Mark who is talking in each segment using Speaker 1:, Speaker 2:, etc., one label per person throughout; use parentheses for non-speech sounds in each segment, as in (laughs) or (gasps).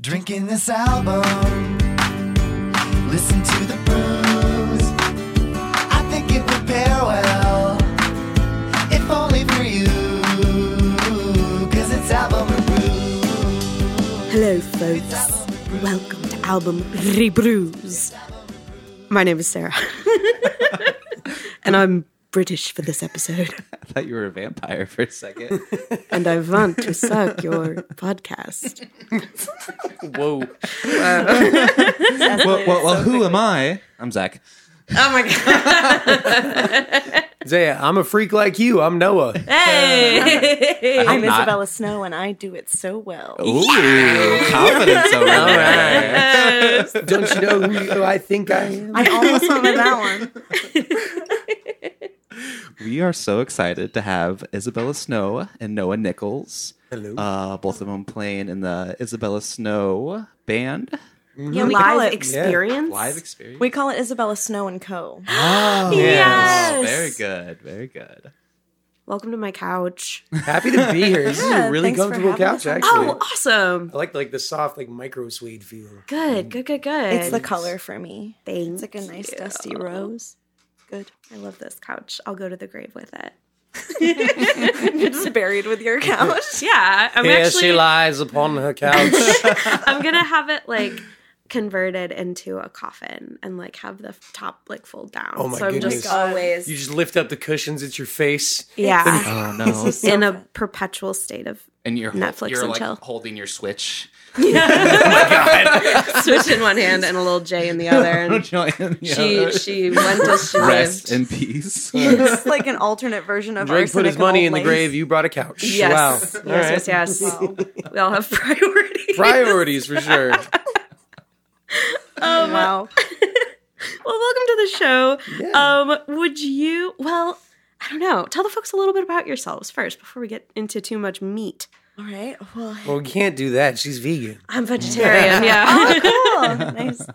Speaker 1: Drinking this album, listen to the booze. I think it would pair well, if only for you. Cause it's album review.
Speaker 2: Hello, folks. Welcome to Album Rebrews. My name is (laughs) Sarah. and I'm British for this episode.
Speaker 3: I thought you were a vampire for a second.
Speaker 2: And I want to suck your podcast. (laughs)
Speaker 3: Whoa. well, well, well, who am I? I'm Zach.
Speaker 2: Oh my God.
Speaker 4: Zaya, I'm a freak like you. I'm Noah.
Speaker 2: Hey! I'm Oh,
Speaker 3: not.
Speaker 2: Isabella Snow, and I do it so well.
Speaker 3: Ooh, confidence over there.
Speaker 4: Don't you know who who I think I am?
Speaker 2: I almost wanted that one.
Speaker 3: We are so excited to have Isabella Snow and Noah Nichols.
Speaker 4: Hello.
Speaker 3: Uh, both of them playing in the Isabella Snow band.
Speaker 2: Yeah, we call it experience.
Speaker 3: experience.
Speaker 2: We call it Isabella Snow and Co.
Speaker 4: Oh,
Speaker 3: Very good. Very good.
Speaker 2: Welcome to my couch.
Speaker 4: Happy to be here. This is
Speaker 2: Yeah,
Speaker 4: a really
Speaker 2: thanks for
Speaker 4: comfortable
Speaker 2: having us
Speaker 4: couch,
Speaker 2: on.
Speaker 4: actually.
Speaker 2: Oh, awesome.
Speaker 4: I like like the soft, like micro suede feel.
Speaker 2: Good, good, good, good.
Speaker 5: It's the color for me.
Speaker 2: Thank
Speaker 5: It's like a nice
Speaker 2: you.
Speaker 5: dusty rose.
Speaker 2: Good.
Speaker 5: I love this couch. I'll go to the grave with (laughs) it. It's buried with your (laughs) couch.
Speaker 2: Yeah, I'm
Speaker 4: Here
Speaker 2: actually
Speaker 4: she lies
Speaker 2: (laughs)
Speaker 4: upon her couch.
Speaker 5: I'm gonna have it like converted into a coffin and like have the f- top like fold down.
Speaker 4: Oh my
Speaker 5: so I'm
Speaker 4: goodness.
Speaker 5: just always
Speaker 4: you just lift up the cushions. It's your face.
Speaker 5: yeah
Speaker 3: Oh no!
Speaker 5: in a perpetual state of (laughs)
Speaker 3: and you're
Speaker 5: Netflix
Speaker 3: you're
Speaker 5: and
Speaker 3: like
Speaker 5: chill.
Speaker 3: holding your switch.
Speaker 5: switch in one hand and a little
Speaker 4: (laughs)
Speaker 5: J in the other. And she she went as she
Speaker 3: rest
Speaker 5: lived.
Speaker 3: in peace.
Speaker 6: It's like an alternate version of
Speaker 4: Drake put
Speaker 6: arsenic
Speaker 4: his money in
Speaker 6: and
Speaker 4: the
Speaker 6: old
Speaker 4: grave.
Speaker 6: lace.
Speaker 4: You brought a couch.
Speaker 5: yes.
Speaker 2: (laughs)
Speaker 4: Wow.
Speaker 5: Yes,
Speaker 4: All right.
Speaker 5: yes, yes, We all have (laughs) priorities.
Speaker 4: Priorities for sure.
Speaker 5: (laughs)
Speaker 6: Wow.
Speaker 5: Well, welcome to the show. Um, would you? Well, I don't know. Tell the folks a little bit about yourselves first before we get into too much meat.
Speaker 6: All right. Well,
Speaker 4: well, we can't do that. She's vegan.
Speaker 5: I'm vegetarian. Yeah.
Speaker 6: (laughs) oh,
Speaker 5: (laughs)
Speaker 6: cool. nice.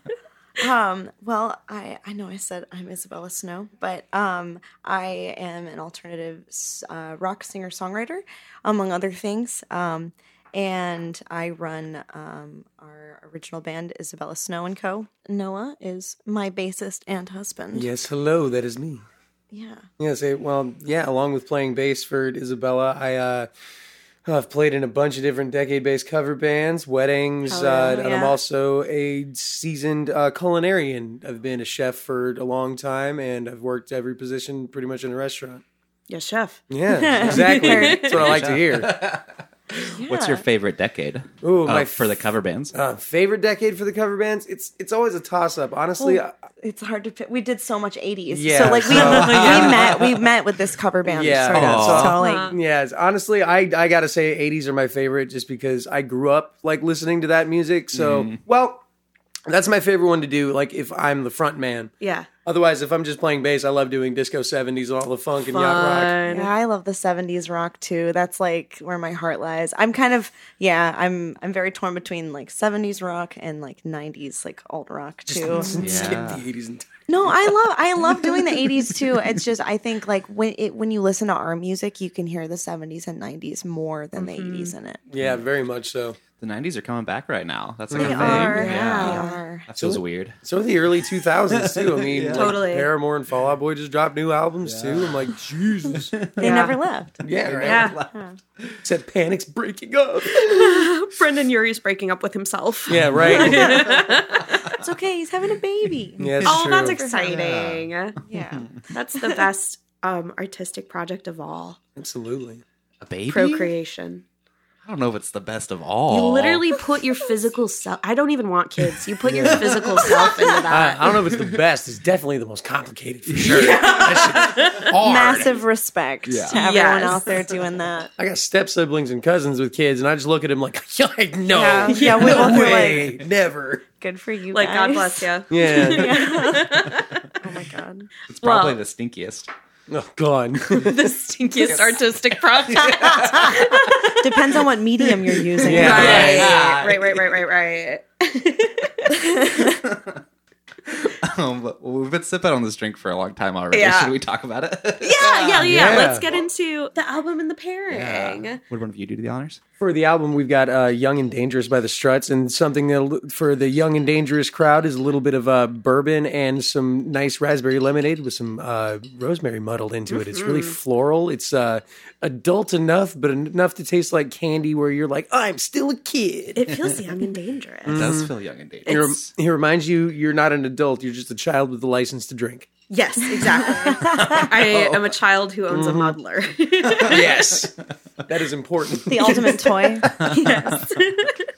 Speaker 6: Um, well, I, I know I said I'm Isabella Snow, but um, I am an alternative s- uh, rock singer songwriter, among other things. Um, and I run um, our original band, Isabella Snow and Co. Noah is my bassist and husband.
Speaker 4: Yes. Hello. That is me.
Speaker 6: yeah.
Speaker 4: Yeah, say well, yeah. Along with playing bass for Isabella, I uh, I've played in a bunch of different decade-based cover bands, weddings, uh, and I'm
Speaker 6: Oh, yeah.
Speaker 4: also a seasoned uh, culinarian. I've been a chef for a long time, and I've worked every position pretty much in a restaurant.
Speaker 2: yes, chef.
Speaker 6: (laughs)
Speaker 4: Yeah, exactly. That's what I like to hear.
Speaker 3: What's your favorite decade?
Speaker 4: Ooh,
Speaker 3: uh,
Speaker 4: my
Speaker 3: for the cover bands.
Speaker 4: Uh, favorite decade for the cover bands? It's it's always a toss-up, honestly. I-
Speaker 6: Oh, it's hard to pick. We did so much 80s.
Speaker 4: Yeah,
Speaker 6: so like
Speaker 4: (laughs)
Speaker 6: we,
Speaker 4: so-
Speaker 6: we met we met with this cover band
Speaker 4: Yeah.
Speaker 6: sort of.
Speaker 4: Aw.
Speaker 6: So like
Speaker 4: Yes, honestly, I I gotta say, '80s are my favorite, just because I grew up like listening to that music. So, well, that's my favorite one to do. Like if I'm the front man.
Speaker 2: Yeah.
Speaker 4: Otherwise, if I'm just playing bass, I love doing disco '70s, all the funk and yacht rock.
Speaker 2: Fun.
Speaker 6: yeah, I love the 70s rock too. That's like where my heart lies. I'm kind of yeah, I'm I'm very torn between like 70s rock and like 90s like alt rock
Speaker 4: (laughs)
Speaker 6: too.
Speaker 4: Skip the '80s and
Speaker 6: No, I love I love doing the 80s too. It's just I think like when it when you listen to our music, you can hear the 70s and 90s more than
Speaker 4: Mm-hmm.
Speaker 6: the 80s in it.
Speaker 4: yeah, very much so.
Speaker 3: The '90s are coming back right now. That's like a thing.
Speaker 6: are,
Speaker 3: Yeah.
Speaker 6: They are.
Speaker 3: that feels weird.
Speaker 4: Some of the early 2000s (laughs) too. I mean, like,
Speaker 5: Totally.
Speaker 4: Paramore and Fall Out Boy just dropped new albums too. I'm like, Jesus.
Speaker 6: They
Speaker 5: Yeah.
Speaker 6: never left.
Speaker 4: Yeah, right.
Speaker 5: Yeah.
Speaker 4: Said Panic's breaking up.
Speaker 5: (laughs) Brendan Urie's breaking up with himself.
Speaker 4: (laughs) Yeah, right.
Speaker 6: It's okay. He's having a baby.
Speaker 4: yeah, it's
Speaker 5: Oh,
Speaker 4: true.
Speaker 5: that's exciting.
Speaker 6: Yeah.
Speaker 5: That's the best um, artistic project of all
Speaker 4: Absolutely.
Speaker 3: A baby.
Speaker 5: procreation.
Speaker 3: I don't know if it's the best of all.
Speaker 5: You literally put your physical self. I don't even want kids. You put your physical self into
Speaker 4: (laughs) I,
Speaker 6: Uh,
Speaker 5: that.
Speaker 4: I don't know if it's the best. It's definitely the most complicated for sure. That shit's hard.
Speaker 6: massive respect to everyone
Speaker 5: Yes.
Speaker 6: out there doing that.
Speaker 4: I got step siblings and cousins with kids, and I just look at them like, (laughs) like no,
Speaker 6: Yeah. Yeah, we
Speaker 4: no
Speaker 6: both were
Speaker 4: way, never.
Speaker 6: Good for you.
Speaker 5: (laughs) Like, God
Speaker 6: guys.
Speaker 5: bless
Speaker 6: (laughs)
Speaker 5: you.
Speaker 4: Yeah,
Speaker 6: Oh my god.
Speaker 3: It's probably the
Speaker 5: Well-
Speaker 3: stinkiest. (laughs)
Speaker 4: oh,
Speaker 6: (laughs)
Speaker 4: gone.
Speaker 5: The stinkiest (laughs) artistic project.
Speaker 6: Depends on what medium
Speaker 4: (laughs)
Speaker 6: you're using.
Speaker 4: Yeah.
Speaker 5: Right, right, right, right, right, right.
Speaker 3: Um, but we've been sipping on this drink for a long time already.
Speaker 5: Yeah.
Speaker 3: Should we talk about it? (laughs)
Speaker 5: Yeah, yeah, yeah,
Speaker 4: Yeah.
Speaker 5: Let's get into the album and the pairing.
Speaker 3: Would one of you do the honors?
Speaker 4: For the album, we've got uh, "Young and Dangerous" by the Struts, and something that for the young and dangerous crowd is a little bit of uh, bourbon and some nice raspberry lemonade with some uh, rosemary muddled into it. It's
Speaker 6: Mm-hmm.
Speaker 4: really floral. It's uh, adult enough, but enough to taste like candy, where you're like, "I'm still a kid."
Speaker 5: It feels young and dangerous.
Speaker 3: It does feel young and
Speaker 4: It,
Speaker 3: dangerous. (laughs)
Speaker 4: rem- it reminds you you're not an adult. You're just a child with a license to drink.
Speaker 5: Yes, exactly. (laughs) I am a child who owns a muddler.
Speaker 4: yes, (laughs) that is important.
Speaker 6: The ultimate
Speaker 4: (laughs)
Speaker 6: toy.
Speaker 5: yes.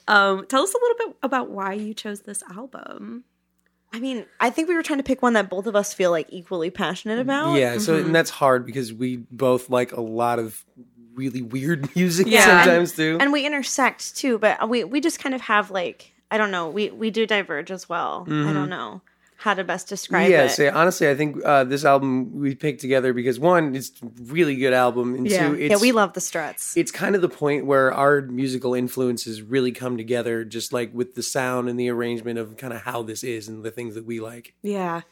Speaker 5: um, tell us a little bit about why you chose this album.
Speaker 6: I mean, I think we were trying to pick one that both of us feel like equally passionate about.
Speaker 4: Yeah, so and that's hard because we both like a lot of really weird (laughs) music
Speaker 5: Yeah.
Speaker 4: sometimes too.
Speaker 6: And we intersect too, but we we just kind of have like I don't know. We we do diverge as well. I don't know how to best describe
Speaker 4: Mm-hmm. yeah,
Speaker 6: it.
Speaker 4: so honestly, I think uh, this album we picked together because one, it's a really good album, and
Speaker 5: Yeah.
Speaker 4: two, it's
Speaker 6: yeah, we love the struts.
Speaker 4: it's kind of the point where our musical influences really come together, just like with the sound and the arrangement of kind of how this is and the things that we like.
Speaker 5: Yeah.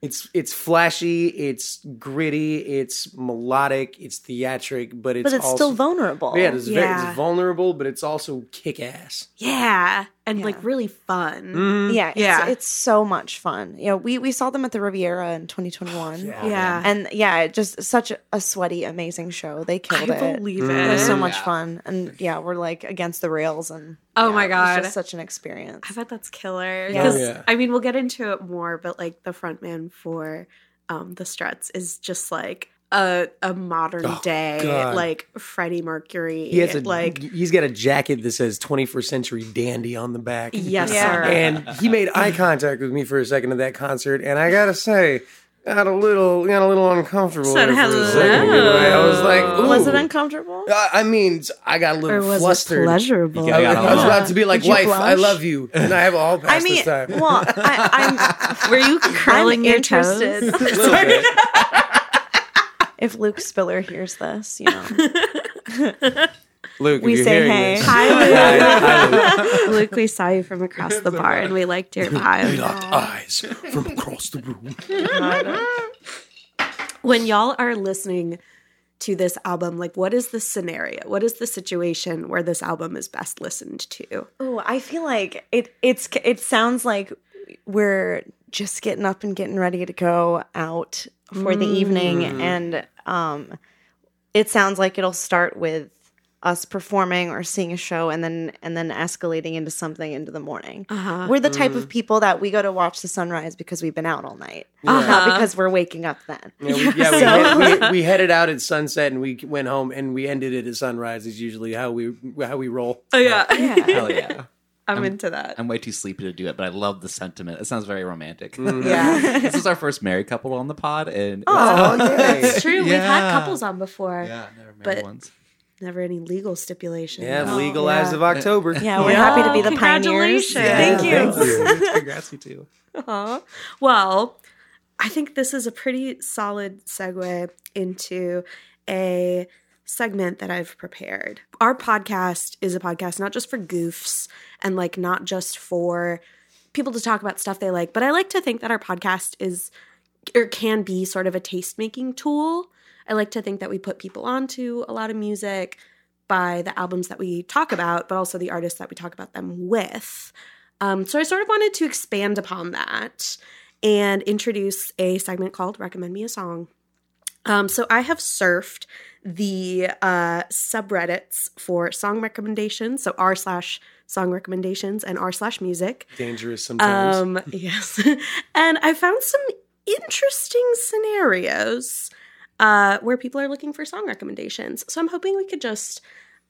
Speaker 4: It's it's flashy, it's gritty, it's melodic, it's theatric, but it's
Speaker 6: but it's
Speaker 4: also,
Speaker 6: still vulnerable.
Speaker 4: Yeah, it's, ve-
Speaker 5: Yeah.
Speaker 4: it's vulnerable, but it's also kick ass.
Speaker 5: Yeah. And like really fun.
Speaker 4: Mm. Mm-hmm.
Speaker 6: Yeah, it's,
Speaker 5: Mm-hmm. Yeah.
Speaker 6: it's so much fun. You know, we we saw them at the Riviera in
Speaker 4: Oh,
Speaker 6: 2021.
Speaker 5: Yeah.
Speaker 6: And yeah, it just such a sweaty, amazing show. They killed
Speaker 5: I
Speaker 6: it.
Speaker 4: Mm.
Speaker 5: believe
Speaker 6: It
Speaker 5: it.
Speaker 6: was so much fun. And yeah, we're like against the rails and
Speaker 5: Oh
Speaker 6: yeah,
Speaker 5: my
Speaker 6: it was
Speaker 5: God.
Speaker 6: just such an experience.
Speaker 5: I bet that's killer.
Speaker 6: Yeah.
Speaker 5: 'Cause,
Speaker 4: Oh, yeah.
Speaker 5: I mean, we'll get into it more, but like the frontman for um, the Struts is just like a a modern
Speaker 4: Oh,
Speaker 5: day
Speaker 4: God.
Speaker 5: like Freddie Mercury.
Speaker 4: He has a
Speaker 5: like
Speaker 4: he's got a jacket that says 21st century dandy on the back.
Speaker 5: yes,
Speaker 6: Yeah.
Speaker 5: sir.
Speaker 4: and he made
Speaker 5: (laughs)
Speaker 4: eye contact with me for a second at that concert, and I gotta say, got a little got a little uncomfortable.
Speaker 5: Said
Speaker 4: there for a
Speaker 5: hello.
Speaker 4: second. I was like, Ooh.
Speaker 6: was it uncomfortable?
Speaker 4: I- I mean, I got a little flustered.
Speaker 5: pleasurable?
Speaker 3: Yeah.
Speaker 4: I,
Speaker 3: got a
Speaker 4: I was
Speaker 3: lot.
Speaker 4: about to be like,
Speaker 6: Did you
Speaker 4: wife, I
Speaker 6: blush?
Speaker 4: love you, and I have all
Speaker 6: I
Speaker 4: passed
Speaker 6: mean,
Speaker 4: this time.
Speaker 6: well,
Speaker 4: (laughs)
Speaker 6: I, I'm
Speaker 5: Were (laughs) you curling
Speaker 6: I'm
Speaker 5: your
Speaker 6: interested.
Speaker 5: toes?
Speaker 4: A little bit.
Speaker 6: if Luke Spiller hears this, you know,
Speaker 4: Luke,
Speaker 6: we
Speaker 4: if you're
Speaker 6: say
Speaker 4: hearing
Speaker 6: hey.
Speaker 4: this-
Speaker 5: (laughs) Hi,
Speaker 4: Hi, hi, Luke.
Speaker 5: (laughs) Luke. Luke, we saw you from across (laughs) the bar, and we liked your (laughs) vibe.
Speaker 4: Locked eyes from across the room.
Speaker 5: when y'all are listening to this album, like what is the scenario? What is the situation where this album is best listened to?
Speaker 6: Oh, I feel like it. It's it sounds like we're just getting up and getting ready to go out for the evening, and um, it sounds like it'll start with us performing or seeing a show, and then and then escalating into something into the morning.
Speaker 5: Uh-huh.
Speaker 6: We're the type of people that we go to watch the sunrise because we've been out all night,
Speaker 5: Uh-huh.
Speaker 6: not because we're waking up then.
Speaker 4: Yeah, we,
Speaker 5: (laughs)
Speaker 4: yeah, we, head- we, we headed out at sunset and we went home and we ended it at sunrise. Is usually how we how we roll.
Speaker 5: Oh yeah.
Speaker 3: Hell yeah.
Speaker 5: I'm, into that.
Speaker 3: I'm way too sleepy to do it, but I love the sentiment. It sounds very romantic. (laughs)
Speaker 5: yeah.
Speaker 3: this is our first married couple on the pod, and
Speaker 4: (laughs) Oh, yeah.
Speaker 5: It's true. We've had
Speaker 3: Yeah.
Speaker 5: couples on before.
Speaker 3: yeah, never married
Speaker 5: But-
Speaker 3: once.
Speaker 5: Never any legal stipulations.
Speaker 4: Yeah, legal as of October.
Speaker 6: Yeah, we're happy to be the pioneers.
Speaker 5: Congratulations. Thank
Speaker 4: (laughs)
Speaker 5: you.
Speaker 4: Thank you.
Speaker 3: Congrats, you two.
Speaker 5: Aw. Well, I think this is a pretty solid segue into a segment that I've prepared. Our podcast is a podcast not just for goofs and like not just for people to talk about stuff they like, but I like to think that our podcast is or can be sort of a taste making tool. I like to think that we put people onto a lot of music by the albums that we talk about, but also the artists that we talk about them with. Um, so I sort of wanted to expand upon that and introduce a segment called Recommend Me a Song. Um, so I have surfed the uh, subreddits for song recommendations, so r slash song recommendations and r slash music.
Speaker 4: Dangerous sometimes.
Speaker 5: Um, (laughs) yes. and I found some interesting scenarios uh, where people are looking for song recommendations. So I'm hoping we could just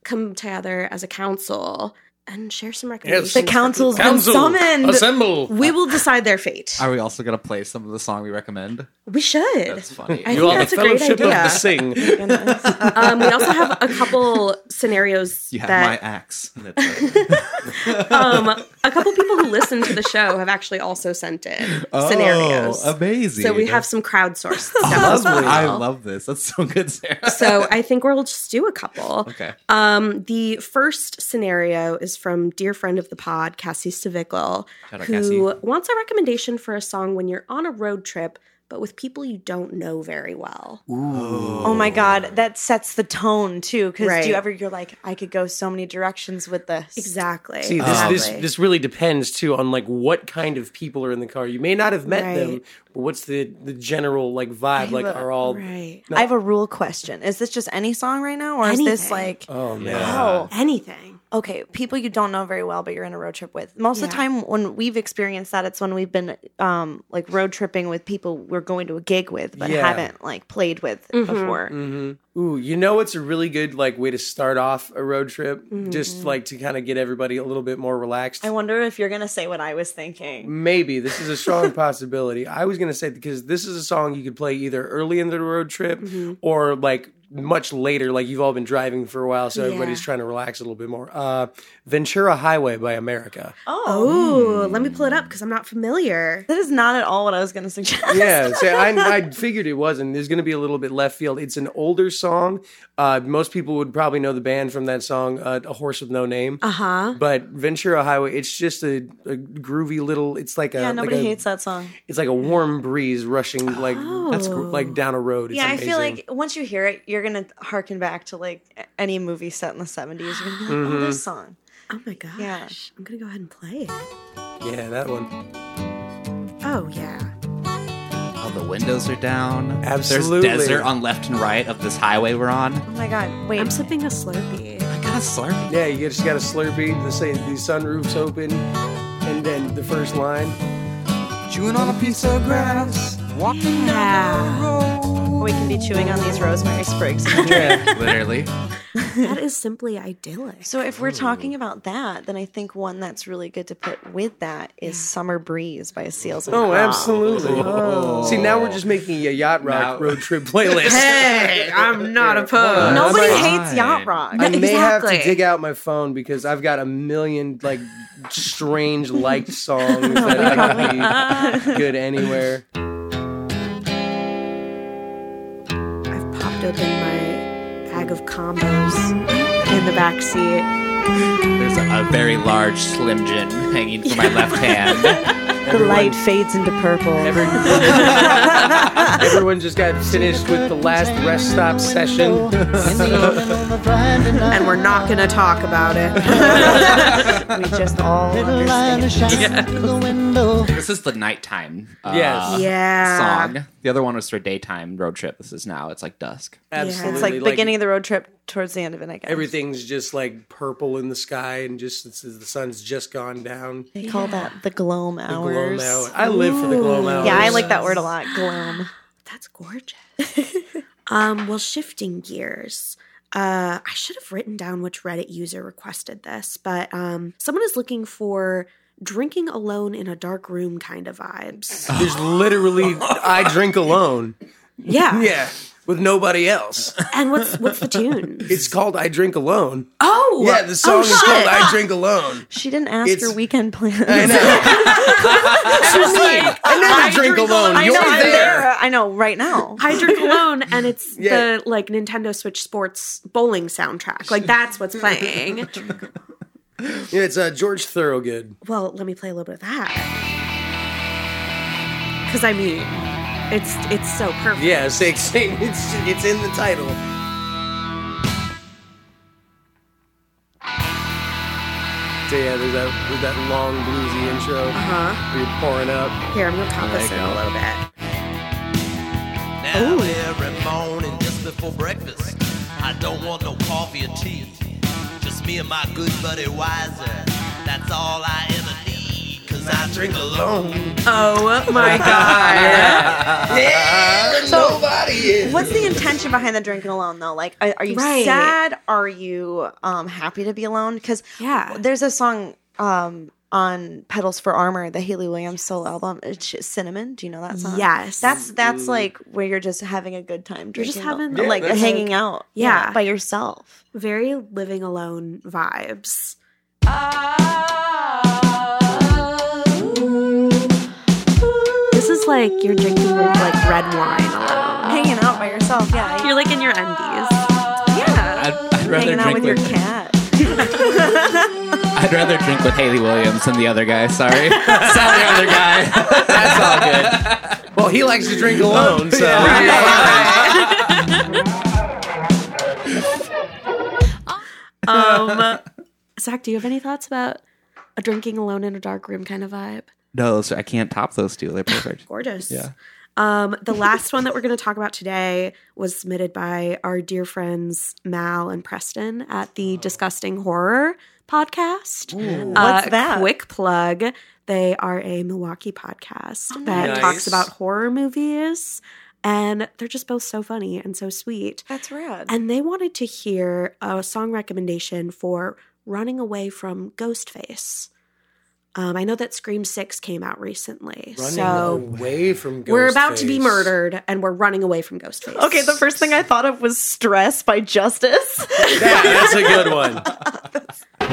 Speaker 5: come together as a council and share some recommendations.
Speaker 6: The
Speaker 5: for
Speaker 6: council's
Speaker 5: people.
Speaker 6: been summoned.
Speaker 4: assemble.
Speaker 5: We will decide their fate.
Speaker 3: Are we also gonna play some of the song we recommend?
Speaker 5: We should.
Speaker 3: That's funny.
Speaker 5: I think that's a great
Speaker 4: Fellowship of the
Speaker 5: idea. (laughs)
Speaker 4: Sing.
Speaker 6: (laughs)
Speaker 5: Um, we also have a couple scenarios
Speaker 3: you have
Speaker 5: that
Speaker 3: my axe. That's it.
Speaker 5: um, a couple people who listen to the show have actually also sent in scenarios.
Speaker 3: Oh, amazing.
Speaker 5: So we have some crowdsourced stuff. as well.
Speaker 3: Lovely. I love this. That's so
Speaker 1: (laughs)
Speaker 3: good, Sarah.
Speaker 5: So I think we'll just do a couple.
Speaker 3: Okay.
Speaker 5: Um, the first scenario is is from dear friend of the pod, Cassie Stavikl,
Speaker 3: Shout out,
Speaker 5: who wants a recommendation for a song when you're on a road trip, but with people you don't know very well.
Speaker 6: Oh my god, that sets the tone too. Because do
Speaker 5: Right.
Speaker 6: you ever you're like, I could go so many directions with this.
Speaker 5: Exactly.
Speaker 4: See, this, this
Speaker 5: Exactly.
Speaker 4: this really depends too on like what kind of people are in the car. You may not have met them,
Speaker 5: Right.
Speaker 4: but what's the the general like vibe? Like
Speaker 6: have a-
Speaker 4: are all
Speaker 5: right.
Speaker 6: I have a rule question. Is this just any song right now, or is this
Speaker 5: Anything.
Speaker 6: like
Speaker 4: oh man.
Speaker 6: oh
Speaker 5: Anything.
Speaker 6: okay people you don't know very well but you're in a road trip with? Most of the
Speaker 5: Yeah.
Speaker 6: time when we've experienced that, it's when we've been um like road tripping with people we're going to a gig with but
Speaker 4: Yeah. Mm-hmm.
Speaker 6: haven't like played with before.
Speaker 4: Ooh, you know what's a really good like way to start off a road trip? Just like to kind of get everybody a little bit more relaxed.
Speaker 6: I wonder if you're gonna say what I was thinking.
Speaker 4: Maybe this is a strong (laughs) possibility. I was gonna say because this is a song you could play either early in the road trip or like much later, like you've all been driving for a while, so everybody's trying to relax a little bit more. Uh, Ventura Highway by America.
Speaker 6: Hmm.
Speaker 5: Oh, let me pull it up because I'm not familiar.
Speaker 6: That is not at all what I was gonna suggest.
Speaker 4: yeah, so I, I figured it wasn't. There's going to be a little bit left field. It's an older song. Uh, most people would probably know the band from that song, uh, "A Horse with No Name." Uh
Speaker 6: Uh-huh.
Speaker 4: huh. But Ventura Highway, it's just a, a groovy little. It's like a
Speaker 6: (laughs) Yeah, nobody
Speaker 4: like a,
Speaker 6: hates that song.
Speaker 4: It's like a warm breeze rushing like
Speaker 3: That's cool.
Speaker 4: like down a road. It's
Speaker 6: Oh. Yeah, I feel
Speaker 4: amazing.
Speaker 6: like once you hear it, you're gonna harken back to like a- any movie set in the '70s. You're gonna be like, oh, this song.
Speaker 5: Oh my gosh.
Speaker 6: Yeah.
Speaker 5: I'm going to go ahead and play it.
Speaker 4: yeah, that one.
Speaker 5: Oh, yeah.
Speaker 3: All the windows are down.
Speaker 4: Absolutely.
Speaker 3: There's desert on left and right of this highway we're on.
Speaker 6: Oh my god! Wait,
Speaker 5: I'm sipping a Slurpee.
Speaker 3: I got a slurp.
Speaker 4: Yeah, you just got a Slurpee. The say the sunroof's open, and then the first line.
Speaker 1: Chewing on a piece of grass,
Speaker 3: (laughs)
Speaker 1: walking down the road.
Speaker 6: we can be chewing on these rosemary sprigs. in the drink.
Speaker 3: Literally.
Speaker 5: That is simply idyllic.
Speaker 6: so if we're talking about that, then I think one that's really good to put with that is "Summer Breeze" by Seals. And
Speaker 4: Oh,
Speaker 6: Crofts.
Speaker 4: absolutely.
Speaker 5: Oh.
Speaker 4: See, now we're just making a yacht rock
Speaker 3: Now-
Speaker 4: road trip playlist.
Speaker 5: Hey,
Speaker 4: (laughs)
Speaker 5: I'm not opposed.
Speaker 3: No.
Speaker 6: Nobody
Speaker 4: That's
Speaker 6: hates
Speaker 3: fine.
Speaker 6: yacht rock.
Speaker 4: I may have to
Speaker 5: Exactly.
Speaker 4: dig out my phone because I've got a million like strange liked songs that I could be good anywhere.
Speaker 5: I've popped open my bag of combos in the back seat.
Speaker 3: There's a, a very large Slim Jim hanging from my
Speaker 1: (laughs)
Speaker 3: left hand.
Speaker 6: The light fades into purple.
Speaker 4: Every- Everyone just got finished with the last rest stop session.
Speaker 5: And we're not going to talk about it.
Speaker 6: (laughs) We just all understand.
Speaker 3: this is the nighttime. Uh,
Speaker 4: Yes.
Speaker 5: yeah.
Speaker 3: Song. The other one was for daytime road trip. This is now. It's like dusk.
Speaker 4: Absolutely.
Speaker 6: It's like beginning of the road trip towards the end of it. I guess
Speaker 4: Everything's just like purple in the sky, and just it's, the sun's just gone down.
Speaker 6: they call that the gloam
Speaker 4: Glow
Speaker 6: hours.
Speaker 4: hour. I live for the glow hours.
Speaker 6: Yeah, I like that word a lot. Gloom.
Speaker 5: That's gorgeous. (laughs) um, well, shifting gears. Uh, I should have written down which Reddit user requested this, but um, someone is looking for drinking alone in a dark room kind of vibes.
Speaker 4: There's literally I drink alone.
Speaker 5: (laughs) Yeah.
Speaker 4: (laughs) Yeah, with nobody else.
Speaker 5: And what's what's the tune?
Speaker 4: It's called I Drink Alone.
Speaker 5: (laughs) Oh,
Speaker 4: Yeah, the song
Speaker 5: oh,
Speaker 4: is called
Speaker 5: shit.
Speaker 4: I Drink Alone.
Speaker 6: She didn't ask
Speaker 4: It's-
Speaker 6: your weekend plans.
Speaker 4: I
Speaker 6: (laughs)
Speaker 4: know. I never drink, alone.
Speaker 6: I
Speaker 4: You're
Speaker 6: know, I'm
Speaker 4: there.
Speaker 6: there. I know, right now.
Speaker 5: I
Speaker 4: (laughs)
Speaker 5: drink alone, and it's
Speaker 4: Yeah.
Speaker 5: the like Nintendo Switch Sports bowling soundtrack. Like that's what's playing.
Speaker 4: Yeah, it's uh, George Thorogood.
Speaker 5: well, let me play a little bit of that. Because I mean, it's it's so perfect.
Speaker 4: Yeah, it's, it's it's in the title. So yeah, there's that there's that long bluesy intro
Speaker 5: Huh?
Speaker 4: where you're pouring up.
Speaker 5: Here, I'm gonna pop this in
Speaker 3: There you
Speaker 5: a
Speaker 3: go.
Speaker 5: little bit.
Speaker 7: Now every morning just before breakfast, I don't want no coffee or tea. Just me and my good buddy Wiser. That's all I ever need. Cause I drink alone.
Speaker 5: Oh my god!
Speaker 7: Nobody is.
Speaker 6: What's the intention behind the drinking alone though? Like, are, are you
Speaker 5: Right.
Speaker 6: sad? Are you um, happy to be alone? Because
Speaker 5: Yeah.
Speaker 6: there's a song um, on Pedals for Armor, the Haley Williams solo album. It's just Cinnamon. Do you know that song?
Speaker 5: Yes.
Speaker 6: That's that's like where you're just having a good time drinking.
Speaker 5: just having,
Speaker 6: alone,
Speaker 5: Yeah,
Speaker 6: like
Speaker 4: Mm. that's
Speaker 6: hanging out,
Speaker 5: Yeah.
Speaker 6: by yourself.
Speaker 5: Very living alone vibes. This is like you're drinking with like red wine alone.
Speaker 6: hanging out by yourself, yeah,
Speaker 5: You're like in your undies.
Speaker 6: yeah.
Speaker 3: I'd, I'd rather
Speaker 6: hanging out
Speaker 3: drink
Speaker 6: with your cat.
Speaker 3: I'd
Speaker 8: I'd rather drink with Haley Williams than the other guy. Sorry, (laughs) sorry, other guy.
Speaker 4: That's all good. Well, he likes to drink alone, so.
Speaker 5: Um, Zach, do you have any thoughts about a drinking alone in a dark room kind of vibe?
Speaker 3: No, those are- I can't top those two. They're perfect.
Speaker 5: Gorgeous.
Speaker 3: Yeah.
Speaker 5: Um, the last one that we're going to talk about today was submitted by our dear friends Mal and Preston at the Disgusting Horror podcast. Uh,
Speaker 6: What's that?
Speaker 5: Quick plug. They are a Milwaukee podcast that
Speaker 4: nice.
Speaker 5: talks about horror movies, and they're just both so funny and so sweet.
Speaker 6: That's rad.
Speaker 5: And they wanted to hear a song recommendation for Running Away from Ghostface. Um, I know that Scream 6 came out recently.
Speaker 4: Running
Speaker 5: so
Speaker 4: away from
Speaker 5: we're about to be
Speaker 4: Ghostface.
Speaker 5: murdered and we're running away from Ghostface.
Speaker 6: okay, the first thing I thought of was Stress by Justice. (laughs)
Speaker 4: Yeah, that's a good one.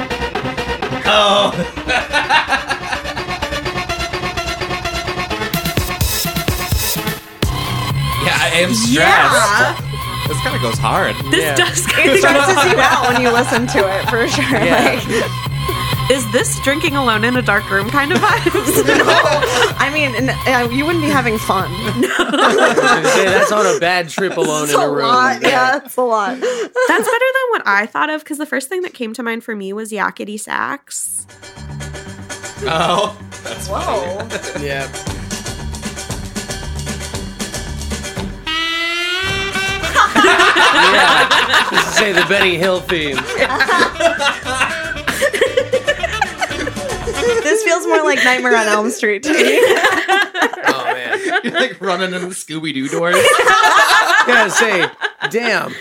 Speaker 8: Yeah, I am stressed. This kind of goes hard. (laughs)
Speaker 4: Yeah. (laughs)
Speaker 6: it
Speaker 5: (laughs)
Speaker 6: stresses you out when you listen to it for sure. Like,
Speaker 5: Is this drinking alone in a dark room kind of vibes?
Speaker 6: I mean, n- uh, you wouldn't be having fun.
Speaker 4: Say that's on a bad trip alone in a room.
Speaker 6: Yeah, it's a lot.
Speaker 5: That's better than what I thought of because the first thing that came to mind for me was Yakety Sax.
Speaker 8: Oh,
Speaker 6: Whoa.
Speaker 4: Yeah. yeah. Just say the Benny Hill theme.
Speaker 8: Oh,
Speaker 6: This feels more like Nightmare on Elm Street to
Speaker 4: (laughs)
Speaker 6: me.
Speaker 4: Oh man.
Speaker 8: you're like running in the Scooby Doo
Speaker 4: (laughs)
Speaker 8: doors.
Speaker 4: Gotta say, damn.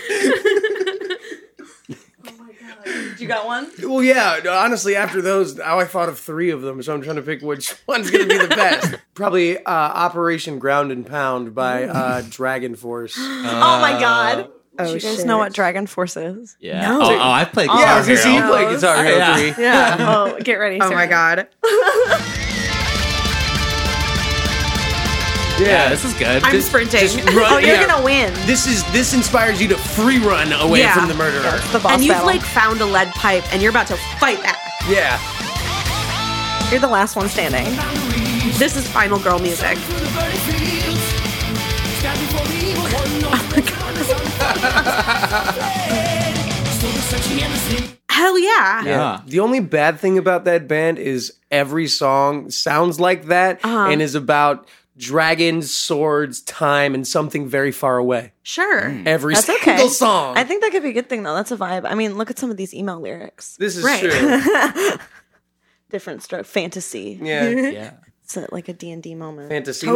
Speaker 6: You got one?
Speaker 4: Well, yeah. no, Honestly, after those, now I thought of three of them, so I'm trying to pick which (laughs) one's gonna be the
Speaker 8: (laughs)
Speaker 4: best. Probably uh, Operation Ground and Pound by
Speaker 8: (laughs)
Speaker 4: uh, Dragon Force.
Speaker 6: oh my god.
Speaker 2: Oh,
Speaker 6: Do you guys know what Dragon Force is?
Speaker 8: Yeah. Oh, oh, I played. Guitar
Speaker 4: yeah, I was gonna say you
Speaker 8: Hero.
Speaker 4: play Guitar Hero
Speaker 8: Yeah.
Speaker 4: three.
Speaker 6: Yeah. (laughs) Oh, get ready.
Speaker 2: Oh my god.
Speaker 8: Yeah, this is good.
Speaker 5: I'm sprinting.
Speaker 4: Run-
Speaker 6: Oh, you're
Speaker 4: yeah.
Speaker 6: gonna win.
Speaker 4: This is this inspires you to free run away
Speaker 5: Yeah.
Speaker 4: from the murderer.
Speaker 6: The boss
Speaker 5: and you've
Speaker 6: battle.
Speaker 5: like found a lead pipe and you're about to fight back.
Speaker 4: Yeah.
Speaker 6: you're the last one standing.
Speaker 5: This is final girl music. Hell yeah.
Speaker 4: Yeah. The only bad thing about that band is every song sounds like that and is about dragons, swords, time, and something very far away.
Speaker 5: Sure.
Speaker 4: Every
Speaker 6: That's
Speaker 4: single
Speaker 6: okay.
Speaker 4: song.
Speaker 6: I think that could be a good thing though. That's a vibe. I mean, look at some of these email lyrics.
Speaker 4: this is
Speaker 5: Right.
Speaker 4: true.
Speaker 6: Different stroke, fantasy.
Speaker 4: Yeah.
Speaker 8: yeah.
Speaker 6: It's a, like a D and D moment.
Speaker 4: Fantasy.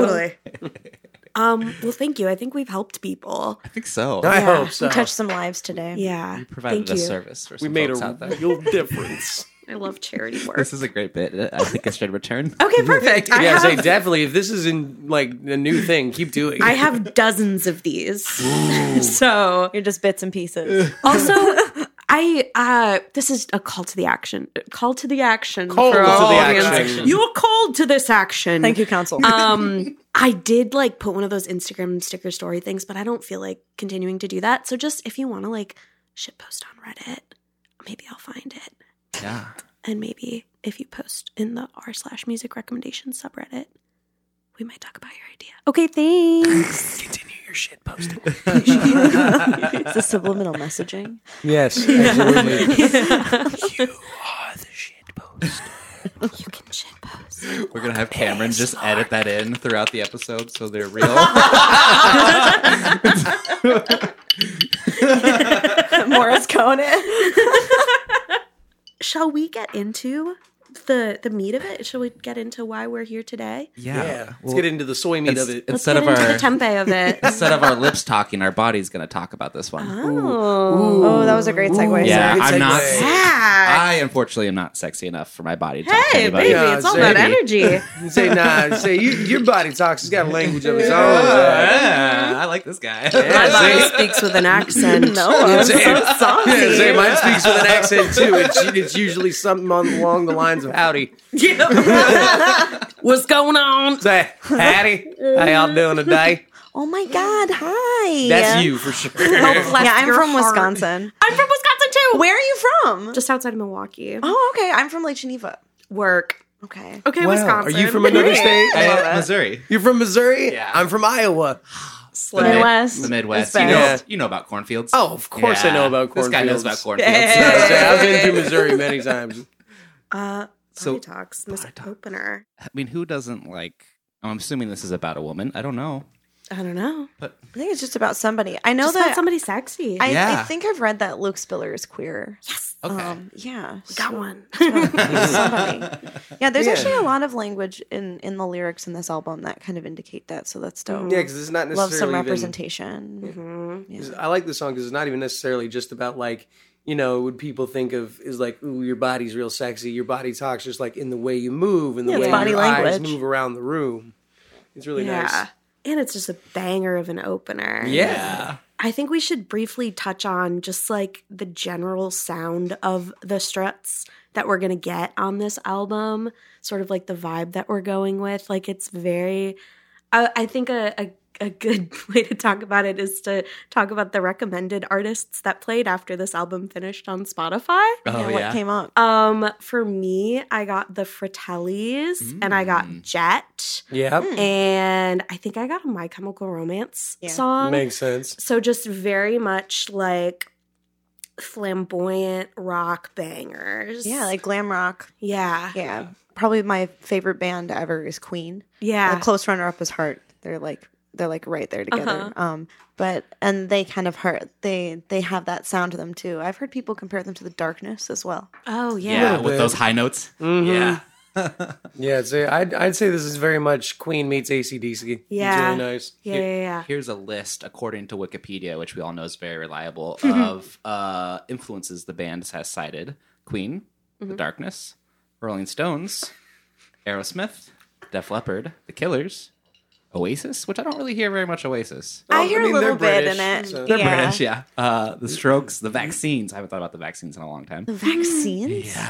Speaker 5: Um, well, thank you. I think we've helped people.
Speaker 8: I think so.
Speaker 4: I hope so.
Speaker 6: We touched some lives today.
Speaker 5: Yeah.
Speaker 8: Provided
Speaker 5: thank
Speaker 8: a
Speaker 5: you.
Speaker 8: service for
Speaker 4: We
Speaker 8: some
Speaker 4: made
Speaker 8: folks out there.
Speaker 4: a real difference.
Speaker 5: I love charity work.
Speaker 3: this is a great bit. I think I should
Speaker 4: Oh,
Speaker 3: return.
Speaker 5: okay, perfect.
Speaker 4: (laughs)
Speaker 5: I,
Speaker 4: yeah,
Speaker 5: have,
Speaker 4: say definitely if this is in like a new thing, keep doing.
Speaker 5: I
Speaker 4: it.
Speaker 5: have dozens of these. (laughs) so
Speaker 6: You're just bits and pieces.
Speaker 5: also I uh this is a call to the action. Call to the action.
Speaker 4: Call
Speaker 5: for
Speaker 4: to
Speaker 5: all
Speaker 4: the
Speaker 5: audience.
Speaker 4: action.
Speaker 5: You were called to this action.
Speaker 6: Thank you, counsel.
Speaker 5: um i did like put one of those instagram sticker story things but i don't feel like continuing to do that so just if you want to like shit post on reddit maybe i'll find it
Speaker 3: Yeah.
Speaker 5: and maybe if you post in the r slash music recommendation subreddit we might talk about your idea okay
Speaker 8: (laughs)
Speaker 5: thanks
Speaker 6: Is this subliminal
Speaker 5: (laughs)
Speaker 6: messaging?
Speaker 4: yes,
Speaker 3: (laughs)
Speaker 4: absolutely. (laughs)
Speaker 5: you can shit post
Speaker 3: We're going to have Cameron just edit that in throughout the episode so
Speaker 5: (laughs)
Speaker 3: they're real.
Speaker 6: Morris Conan.
Speaker 5: shall we get into the the meat of it shall we get into why we're here today
Speaker 4: Yeah. Let's get into the soy meat of it.
Speaker 5: let's
Speaker 3: instead
Speaker 5: get
Speaker 3: of
Speaker 5: into
Speaker 3: our
Speaker 5: the tempe of it
Speaker 3: (laughs) instead of our lips talking, our body's going to talk about this one.
Speaker 6: Oh, that was a great segue.
Speaker 8: Yeah,
Speaker 4: Good
Speaker 8: I'm not.
Speaker 4: segue.
Speaker 5: yeah
Speaker 3: I unfortunately am not sexy enough for my body to talk to
Speaker 5: hey
Speaker 3: anybody.
Speaker 5: baby
Speaker 4: Yeah,
Speaker 5: it's all
Speaker 4: baby.
Speaker 3: (laughs)
Speaker 5: about energy
Speaker 4: Say nah. Say you, your body talks. It's got a language of its own.
Speaker 3: Yeah, I like this guy. (laughs)
Speaker 5: my body speaks with an accent
Speaker 8: (laughs)
Speaker 6: No,
Speaker 4: It's- it- yeah, say mine speaks with an accent too. It's, it's usually something on, along the lines of howdy.
Speaker 5: What's going on?
Speaker 4: Say howdy, how y'all doing today?
Speaker 6: Oh my God! Hi.
Speaker 8: That's you for sure.
Speaker 6: Yeah, I'm
Speaker 5: Oh, your
Speaker 6: from
Speaker 5: heart.
Speaker 6: Wisconsin.
Speaker 5: I'm from Wisconsin too.
Speaker 6: Where are you from?
Speaker 5: Just outside of Milwaukee.
Speaker 6: oh, okay. I'm from Lake Geneva.
Speaker 5: Work.
Speaker 8: (laughs)
Speaker 6: Okay.
Speaker 4: Wow.
Speaker 5: Okay,
Speaker 4: Are
Speaker 5: Wisconsin.
Speaker 3: (laughs)
Speaker 4: you from another state?
Speaker 8: I am Missouri.
Speaker 4: You're from Missouri?
Speaker 8: Yeah.
Speaker 4: I'm from Iowa.
Speaker 8: The
Speaker 6: Slay.
Speaker 8: Mid-
Speaker 6: Midwest
Speaker 8: The
Speaker 6: is
Speaker 8: Midwest. You
Speaker 6: best.
Speaker 8: know,
Speaker 4: Yeah.
Speaker 8: you know about cornfields.
Speaker 4: Oh, of course I know about cornfields.
Speaker 8: This guy knows about cornfields.
Speaker 5: (laughs)
Speaker 4: I've been through Missouri many times.
Speaker 5: So,
Speaker 3: So
Speaker 5: talks, Miss Opener.
Speaker 3: I mean, who doesn't like? I'm assuming this is about a woman. I don't know.
Speaker 5: I don't know.
Speaker 6: I think it's just about somebody. I know
Speaker 5: Just
Speaker 6: that
Speaker 5: about somebody sexy.
Speaker 6: I, I
Speaker 8: Yeah.
Speaker 6: think I've read that Luke Spiller is queer.
Speaker 8: Okay.
Speaker 6: Um, yeah. so-
Speaker 5: got (laughs) one.
Speaker 6: somebody. Yeah, there's
Speaker 4: Yeah.
Speaker 6: actually a lot of language in in the lyrics in this album that kind of indicate that. So that's dope.
Speaker 4: Yeah, because it's Mm-hmm. not necessarily
Speaker 6: Love some
Speaker 4: even-
Speaker 6: representation.
Speaker 4: I like this song because it's not even necessarily just about like you know would people think of is like ooh your body's real sexy your body talks just like in the way you move and the
Speaker 6: Yeah, it's
Speaker 4: way
Speaker 6: body
Speaker 4: your eyes
Speaker 6: language.
Speaker 4: move around the room. It's really
Speaker 5: yeah.
Speaker 4: nice.
Speaker 5: And it's just a banger of an opener.
Speaker 4: Yeah.
Speaker 5: I think we should briefly touch on just like the general sound of the struts that we're going to get on this album, sort of like the vibe that we're going with. Like it's very, I, I think a, a, a good (laughs) way to talk about it is to talk about the recommended artists that played after this album finished on Spotify.
Speaker 3: Oh,
Speaker 6: Oh, Yeah, what came up?
Speaker 5: Um, for me, I got the Fratellis and I got Jet.
Speaker 4: Yeah.
Speaker 5: And I think I got a My Chemical Romance
Speaker 6: Yeah.
Speaker 5: song.
Speaker 4: Makes sense.
Speaker 5: So just very much like flamboyant rock bangers.
Speaker 6: yeah, like glam rock.
Speaker 5: yeah, yeah,
Speaker 6: Yeah. Probably my favorite band ever is Queen. A close runner up is Heart. They're like they're like right there together. Um, but and they kind of hurt. They they have that sound to them too. I've heard people compare them to the Darkness as well.
Speaker 5: oh yeah.
Speaker 8: Yeah, with
Speaker 4: bit.
Speaker 8: those high notes. Yeah.
Speaker 4: Yeah, so I'd, I'd say this is very much Queen meets ACDC. It's
Speaker 5: Yeah.
Speaker 4: really nice.
Speaker 5: Yeah, yeah, yeah.
Speaker 3: Here's a list, according to Wikipedia, which we all know is very reliable, of uh, influences the band has cited Queen, The Darkness, Rolling Stones, Aerosmith, Def Leppard, The Killers, Oasis, which I don't really hear very much Oasis.
Speaker 6: I hear
Speaker 4: mean,
Speaker 6: a
Speaker 4: they're
Speaker 6: little bit
Speaker 4: British,
Speaker 6: in it.
Speaker 4: so-
Speaker 3: They're
Speaker 6: yeah.
Speaker 3: British, (laughs) yeah. Uh, the Strokes, The Vaccines. I haven't thought about The Vaccines in a long time.
Speaker 6: The vaccines? Yeah.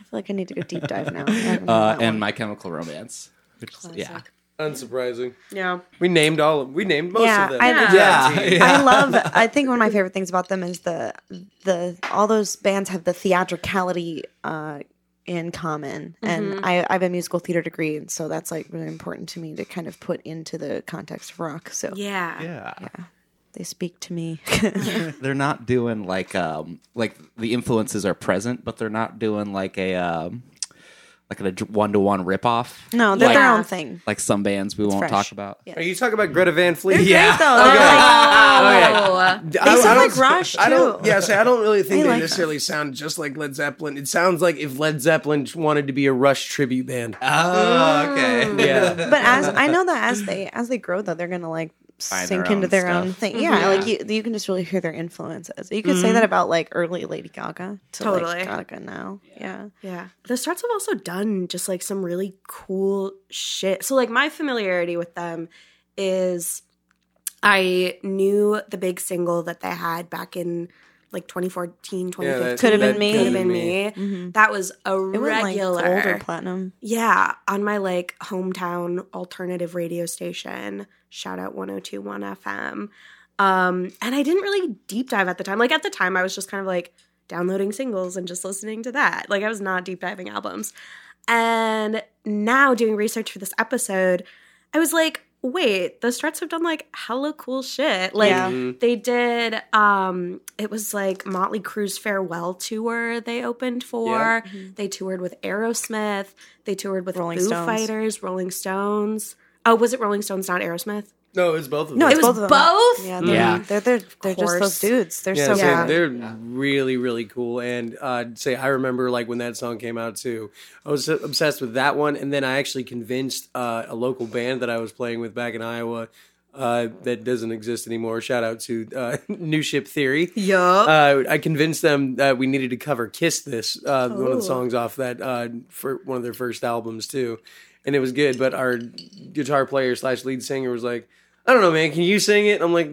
Speaker 6: I feel like I need to go deep dive now. I don't know
Speaker 3: Uh,
Speaker 6: that
Speaker 3: and
Speaker 6: one.
Speaker 3: My Chemical Romance. Which, is- yeah. (laughs)
Speaker 4: Unsurprising.
Speaker 5: Yeah.
Speaker 4: We named all of them. We named most
Speaker 6: yeah,
Speaker 4: of them.
Speaker 6: I, yeah.
Speaker 8: Yeah.
Speaker 6: I love. I think one of my favorite things about them is the the all those bands have the theatricality uh, in common, and I, I have a musical theater degree, and so that's like really important to me to kind of put into the context of rock. So
Speaker 5: Yeah.
Speaker 3: Yeah.
Speaker 6: they speak to me.
Speaker 3: (laughs)
Speaker 6: (laughs)
Speaker 3: they're not doing like um like the influences are present, but they're not doing like a um like a one to one ripoff.
Speaker 6: no, they're their
Speaker 5: Yeah.
Speaker 6: own thing.
Speaker 3: Like some bands we won't
Speaker 6: fresh.
Speaker 3: talk about.
Speaker 6: Yeah.
Speaker 4: Are you talking about Greta Van Fleet?
Speaker 6: Great though. They're Oh,
Speaker 4: They I,
Speaker 6: sound
Speaker 4: I don't-
Speaker 6: like Rush,
Speaker 4: I don't.
Speaker 6: too.
Speaker 4: Yeah, so I don't really think
Speaker 6: I
Speaker 4: they
Speaker 6: like
Speaker 4: necessarily sound just like Led Zeppelin. It sounds like if Led Zeppelin wanted to be a Rush tribute band.
Speaker 6: Ah,
Speaker 8: Oh, okay.
Speaker 4: Yeah,
Speaker 6: like- uh, but as I know that as they as they grow though, they're gonna like
Speaker 3: Find
Speaker 6: sink
Speaker 3: their
Speaker 6: into
Speaker 3: own
Speaker 6: their
Speaker 3: stuff.
Speaker 6: own thing. Yeah, like you you can just really hear their influences. You could say that about like early Lady Gaga to like,
Speaker 5: Totally.
Speaker 6: Gaga now. yeah.
Speaker 5: Yeah. The Struts have also done just like some really cool shit. So like my familiarity with them is I knew the big single that they had back in like 2014, 2015.
Speaker 4: that-
Speaker 6: Could have been me.
Speaker 4: that
Speaker 5: Could have been me. That was a
Speaker 6: It went like
Speaker 5: regular.
Speaker 6: gold or platinum.
Speaker 5: Yeah, on my like hometown alternative radio station. Shout out 1021 FM. Um, and I didn't really deep dive at the time. Like at the time I was just kind of like downloading singles and just listening to that. Like I was not deep diving albums. And now doing research for this episode, I was like, wait, the Struts have done like hella cool shit. Like
Speaker 6: Yeah.
Speaker 5: they did um it was like Motley Crue's farewell tour they opened for. They toured with Aerosmith, they toured with
Speaker 6: Mm-hmm. Rolling
Speaker 5: Foo
Speaker 6: Stones.
Speaker 5: Fighters, Rolling Stones. Oh, was it Rolling Stones, not Aerosmith?
Speaker 4: (laughs) no, it's both of them.
Speaker 6: No,
Speaker 5: it
Speaker 6: it's
Speaker 5: was
Speaker 6: both of them.
Speaker 5: both?
Speaker 6: Yeah, they're
Speaker 3: Yeah.
Speaker 6: they're they're, they're just
Speaker 5: course.
Speaker 6: those dudes. They're
Speaker 4: yeah,
Speaker 6: so
Speaker 4: so
Speaker 5: Yeah.
Speaker 6: good.
Speaker 4: they're really really cool. And uh, I'd say I remember like when that song came out too. I was obsessed with that one, and then I actually convinced uh, a local band that I was playing with back in Iowa. Uh, that doesn't exist anymore. Shout out to uh, (laughs) New Ship Theory.
Speaker 5: Yup.
Speaker 4: uh, I convinced them that we needed to cover "Kiss This," uh, one of the songs off that uh, for one of their first albums too, and it was good. But our guitar player slash lead singer was like, "I don't know, man. Can you sing it?" I'm like,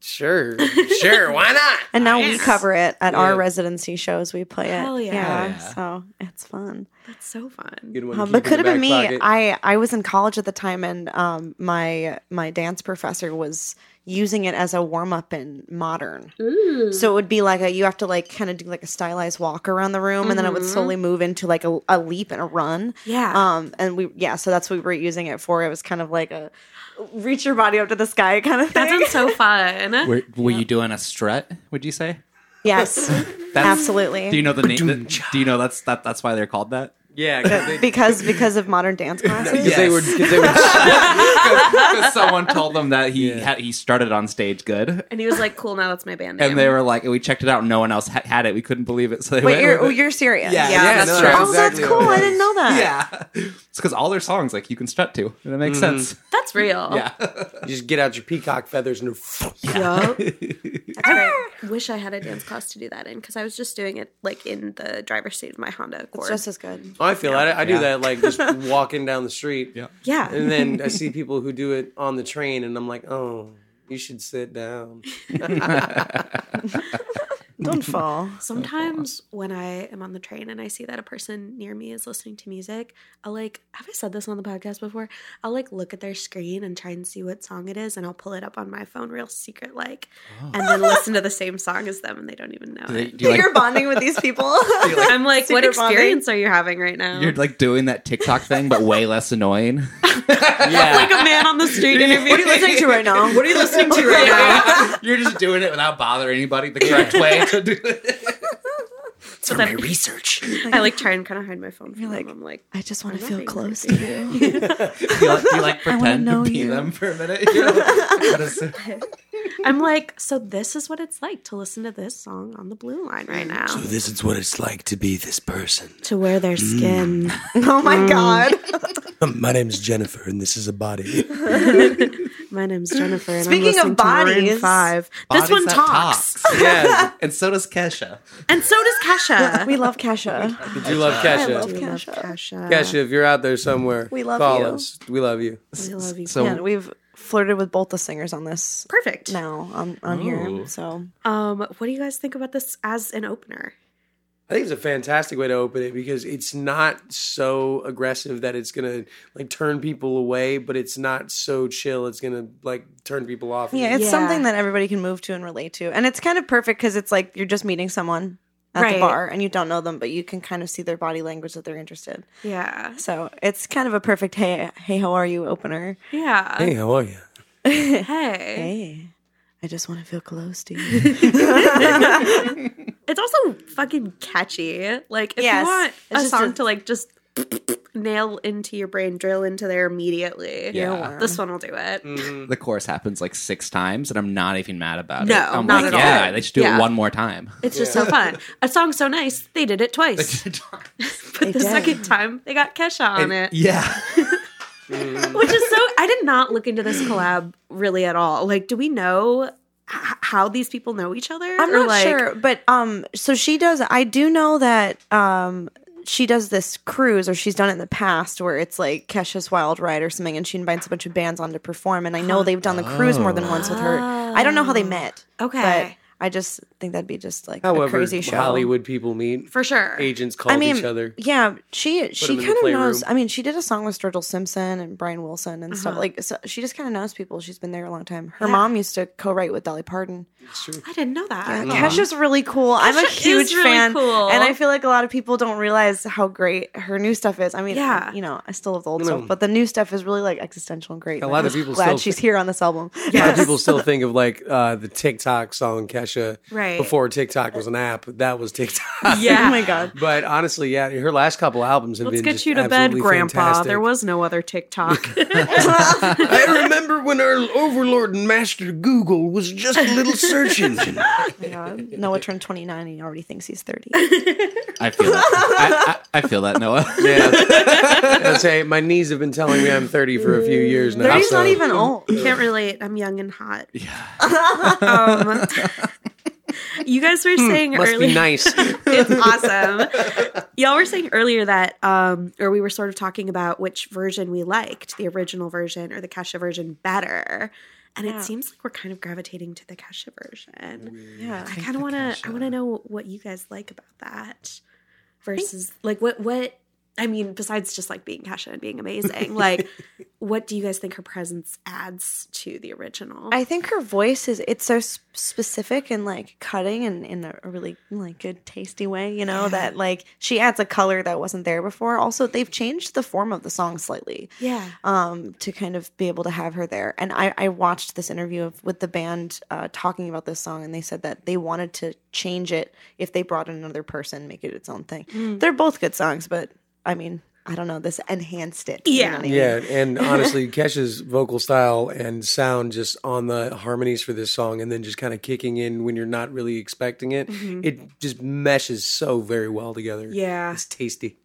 Speaker 4: Sure, sure. Why not?
Speaker 6: And now we cover it at our residency shows. We play it.
Speaker 5: Hell yeah.
Speaker 3: yeah.
Speaker 6: So it's fun.
Speaker 5: That's so fun.
Speaker 4: Good one.
Speaker 6: Um, but could have been me. I, I was in college at the time, and um, my my dance professor was using it as a warm up in modern. So it would be like a you have to like kind of do like a stylized walk around the room, and then it would slowly move into like a, a leap and a run.
Speaker 5: Mm-hmm. Yeah.
Speaker 6: Um. And we yeah. So that's what we were using it for. It was kind of like a reach your body up to the sky kind of thing.
Speaker 5: That
Speaker 6: (laughs)
Speaker 5: sounds so
Speaker 3: (laughs)
Speaker 5: fun.
Speaker 3: Were, were you doing a strut? Would you say?
Speaker 6: yes. Absolutely.
Speaker 3: Do you know the name? that- do you know that's that? That's why they're called that.
Speaker 4: Yeah, because they,
Speaker 6: because because of modern dance classes.
Speaker 4: because they were. 'cause (laughs) They were
Speaker 6: (laughs)
Speaker 3: Because someone told them that he had, he started on stage good,
Speaker 5: And he was like, cool, now that's my band name.
Speaker 3: and they were like, we checked it out, and no one else ha- had it. We couldn't believe it, so they
Speaker 6: Wait,
Speaker 3: went.
Speaker 6: you're,
Speaker 3: with
Speaker 6: oh,
Speaker 3: it.
Speaker 6: you're serious.
Speaker 3: Yeah,
Speaker 5: Yeah, that's
Speaker 4: no,
Speaker 5: true.
Speaker 6: Oh, that's
Speaker 4: exactly
Speaker 6: cool.
Speaker 4: what
Speaker 6: I
Speaker 4: it
Speaker 6: didn't know that.
Speaker 3: yeah, it's because all their songs like you can strut to, and it makes sense.
Speaker 5: That's real.
Speaker 3: Yeah,
Speaker 4: was. You just get out your peacock feathers and.
Speaker 6: (laughs)
Speaker 5: Wish I had a dance class to do that in because I was just doing it like in the driver's seat of my Honda Accord.
Speaker 6: It's just as good.
Speaker 4: I feel I, I do
Speaker 3: Yeah.
Speaker 4: that like (laughs) just walking down the street.
Speaker 3: Yeah.
Speaker 5: yeah.
Speaker 4: And then I see people who do it on the train, and I'm like, oh, you should sit down.
Speaker 6: (laughs) Don't fall.
Speaker 5: Sometimes when I am on the train and I see that a person near me is listening to music, I'll like, have I said this on the podcast before? I'll like look at their screen and try and see what song it is, and I'll pull it up on my phone real secret like, and then listen to the same song as them, and they don't even know it.
Speaker 3: Oh. do you like
Speaker 6: You're bonding with these (laughs) people.
Speaker 5: I'm like, what
Speaker 6: secret bonding?
Speaker 5: experience are you having right now?
Speaker 3: You're like doing that TikTok thing, but way less
Speaker 5: (laughs)
Speaker 3: annoying.
Speaker 5: like a man on
Speaker 3: (laughs)
Speaker 5: the street interview.
Speaker 6: what are you listening to right now? What are you listening to right
Speaker 3: You're just doing it without bothering anybody the correct way to do it.
Speaker 5: (laughs) So then research. I like try and kind of hide my phone from
Speaker 6: You're
Speaker 5: them.
Speaker 6: like,
Speaker 5: I'm like,
Speaker 6: I just want to
Speaker 5: not
Speaker 6: feel
Speaker 5: being
Speaker 6: close to
Speaker 5: creepy.
Speaker 6: you.
Speaker 3: Do you like, do you, like,
Speaker 5: (laughs)
Speaker 3: pretend
Speaker 6: know
Speaker 3: to be
Speaker 6: you.
Speaker 3: them for a minute? (laughs) You know? What is it?
Speaker 5: (laughs) I'm like, so this is what it's like to listen to this song on the blue line right now.
Speaker 4: This is what it's like to be this person. Mm.
Speaker 5: to wear their skin.
Speaker 6: Oh my god.
Speaker 4: My name is Jennifer, and this is a body.
Speaker 5: My name's Jennifer. And
Speaker 6: Speaking of
Speaker 5: I'm listening to Maroon
Speaker 6: bodies-
Speaker 5: five. this
Speaker 3: Bodies
Speaker 5: one
Speaker 3: that
Speaker 5: talks. (laughs)
Speaker 4: yeah.
Speaker 3: And so does Kesha.
Speaker 5: and so does Kesha.
Speaker 6: We love Kesha.
Speaker 4: Did you love
Speaker 6: I love
Speaker 4: Kesha?
Speaker 5: We love
Speaker 6: Kesha.
Speaker 5: Kesha.
Speaker 4: Kesha, if you're out there somewhere,
Speaker 6: We love
Speaker 4: call
Speaker 6: you.
Speaker 4: us. We love you.
Speaker 5: We love you.
Speaker 3: So
Speaker 6: And we've flirted with both the singers on this
Speaker 5: Perfect.
Speaker 6: now on, on
Speaker 3: Ooh.
Speaker 6: here. So
Speaker 5: Um, what do you guys think about this as an opener?
Speaker 4: I think it's a fantastic way to open it because it's not so aggressive that it's gonna like turn people away, but it's not so chill it's gonna like turn people off.
Speaker 6: yeah, it's
Speaker 5: Yeah.
Speaker 6: something that everybody can move to and relate to, and it's kind of perfect because it's like you're just meeting someone at
Speaker 5: Right.
Speaker 6: the bar and you don't know them, but you can kind of see their body language that they're interested.
Speaker 5: Yeah.
Speaker 6: So it's kind of a perfect hey, hey, how are you opener.
Speaker 5: Yeah.
Speaker 4: Hey, how are you?
Speaker 5: Hey.
Speaker 6: Hey, I just want to feel close to you.
Speaker 5: It's also fucking catchy. Like if
Speaker 6: Yes.
Speaker 5: you want
Speaker 6: It's
Speaker 5: a
Speaker 6: just
Speaker 5: song
Speaker 6: a-
Speaker 5: to like just (clears throat) nail into your brain, drill into there immediately.
Speaker 3: Yeah.
Speaker 5: This one will do it.
Speaker 3: the chorus happens like six times, and I'm not even mad about it.
Speaker 5: No,
Speaker 3: I'm
Speaker 5: not
Speaker 3: like,
Speaker 5: at all.
Speaker 3: yeah, they should do
Speaker 5: Yeah.
Speaker 3: it one more
Speaker 5: (laughs)
Speaker 3: time.
Speaker 5: It's just so fun. A song's so nice, they did it twice. (laughs) But the
Speaker 6: did.
Speaker 5: second time, they got Kesha on it.
Speaker 3: yeah.
Speaker 5: Which is so, I did not look into this collab really at all. Like, do we know h- how these people know each other?
Speaker 6: I'm
Speaker 5: Or,
Speaker 6: not
Speaker 5: like,
Speaker 6: sure, but um, so she does. I do know that um, she does this cruise, or she's done it in the past, where it's like Kesha's Wild Ride or something, and she invites a bunch of bands on to perform. And I know they've done the cruise more than once with her. I don't know how they met.
Speaker 5: Oh. Okay.
Speaker 6: but I just think that'd be just like a
Speaker 4: However,
Speaker 6: crazy show.
Speaker 4: Hollywood people meet.
Speaker 5: For sure.
Speaker 4: Agents call
Speaker 6: I mean,
Speaker 4: each other.
Speaker 6: yeah, she she
Speaker 4: them in the
Speaker 6: kind of
Speaker 4: playroom.
Speaker 6: knows. I mean, she did a song with Sturgill Simpson and Brian Wilson and
Speaker 5: Uh-huh.
Speaker 6: stuff. Like, so she just kind of knows people. She's been there a long time. Her mom used to co-write with Dolly Parton.
Speaker 5: I didn't know that.
Speaker 6: Kesha's really cool. I'm a
Speaker 5: Uh-huh. Kesha is
Speaker 6: huge
Speaker 5: really
Speaker 6: fan,
Speaker 5: cool.
Speaker 6: and I feel like a lot of people don't realize how great her new stuff is. I mean,
Speaker 5: Yeah.
Speaker 6: yeah. you know, I still love the old stuff, but the new stuff is really like existential and great.
Speaker 4: A
Speaker 6: and
Speaker 4: lot
Speaker 6: I'm
Speaker 4: of people
Speaker 6: glad
Speaker 4: still
Speaker 6: she's
Speaker 4: think-
Speaker 6: here on this
Speaker 4: (laughs)
Speaker 6: album.
Speaker 4: A lot of people still think of like uh, the TikTok song Kesha
Speaker 5: Right.
Speaker 4: before TikTok was an app. That was TikTok. (laughs)
Speaker 5: Yeah.
Speaker 6: oh my god.
Speaker 4: But honestly, yeah, her last couple albums have
Speaker 5: Let's
Speaker 4: been
Speaker 5: get
Speaker 4: just
Speaker 5: you to bed,
Speaker 4: absolutely
Speaker 5: Grandpa.
Speaker 4: fantastic.
Speaker 5: There was no other
Speaker 4: (laughs)
Speaker 5: TikTok.
Speaker 4: I remember when our overlord and master Google was just a little search
Speaker 5: (laughs)
Speaker 4: engine.
Speaker 6: Yeah. Noah turned 29 and he already thinks he's 30.
Speaker 3: I feel that.
Speaker 5: (laughs)
Speaker 3: I, I, I feel that, Noah. (laughs)
Speaker 4: Yeah, that's hey. My knees have been telling me I'm 30 for a few years now.
Speaker 6: 30's
Speaker 4: so-
Speaker 6: not even old.
Speaker 5: Can't relate. I'm young
Speaker 4: (laughs)
Speaker 5: and hot. Yeah. um, you guys were saying
Speaker 4: Hmm. Must
Speaker 5: earlier.
Speaker 4: be nice.
Speaker 5: it's awesome. Y'all were saying earlier that, um, or we were sort of talking about which version we liked, the original version or the Kesha version better. And it seems like we're kind of gravitating to the Kesha version.
Speaker 6: Yeah.
Speaker 5: I kind of want to. I want to know what you guys like about that versus like what what. I mean, besides just like being Kesha and being amazing, like what do you guys think her presence adds to the original?
Speaker 6: I think her voice is it's so s- specific and like cutting and in a a really like good tasty way, you know, that like she adds a color that wasn't there before. Also, they've changed the form of the song slightly.
Speaker 5: yeah.
Speaker 6: um, to kind of be able to have her there. And I, I watched this interview of, with the band uh, talking about this song, and they said that they wanted to change it if they brought in another person, make it its own thing.
Speaker 5: Mm.
Speaker 6: They're both good songs, but I mean, I don't know. This enhanced it. you know
Speaker 5: Yeah.
Speaker 6: what I mean?
Speaker 4: Yeah, and honestly, Kesha's vocal style and sound just on the harmonies for this song, and then just kind of kicking in when you're not really expecting it, it just meshes so very well together.
Speaker 5: Mm-hmm. Yeah.
Speaker 4: it's tasty.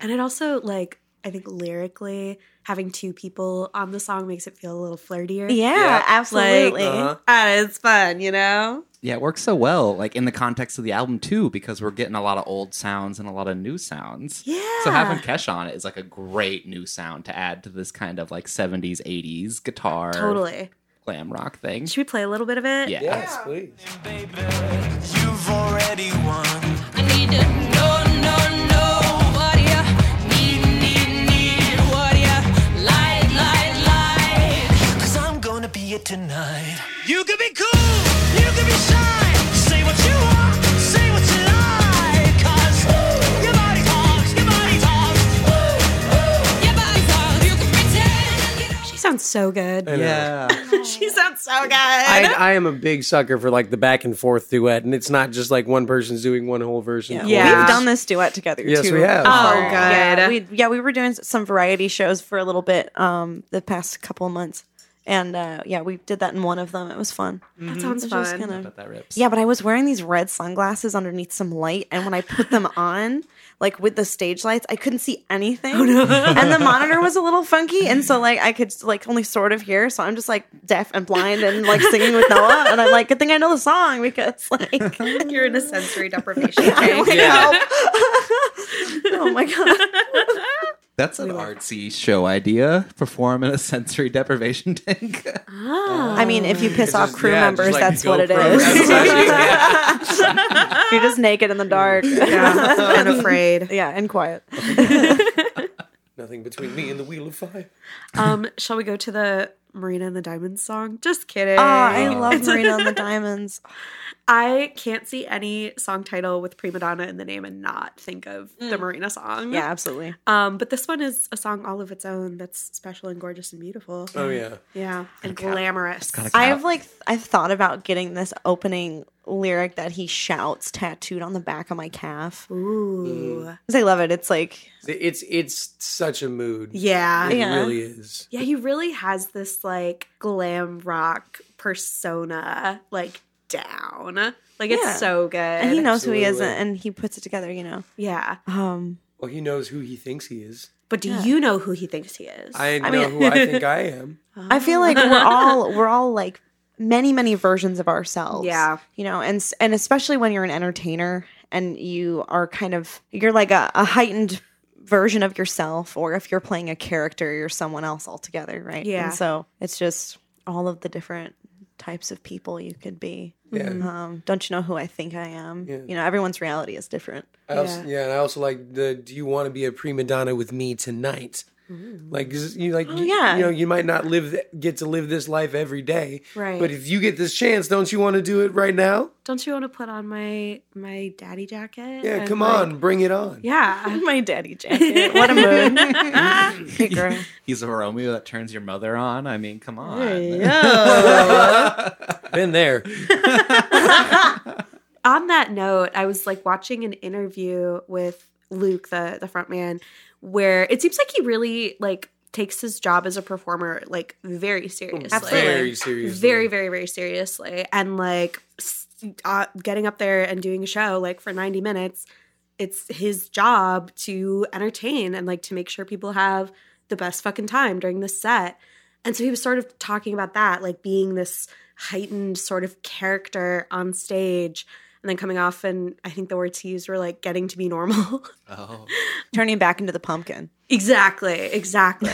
Speaker 5: And it also like I think lyrically having two people on the song makes it feel a little flirtier.
Speaker 6: Yeah, absolutely.
Speaker 5: And Uh, it's fun, you know?
Speaker 3: Yeah, it works so well, like in the context of the album too, because we're getting a lot of old sounds and a lot of new sounds. Yeah. So having Kesha on it is like a great new sound to add to this kind of like '70s, '80s guitar,
Speaker 5: Totally.
Speaker 3: glam rock thing.
Speaker 5: Should we play a little bit of it?
Speaker 3: Yeah.
Speaker 4: Yes, please.
Speaker 7: You've already won.
Speaker 9: I need to know, know, know what you need, need, need, what you like, like, like.
Speaker 7: Cause I'm gonna be it tonight. You could be cool, you could be shy. Say what you want, say what you like. Cause your body talks, your body talks.
Speaker 9: Your body's all you can pretend. You
Speaker 5: She sounds so
Speaker 4: Uh,
Speaker 5: good.
Speaker 4: Yeah,
Speaker 5: she sounds so good.
Speaker 4: I, I am a big sucker for like the back and forth duet, and it's not just like one person's doing one whole verse. and
Speaker 5: Yeah.
Speaker 6: We've done this duet together
Speaker 4: Yes,
Speaker 6: too.
Speaker 4: we have.
Speaker 5: Oh,
Speaker 6: before.
Speaker 5: good.
Speaker 6: Yeah we, yeah, we were doing some variety shows for a little bit um, the past couple of months. And uh, yeah, we did that in one of them. It was fun. Mm-hmm.
Speaker 5: That sounds
Speaker 6: It was just
Speaker 5: fun.
Speaker 6: kinda-
Speaker 3: But that rips.
Speaker 6: Yeah, but I was wearing these red sunglasses underneath some light, and when I put
Speaker 5: (laughs)
Speaker 6: them on, like with the stage lights, I couldn't see anything,
Speaker 5: Oh,
Speaker 6: and the monitor was a little funky, and so like I could like only sort of hear. So I'm just like deaf and blind, and like singing with Noah, and I'm like, good thing I know the song because
Speaker 5: (laughs)
Speaker 6: like,
Speaker 5: You're in a (laughs) sensory deprivation. tank.
Speaker 6: (laughs) oh my god,
Speaker 3: That's an artsy show idea. Perform in a sensory deprivation (laughs) tank.
Speaker 6: I mean, if you piss off
Speaker 4: just-
Speaker 6: crew
Speaker 4: yeah, just,
Speaker 6: members,
Speaker 4: like,
Speaker 6: that's what it
Speaker 4: GoPro
Speaker 6: (laughs) is.
Speaker 4: outside.
Speaker 6: (laughs) You're just naked in the dark, (laughs)
Speaker 5: yeah.
Speaker 4: (laughs)
Speaker 5: And afraid.
Speaker 6: yeah, and quiet.
Speaker 4: Nothing between me and the wheel of fire.
Speaker 5: Um, shall we go to the Marina and the Diamonds song? Just kidding.
Speaker 6: Oh, I love Marina (laughs) and the Diamonds.
Speaker 5: I can't see any song title with prima donna in the name and not think of the Marina song.
Speaker 6: Yeah, absolutely.
Speaker 5: Um, but this one is a song all of its own that's special and gorgeous and beautiful.
Speaker 4: Oh yeah,
Speaker 5: Yeah. And glamorous.
Speaker 6: I've like th- I've thought about getting this opening lyric that he shouts tattooed on the back of my calf
Speaker 5: Ooh.
Speaker 6: because I love it. It's like
Speaker 4: it's it's such a mood.
Speaker 5: Yeah.
Speaker 4: it
Speaker 6: Yeah.
Speaker 4: really is.
Speaker 5: Yeah, he really has this like glam rock persona like down. Like
Speaker 6: Yeah.
Speaker 5: it's so good.
Speaker 6: and he knows who he is
Speaker 4: absolutely.
Speaker 6: and he puts it together. You know,
Speaker 5: Yeah.
Speaker 6: um,
Speaker 4: Well, he knows who he thinks he is.
Speaker 5: But do you know who he thinks he is?
Speaker 4: I, know who I think I am.
Speaker 6: I feel like
Speaker 5: (laughs)
Speaker 6: we're all we're all like many many versions of ourselves.
Speaker 5: Yeah.
Speaker 6: you know, and s- and especially when you're an entertainer and you are kind of you're like a, a heightened version of yourself, or if you're playing a character, you're someone else altogether, right?
Speaker 5: Yeah.
Speaker 6: and so it's just all of the different types of people you could be.
Speaker 4: Yeah.
Speaker 5: Mm-hmm.
Speaker 6: Um, don't you know who I think I am?
Speaker 4: Yeah.
Speaker 6: You know, everyone's reality is different.
Speaker 4: I also, yeah, and I also like the "Do you want to be a prima donna with me tonight?" Like 'cause you
Speaker 5: Oh,
Speaker 4: like you,
Speaker 6: yeah.
Speaker 4: you know you might not live th- get to live this life every day,
Speaker 5: Right.
Speaker 4: But if you get this chance, don't you want to do it right now?
Speaker 5: Don't you want to put on my my daddy jacket?
Speaker 4: Yeah,
Speaker 5: and,
Speaker 4: come
Speaker 5: like-
Speaker 4: on, bring it on.
Speaker 5: Yeah.
Speaker 6: My daddy jacket. What a mood. Big girl.
Speaker 3: He's a Romeo that turns your mother on. I mean, come on.
Speaker 4: Been there.
Speaker 5: (laughs) on that note, I was like watching an interview with Luke, the the front man, where it seems like he really like takes his job as a performer like very seriously.
Speaker 4: Very seriously.
Speaker 5: Very, very, very seriously. And like s- uh, getting up there and doing a show like for 90 minutes, it's his job to entertain and like to make sure people have the best fucking time during the set. And so he was sort of talking about that, like being this heightened sort of character on stage. And then coming off, and I think the words he used were like getting to be normal. (laughs)
Speaker 6: Turning back into the pumpkin.
Speaker 5: (laughs) Exactly, exactly.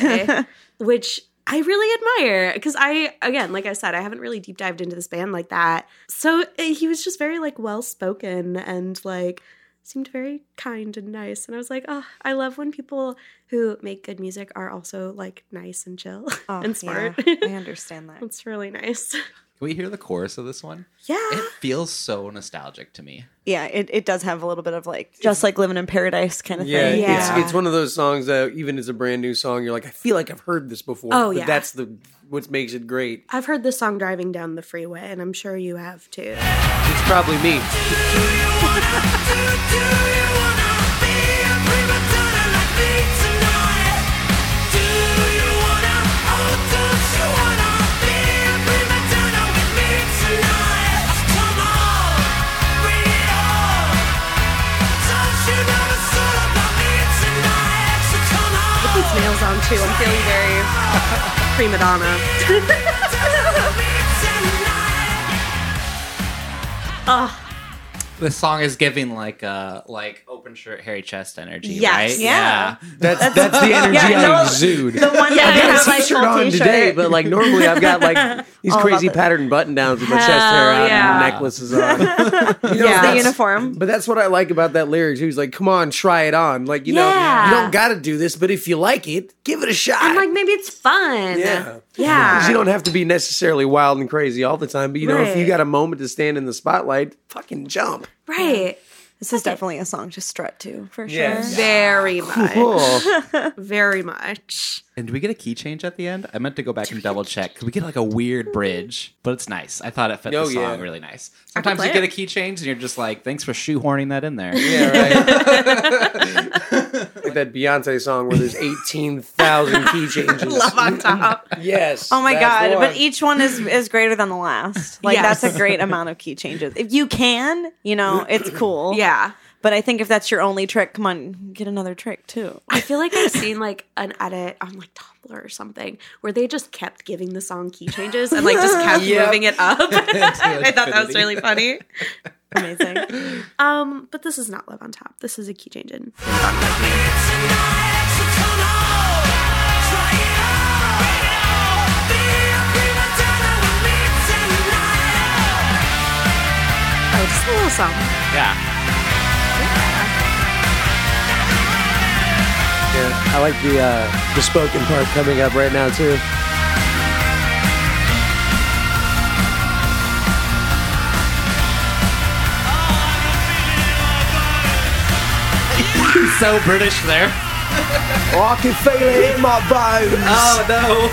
Speaker 5: Which I really admire because I, again, like I said, I haven't really deep dived into this band like that. So uh, he was just very like well spoken and like seemed very kind and nice. And I was like, oh, I love when people who make good music are also like nice and chill (laughs)
Speaker 6: Oh,
Speaker 5: and smart.
Speaker 6: yeah,
Speaker 5: (laughs)
Speaker 6: I understand that.
Speaker 5: It's really nice. (laughs)
Speaker 3: Can we hear the chorus of this one?
Speaker 5: Yeah.
Speaker 3: It feels so nostalgic to me.
Speaker 6: Yeah, it, it does have a little bit of like just like living in paradise kind of
Speaker 4: Yeah,
Speaker 6: thing.
Speaker 5: Yeah.
Speaker 4: It's, it's one of those songs that even as a brand new song, you're like, I feel like I've heard this before.
Speaker 5: Oh,
Speaker 4: but
Speaker 5: yeah. Uh,
Speaker 4: that's the what makes it great.
Speaker 5: I've heard this song driving down the freeway, and I'm sure you have too.
Speaker 4: It's probably me.
Speaker 5: These nails on too. I'm feeling very prima donna.
Speaker 3: This song is giving like uh like open shirt hairy chest energy,
Speaker 5: Yes.
Speaker 3: right?
Speaker 6: Yeah.
Speaker 4: That's that's
Speaker 5: (laughs)
Speaker 4: the energy
Speaker 6: Yeah, no,
Speaker 4: I exude.
Speaker 6: The
Speaker 5: Oh,
Speaker 6: one that
Speaker 4: I
Speaker 6: has
Speaker 4: got a
Speaker 6: like
Speaker 4: t-shirt
Speaker 6: full
Speaker 4: on
Speaker 6: t-shirt.
Speaker 4: today, but like normally I've got like these
Speaker 6: All
Speaker 4: crazy
Speaker 6: about the-
Speaker 4: patterned button downs with my chest hair
Speaker 5: Hell
Speaker 4: out
Speaker 5: yeah.
Speaker 4: and the necklaces on. You know,
Speaker 6: It's the
Speaker 4: that's-
Speaker 6: uniform.
Speaker 4: But that's what I like about that lyrics. He was like, "Come on, try it on." Like you know,
Speaker 5: Yeah.
Speaker 4: you don't got to do this, but if you like it, give it a shot.
Speaker 5: I'm like, maybe it's fun.
Speaker 4: Yeah.
Speaker 5: Yeah.
Speaker 4: 'Cause you don't have to be necessarily wild and crazy all the time, but you know, if you
Speaker 5: Right.
Speaker 4: got a moment to stand in the spotlight, fucking jump.
Speaker 5: Right.
Speaker 6: This is definitely a song to strut to for sure.
Speaker 4: Yes.
Speaker 5: Very much.
Speaker 4: Cool.
Speaker 5: Very much.
Speaker 3: And did we get a key change at the end? I meant to go back and double check. Could we get like a weird bridge? But it's nice. I thought it fit
Speaker 4: Oh,
Speaker 3: the song
Speaker 4: yeah.
Speaker 3: really nice. Sometimes
Speaker 5: play
Speaker 3: you get
Speaker 5: it.
Speaker 3: a key change and you're just like, thanks for shoehorning that in
Speaker 6: (laughs)
Speaker 3: there.
Speaker 4: yeah, right. (laughs) like that Beyonce song where there's 18,000 key changes.
Speaker 5: Love on top.
Speaker 4: Yes.
Speaker 6: Oh my
Speaker 4: that's
Speaker 6: god!
Speaker 4: the
Speaker 6: But
Speaker 4: one.
Speaker 6: each one is is greater than the last. Like
Speaker 5: Yes.
Speaker 6: that's a great amount of key changes. If you can, you know,
Speaker 4: (clears throat)
Speaker 6: it's cool.
Speaker 5: (laughs) yeah.
Speaker 6: But I think if that's your only trick, come on, get another trick too.
Speaker 5: I feel like I've seen like an edit on like Tumblr or something where they just kept giving the song key changes and like
Speaker 4: (laughs)
Speaker 5: just kept moving it up. (laughs) I thought that was really funny.
Speaker 6: Amazing.
Speaker 5: Um, but this is not Love on Top. This is a key change in. Oh, just a little song.
Speaker 3: yeah.
Speaker 4: Yeah, I like the uh, the spoken part coming up right now too.
Speaker 3: so British there.
Speaker 4: Oh, I can feel it in my bones.
Speaker 3: no.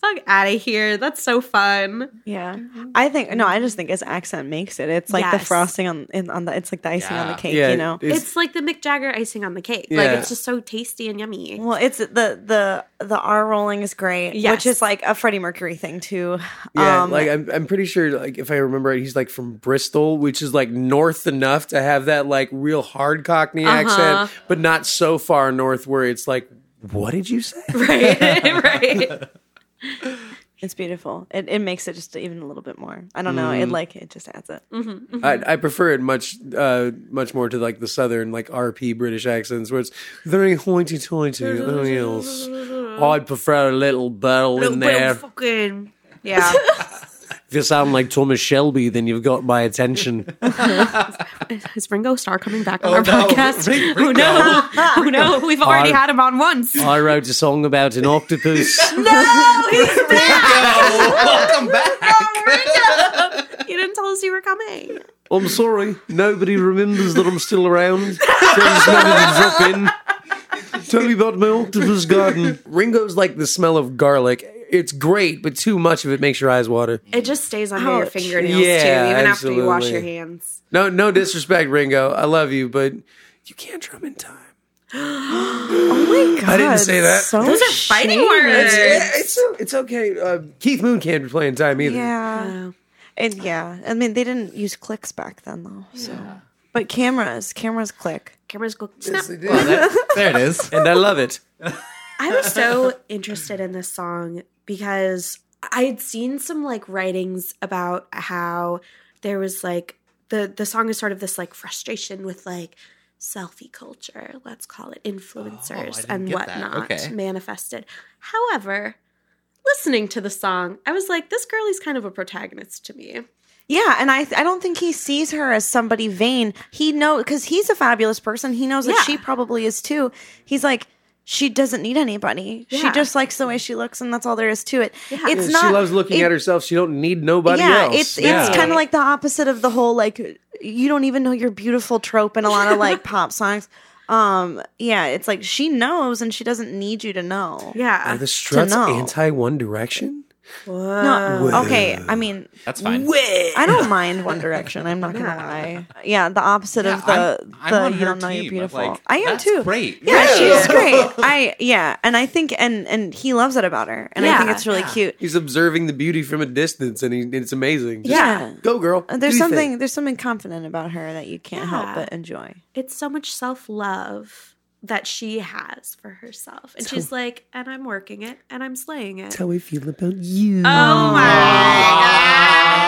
Speaker 5: Fuck out of here. That's so fun.
Speaker 6: Yeah, I think no. I just think his accent makes it. It's like the
Speaker 5: Yes.
Speaker 6: frosting on in, on the. It's like the icing on the
Speaker 3: Yeah.
Speaker 6: cake.
Speaker 4: yeah,
Speaker 6: you know.
Speaker 4: it's-
Speaker 5: It's like the Mick Jagger icing on the cake. Like
Speaker 4: Yeah.
Speaker 5: it's just so tasty and yummy.
Speaker 6: well, it's the the the R rolling is great, which
Speaker 5: Yes.
Speaker 6: is like a Freddie Mercury thing too.
Speaker 4: Yeah,
Speaker 6: Um,
Speaker 4: like I'm, I'm pretty sure, like if I remember right, he's like from Bristol, which is like north enough to have that like real hard Cockney
Speaker 6: Uh-huh.
Speaker 4: accent, but not so far north where it's like, what did you
Speaker 6: (laughs)
Speaker 4: say?
Speaker 5: Right. right.
Speaker 6: it's beautiful. It it makes it just even a little bit more. I don't know.
Speaker 5: Mm.
Speaker 6: It like it just adds it. (laughs)
Speaker 4: I, I prefer it much, uh, much more to like the southern, like RP British accents, where it's very hoity-toity. nothing
Speaker 6: (laughs)
Speaker 4: else. I'd prefer a little bell in there.
Speaker 5: fucking yeah.
Speaker 4: if you sound like Thomas Shelby, then you've got my attention.
Speaker 5: Is Ringo Starr coming back on our podcast? Who knows? Who knows? We've already
Speaker 4: Our-
Speaker 5: had him on once.
Speaker 4: I wrote a song about an octopus.
Speaker 5: You didn't tell us you were coming.
Speaker 4: (laughs) I'm sorry, nobody remembers that I'm still around. So I just wanted to drop in. Tell me about my octopus garden. Ringo's like the smell of garlic. It's great, but too much of it makes your eyes water.
Speaker 5: It just stays under your
Speaker 6: Ouch.
Speaker 5: fingernails
Speaker 4: Yeah,
Speaker 5: too, even after you wash your
Speaker 4: absolutely.
Speaker 5: hands.
Speaker 4: No, no disrespect, Ringo. I love you, but you can't drum in time. I didn't say that.
Speaker 6: So
Speaker 5: Those are fighting
Speaker 6: shady.
Speaker 5: words.
Speaker 4: It's it's okay. Uh, Keith Moon can't play in time either.
Speaker 6: Yeah. And yeah, I mean they didn't use clicks back then though. So, but cameras, cameras click.
Speaker 5: Cameras go snap.
Speaker 3: There it is.
Speaker 4: And I love it.
Speaker 5: I was so interested in this song because I had seen some like writings about how there was like the the song is sort of this like frustration with like selfie culture, let's call it influencers
Speaker 8: didn't
Speaker 5: and
Speaker 8: get that.
Speaker 5: whatnot,
Speaker 8: Okay.
Speaker 5: manifested. However, listening to the song, I was like, this girl is kind of a protagonist to me.
Speaker 6: Yeah, and I I don't think he sees her as somebody vain. He know because he's a fabulous person. He knows
Speaker 5: Yeah.
Speaker 6: that she probably is too. He's like she doesn't need anybody. She
Speaker 5: Yeah.
Speaker 6: just likes the way she looks, and that's all there is to it. It's
Speaker 4: she
Speaker 6: not.
Speaker 4: loves looking
Speaker 6: it-
Speaker 4: at herself. She don't need nobody
Speaker 6: yeah,
Speaker 4: else.
Speaker 6: it's it's kind of like the opposite of the whole like you don't even know you're beautiful trope in a
Speaker 3: (laughs)
Speaker 6: lot of like pop songs. Um, yeah, it's like she knows and she doesn't need you to know.
Speaker 5: Yeah.
Speaker 4: Are the struts
Speaker 6: know.
Speaker 4: anti One Direction?
Speaker 6: No, okay. I mean,
Speaker 3: That's fine.
Speaker 6: I
Speaker 3: (laughs)
Speaker 6: don't mind One Direction. I'm not gonna lie. Yeah, the opposite of
Speaker 3: Yeah,
Speaker 6: the
Speaker 3: I'm- I'm
Speaker 6: the
Speaker 3: on
Speaker 6: you
Speaker 3: her
Speaker 6: don't know you're
Speaker 3: team.
Speaker 6: beautiful.
Speaker 3: Like,
Speaker 6: I am
Speaker 3: that's
Speaker 6: too.
Speaker 3: great.
Speaker 6: Yeah, she's
Speaker 3: (laughs)
Speaker 6: great. I yeah, and I think and and he loves it about her, and I think
Speaker 5: Yeah.
Speaker 6: it's really cute.
Speaker 4: He's observing the beauty from a distance, and he, it's amazing. Just
Speaker 6: Yeah.
Speaker 4: go girl. Do
Speaker 6: Uh,
Speaker 4: your
Speaker 6: There's something
Speaker 4: thing.
Speaker 6: there's something confident about her that you can't help
Speaker 5: Yeah.
Speaker 6: but enjoy.
Speaker 5: it's so much self love that she has for herself. And she's like, and I'm working it and I'm slaying it.
Speaker 4: That's how we feel about you.
Speaker 5: oh my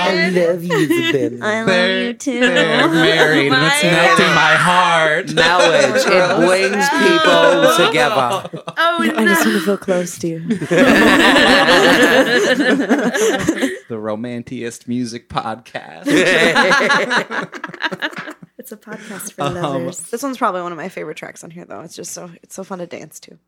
Speaker 4: I love you, Isabella.
Speaker 6: I
Speaker 8: They're-
Speaker 6: love you too. (laughs)
Speaker 8: They're married, and it's melting my heart.
Speaker 4: (laughs) Knowledge it
Speaker 3: (laughs)
Speaker 4: brings people together.
Speaker 5: god. Oh
Speaker 6: I just
Speaker 5: no.
Speaker 6: want to feel close to you.
Speaker 3: The romantiest music
Speaker 4: (laughs)
Speaker 3: podcast.
Speaker 5: It's a podcast for lovers.
Speaker 6: This one's probably one of my favorite tracks on here, though. It's just so it's so fun to dance to.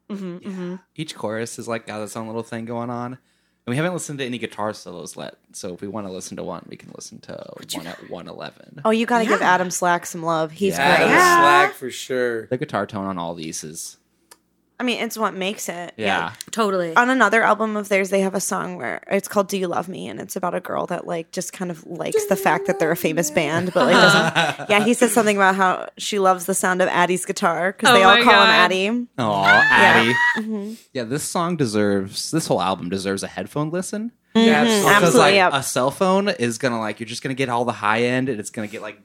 Speaker 3: Each chorus is like got its own little thing going on. And we haven't listened to any guitar solos yet. So if we want to listen to one, we can listen to one
Speaker 4: (laughs)
Speaker 3: at 111.
Speaker 6: Oh, you got to give Adam Slack some love. He's
Speaker 3: Yeah.
Speaker 6: great.
Speaker 4: Slack for sure.
Speaker 3: The guitar tone on all these is.
Speaker 6: I mean, it's what makes it.
Speaker 3: Yeah.
Speaker 5: Totally.
Speaker 6: on another album of theirs, they have a song where it's called "Do You Love Me," and it's about a girl that like just kind of likes the fact that they're a famous band, but like doesn't. Yeah, he says something about how she loves the sound of Addie's guitar because they all
Speaker 5: my
Speaker 6: call him
Speaker 5: God.
Speaker 6: Addie.
Speaker 3: Oh, Addie. Yeah. this song deserves, this whole album deserves a headphone listen.
Speaker 6: Mm-hmm.
Speaker 3: Because,
Speaker 6: Absolutely,
Speaker 3: like,
Speaker 6: yep.
Speaker 3: a cell phone is going to, like, you're just going to get all the high end and it's going to get, like,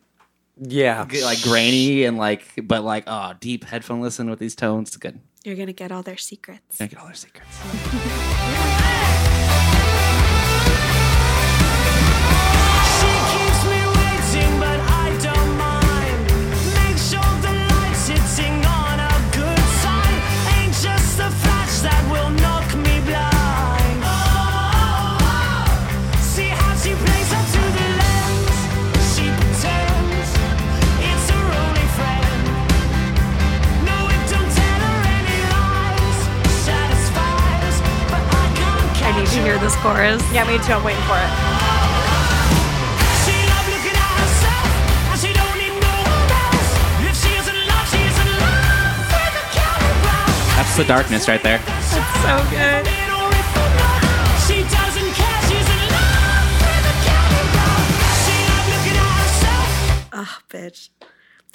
Speaker 4: Yeah.
Speaker 3: get, like grainy and like, but like, oh, deep headphone listen with these tones. It's good.
Speaker 5: You're gonna get all their secrets.
Speaker 3: Gonna get all their secrets.
Speaker 9: She keeps me waiting, but I don't mind. Make sure the light's hitting on a good side. Ain't just a flash that will knock me blind. Oh, See how she plays up to the lens. She pretends it's her only friend. No, it don't tell her any lies. Satisfies, but I can't catch
Speaker 5: I need to hear
Speaker 9: her.
Speaker 5: this chorus.
Speaker 6: Yeah, me too. I'm waiting for it.
Speaker 9: She loves looking at herself, and she don't need no one else. If she isn't love, she is in love with a camera.
Speaker 3: That's the darkness right there.
Speaker 9: so good. She doesn't care, she's in love with a camera. She loves looking at herself.
Speaker 5: Oh, bitch.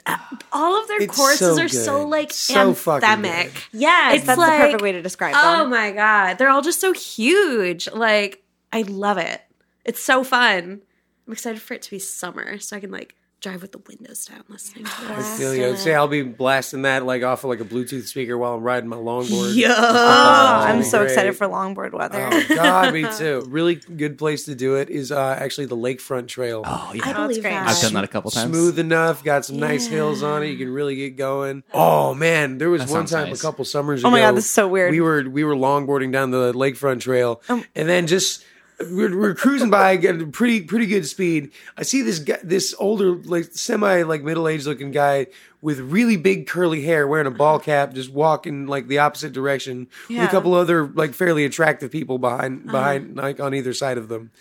Speaker 5: Uh, All of their
Speaker 4: It's
Speaker 5: choruses
Speaker 4: so
Speaker 5: are so
Speaker 4: good.
Speaker 5: like
Speaker 4: So fucking
Speaker 5: anthemic.
Speaker 6: Yes,
Speaker 5: It's
Speaker 6: that's
Speaker 5: like-
Speaker 6: the perfect way to describe
Speaker 5: Oh
Speaker 6: them.
Speaker 5: my god, they're all just so huge. Like I love it. It's so fun. I'm excited for it to be summer so I can like drive with the windows down listening to
Speaker 4: I
Speaker 6: (sighs)
Speaker 5: this.
Speaker 4: feel you. Say, I'll be blasting that like off of like a Bluetooth speaker while I'm riding my longboard.
Speaker 6: Oh,
Speaker 4: Oh,
Speaker 6: I'm so
Speaker 4: great.
Speaker 6: excited for longboard weather.
Speaker 4: Oh God,
Speaker 6: (laughs)
Speaker 4: me too. Really good place to do it is uh, actually the Lakefront Trail.
Speaker 3: Oh, yeah.
Speaker 5: I
Speaker 6: Oh, it's
Speaker 5: believe
Speaker 6: great.
Speaker 5: that.
Speaker 3: I've done that a couple times.
Speaker 4: Smooth enough, got some nice hills on it. You can really get going. Oh man, there was
Speaker 3: That
Speaker 4: one
Speaker 3: sounds
Speaker 4: time
Speaker 3: nice.
Speaker 4: a couple summers ago.
Speaker 6: Oh my God, this is so weird. Um,
Speaker 4: We were we were longboarding down the Lakefront Trail, and then just. We're, we're cruising by at a pretty pretty good speed. I see this guy, this older like semi like middle aged looking guy with really big curly hair, wearing a ball cap, just walking like the opposite direction with
Speaker 6: Yeah. Uh-huh.
Speaker 4: a couple other like fairly attractive people behind behind like on either side of them.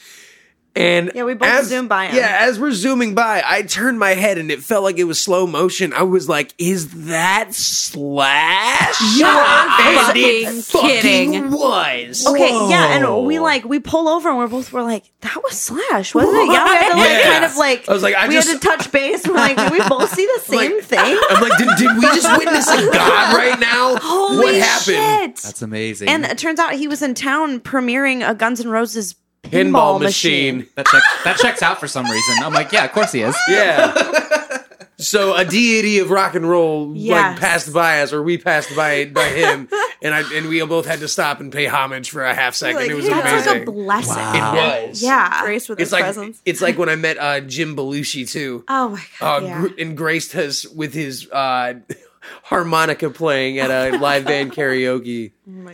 Speaker 4: And
Speaker 6: Yeah, we both
Speaker 4: as-
Speaker 6: zoomed by him.
Speaker 4: Yeah, as we're zooming by, I turned my head and it felt like it was slow motion. I was like, "Is that Slash?"
Speaker 5: You're
Speaker 4: And it
Speaker 5: fucking
Speaker 4: fucking
Speaker 5: kidding. (laughs)
Speaker 4: Was
Speaker 6: Okay, yeah, and we like we pull over and we're both we're like that was Slash, wasn't it? Yeah, we had to like
Speaker 4: Yeah.
Speaker 6: kind of like
Speaker 4: I was like, I
Speaker 6: we
Speaker 4: just-
Speaker 6: had to touch base. We're like, did we both see the same thing?
Speaker 4: I'm like, did, did we just witness a
Speaker 3: (laughs)
Speaker 4: god right
Speaker 5: (laughs)
Speaker 4: now?
Speaker 6: Holy
Speaker 4: what happened?
Speaker 6: shit!
Speaker 3: That's amazing.
Speaker 6: And it turns out he was in town premiering a Guns N' Roses pinball,
Speaker 4: Pinball
Speaker 6: machine.
Speaker 4: machine.
Speaker 3: that, checks, that checks out for some reason. I'm like, yeah, of course he is.
Speaker 4: Yeah.
Speaker 5: (laughs)
Speaker 4: So a deity of rock and roll
Speaker 5: Yes.
Speaker 4: like
Speaker 5: (laughs)
Speaker 4: passed by us, or we passed by by him,
Speaker 10: and I and we both had to stop and pay homage for a half second. it was
Speaker 5: That's like
Speaker 10: amazing.
Speaker 5: a blessing.
Speaker 10: it was.
Speaker 5: Yeah.
Speaker 6: Grace with
Speaker 10: It's
Speaker 6: his
Speaker 10: like
Speaker 6: presence.
Speaker 10: it's like when I met uh, Jim Belushi too.
Speaker 5: Oh my
Speaker 10: uh,
Speaker 5: god. yeah.
Speaker 10: gr- and graced us with his uh, harmonica playing at
Speaker 6: (laughs)
Speaker 10: a live band karaoke.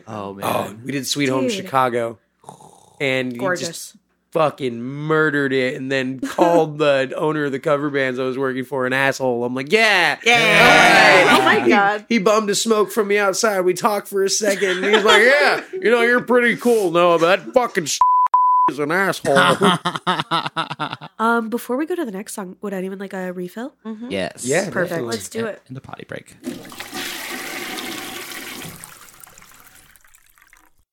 Speaker 3: Oh man.
Speaker 10: Oh, we did Sweet Home
Speaker 5: Dude.
Speaker 10: Chicago, and he just
Speaker 5: Gorgeous.
Speaker 10: fucking murdered it, and
Speaker 6: (laughs)
Speaker 10: then called the owner of the cover bands I was working for an asshole. I'm like, yeah, yeah.
Speaker 6: Oh my god.
Speaker 10: He bummed a smoke from me outside. We talked for a second, and he's like, yeah, you know, you're pretty cool. No, but that fucking (laughs) is an
Speaker 4: (laughs)
Speaker 10: asshole.
Speaker 5: Um, before we go to the next song, would anyone like a refill?
Speaker 3: (laughs) Yes.
Speaker 10: yeah,
Speaker 5: Perfect.
Speaker 10: definitely.
Speaker 5: Let's do it.
Speaker 3: And the potty break.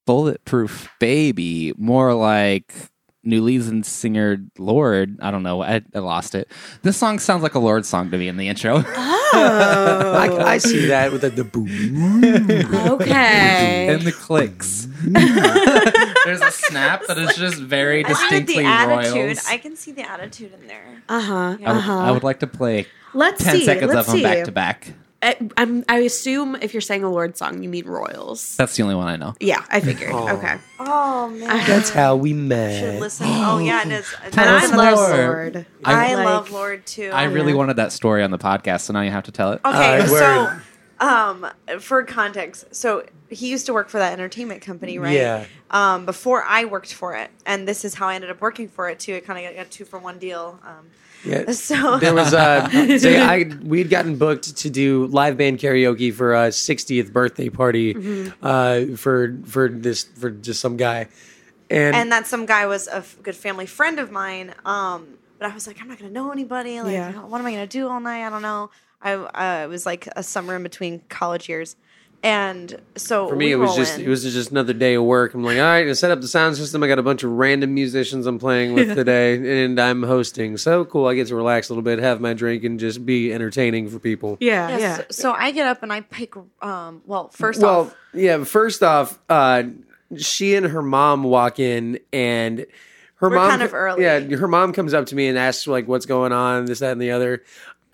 Speaker 3: Bulletproof baby, more like New Leland singer Lord. I don't know. I, I lost it. This song sounds like a Lord song to me in the intro.
Speaker 5: Oh.
Speaker 4: I, I see that with a the boom.
Speaker 5: Okay.
Speaker 3: and the clicks. (laughs) There's a snap that is just very distinctly
Speaker 6: attitude.
Speaker 3: Royals.
Speaker 6: I can see the attitude in there.
Speaker 5: Uh huh.
Speaker 3: I would, I would like to play
Speaker 5: Let's
Speaker 3: 10
Speaker 5: see.
Speaker 3: seconds
Speaker 5: Let's
Speaker 3: of them
Speaker 5: see.
Speaker 3: back to back.
Speaker 5: I, I'm, I assume if you're saying a Lord song, you mean Royals.
Speaker 3: That's the only one I know.
Speaker 5: Yeah, I figured. Okay.
Speaker 6: Oh man.
Speaker 4: That's how we
Speaker 6: should
Speaker 4: met.
Speaker 6: listen. Oh yeah, it is.
Speaker 5: And I
Speaker 3: Listen,
Speaker 5: love
Speaker 3: Lord.
Speaker 5: Lord.
Speaker 6: I,
Speaker 5: like-
Speaker 6: love Lord too.
Speaker 3: I really wanted that story on the podcast, so now you have to tell it.
Speaker 5: Oh.
Speaker 6: Okay,
Speaker 4: Uh,
Speaker 6: so
Speaker 4: word.
Speaker 6: um, for context, so he used to work for that entertainment company, right?
Speaker 4: Yeah.
Speaker 6: Um, before I worked for it, and this is how I ended up working for it too. It kind of got a two for one deal. Um,
Speaker 4: Yeah.
Speaker 6: (laughs) so
Speaker 4: There was uh, they, I we had gotten booked to do live band karaoke for a 60th birthday party uh, for for this for just some guy, and,
Speaker 6: and that some guy was a f- good family friend of mine. Um, but I was like, I'm not gonna know anybody. Like,
Speaker 5: Yeah.
Speaker 6: what am I gonna do all night? I don't know. I uh, it was like a summer in between college years, and so
Speaker 4: for me it was just it was just another day of work. I'm like, all right, I set up the sound system. I got a bunch of random musicians I'm playing with today, and I'm hosting. So cool, I get to relax a little bit, have my drink, and just be entertaining for people.
Speaker 5: Yeah,
Speaker 6: yeah.
Speaker 5: yeah.
Speaker 6: So, so I get up and I pick. Um, well, first
Speaker 4: well,
Speaker 6: off,
Speaker 4: yeah. First off, uh, she and her mom walk in, and her
Speaker 6: We're
Speaker 4: mom
Speaker 6: kind of early.
Speaker 4: Yeah, her mom comes up to me and asks like, "What's going on?" This, that, and the other.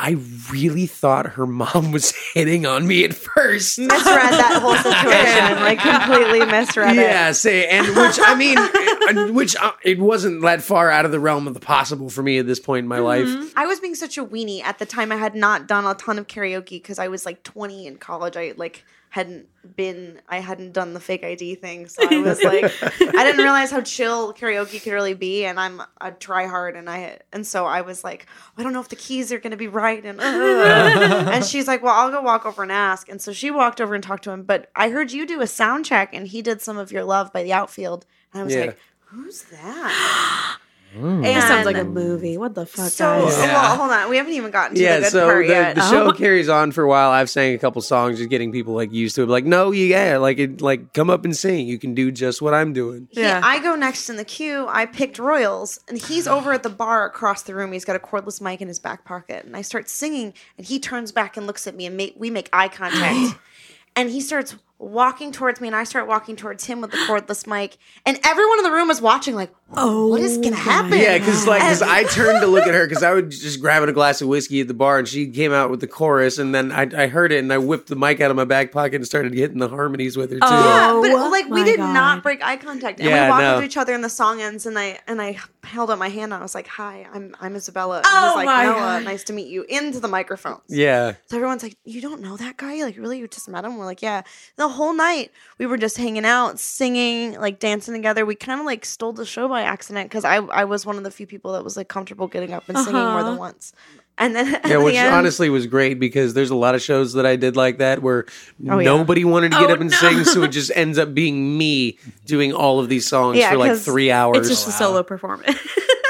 Speaker 4: I really thought her mom was (laughs) hitting on me at first.
Speaker 6: misread that whole situation, like completely misread
Speaker 4: Yeah,
Speaker 6: it.
Speaker 4: say, and which I mean, (laughs) and which uh, it wasn't that far out of the realm of the possible for me at this point in my life.
Speaker 6: I was being such a weenie at the time. I had not done a ton of karaoke because I was like 20 in college. I like hadn't been, I hadn't done the fake ID thing, so I was
Speaker 5: (laughs)
Speaker 6: like, I didn't realize how chill karaoke could really be. And I'm a try hard, and I and so I was like, "Oh, I don't know if the keys are gonna be right, and uh. and she's like, Well, I'll go walk over and ask. And so she walked over and talked to him. But I heard you do a sound check, and he did some of your love by the outfield, and I was
Speaker 4: Yeah.
Speaker 6: like. Who's that?
Speaker 5: (gasps)
Speaker 6: And
Speaker 5: That sounds like a movie. What the fuck,
Speaker 6: so
Speaker 5: guys?
Speaker 6: well, hold on. We haven't even gotten to the
Speaker 4: Yeah,
Speaker 6: good
Speaker 4: so
Speaker 6: part
Speaker 4: the,
Speaker 6: yet.
Speaker 4: the
Speaker 6: (laughs)
Speaker 4: show carries on for a while. I've sang a couple songs, just getting people like used to it. Like, no, yeah, like it, like come up and sing. You can do just what I'm doing.
Speaker 6: He-
Speaker 5: Yeah.
Speaker 6: I go next in the queue. I picked Royals, and
Speaker 4: (sighs)
Speaker 6: he's over at the bar across the room. He's got a cordless mic in his back pocket, and I start singing, and he turns back and looks at me, and ma- we make eye
Speaker 4: (gasps)
Speaker 6: contact, and he starts walking towards me, and I start walking towards him with the cordless mic, and everyone in the room is watching, like, oh, what is gonna happen?
Speaker 4: Yeah, because like, because
Speaker 6: (laughs)
Speaker 4: I turned to look at her because I was just grabbing a glass of whiskey at the bar, and she came out with the chorus, and then I, I heard it, and I whipped the mic out of my back pocket and started hitting the harmonies with her too.
Speaker 6: Yeah, but
Speaker 5: Oh
Speaker 6: like we
Speaker 5: my
Speaker 6: did
Speaker 5: God.
Speaker 6: not break eye contact, and
Speaker 4: Yeah,
Speaker 6: we walked
Speaker 4: no.
Speaker 6: up to each other, and the song ends, and I and I held up my hand, and I was like, "Hi, I'm I'm Isabella." And
Speaker 5: Oh
Speaker 6: he's like,
Speaker 5: my
Speaker 6: "Noah,
Speaker 5: God.
Speaker 6: nice to meet you." Into the microphones.
Speaker 4: Yeah,
Speaker 6: So everyone's like, "You don't know that guy? Like, really? You just met him?" We're like, "Yeah." The whole night we were just hanging out, singing, like dancing together. We kind of like stole the show by accident because I I was one of the few people that was like comfortable getting up and singing more
Speaker 5: Uh-huh.
Speaker 6: than once. And then at
Speaker 4: yeah,
Speaker 6: the
Speaker 4: which
Speaker 6: end-
Speaker 4: honestly was great because there's a lot of shows that I did like that where
Speaker 6: Oh, yeah.
Speaker 4: nobody wanted to get up and sing,
Speaker 6: (laughs)
Speaker 4: so it just ends up being me doing all of these songs
Speaker 6: Yeah,
Speaker 4: for like
Speaker 6: 'cause
Speaker 4: three hours.
Speaker 5: It's just a solo performance.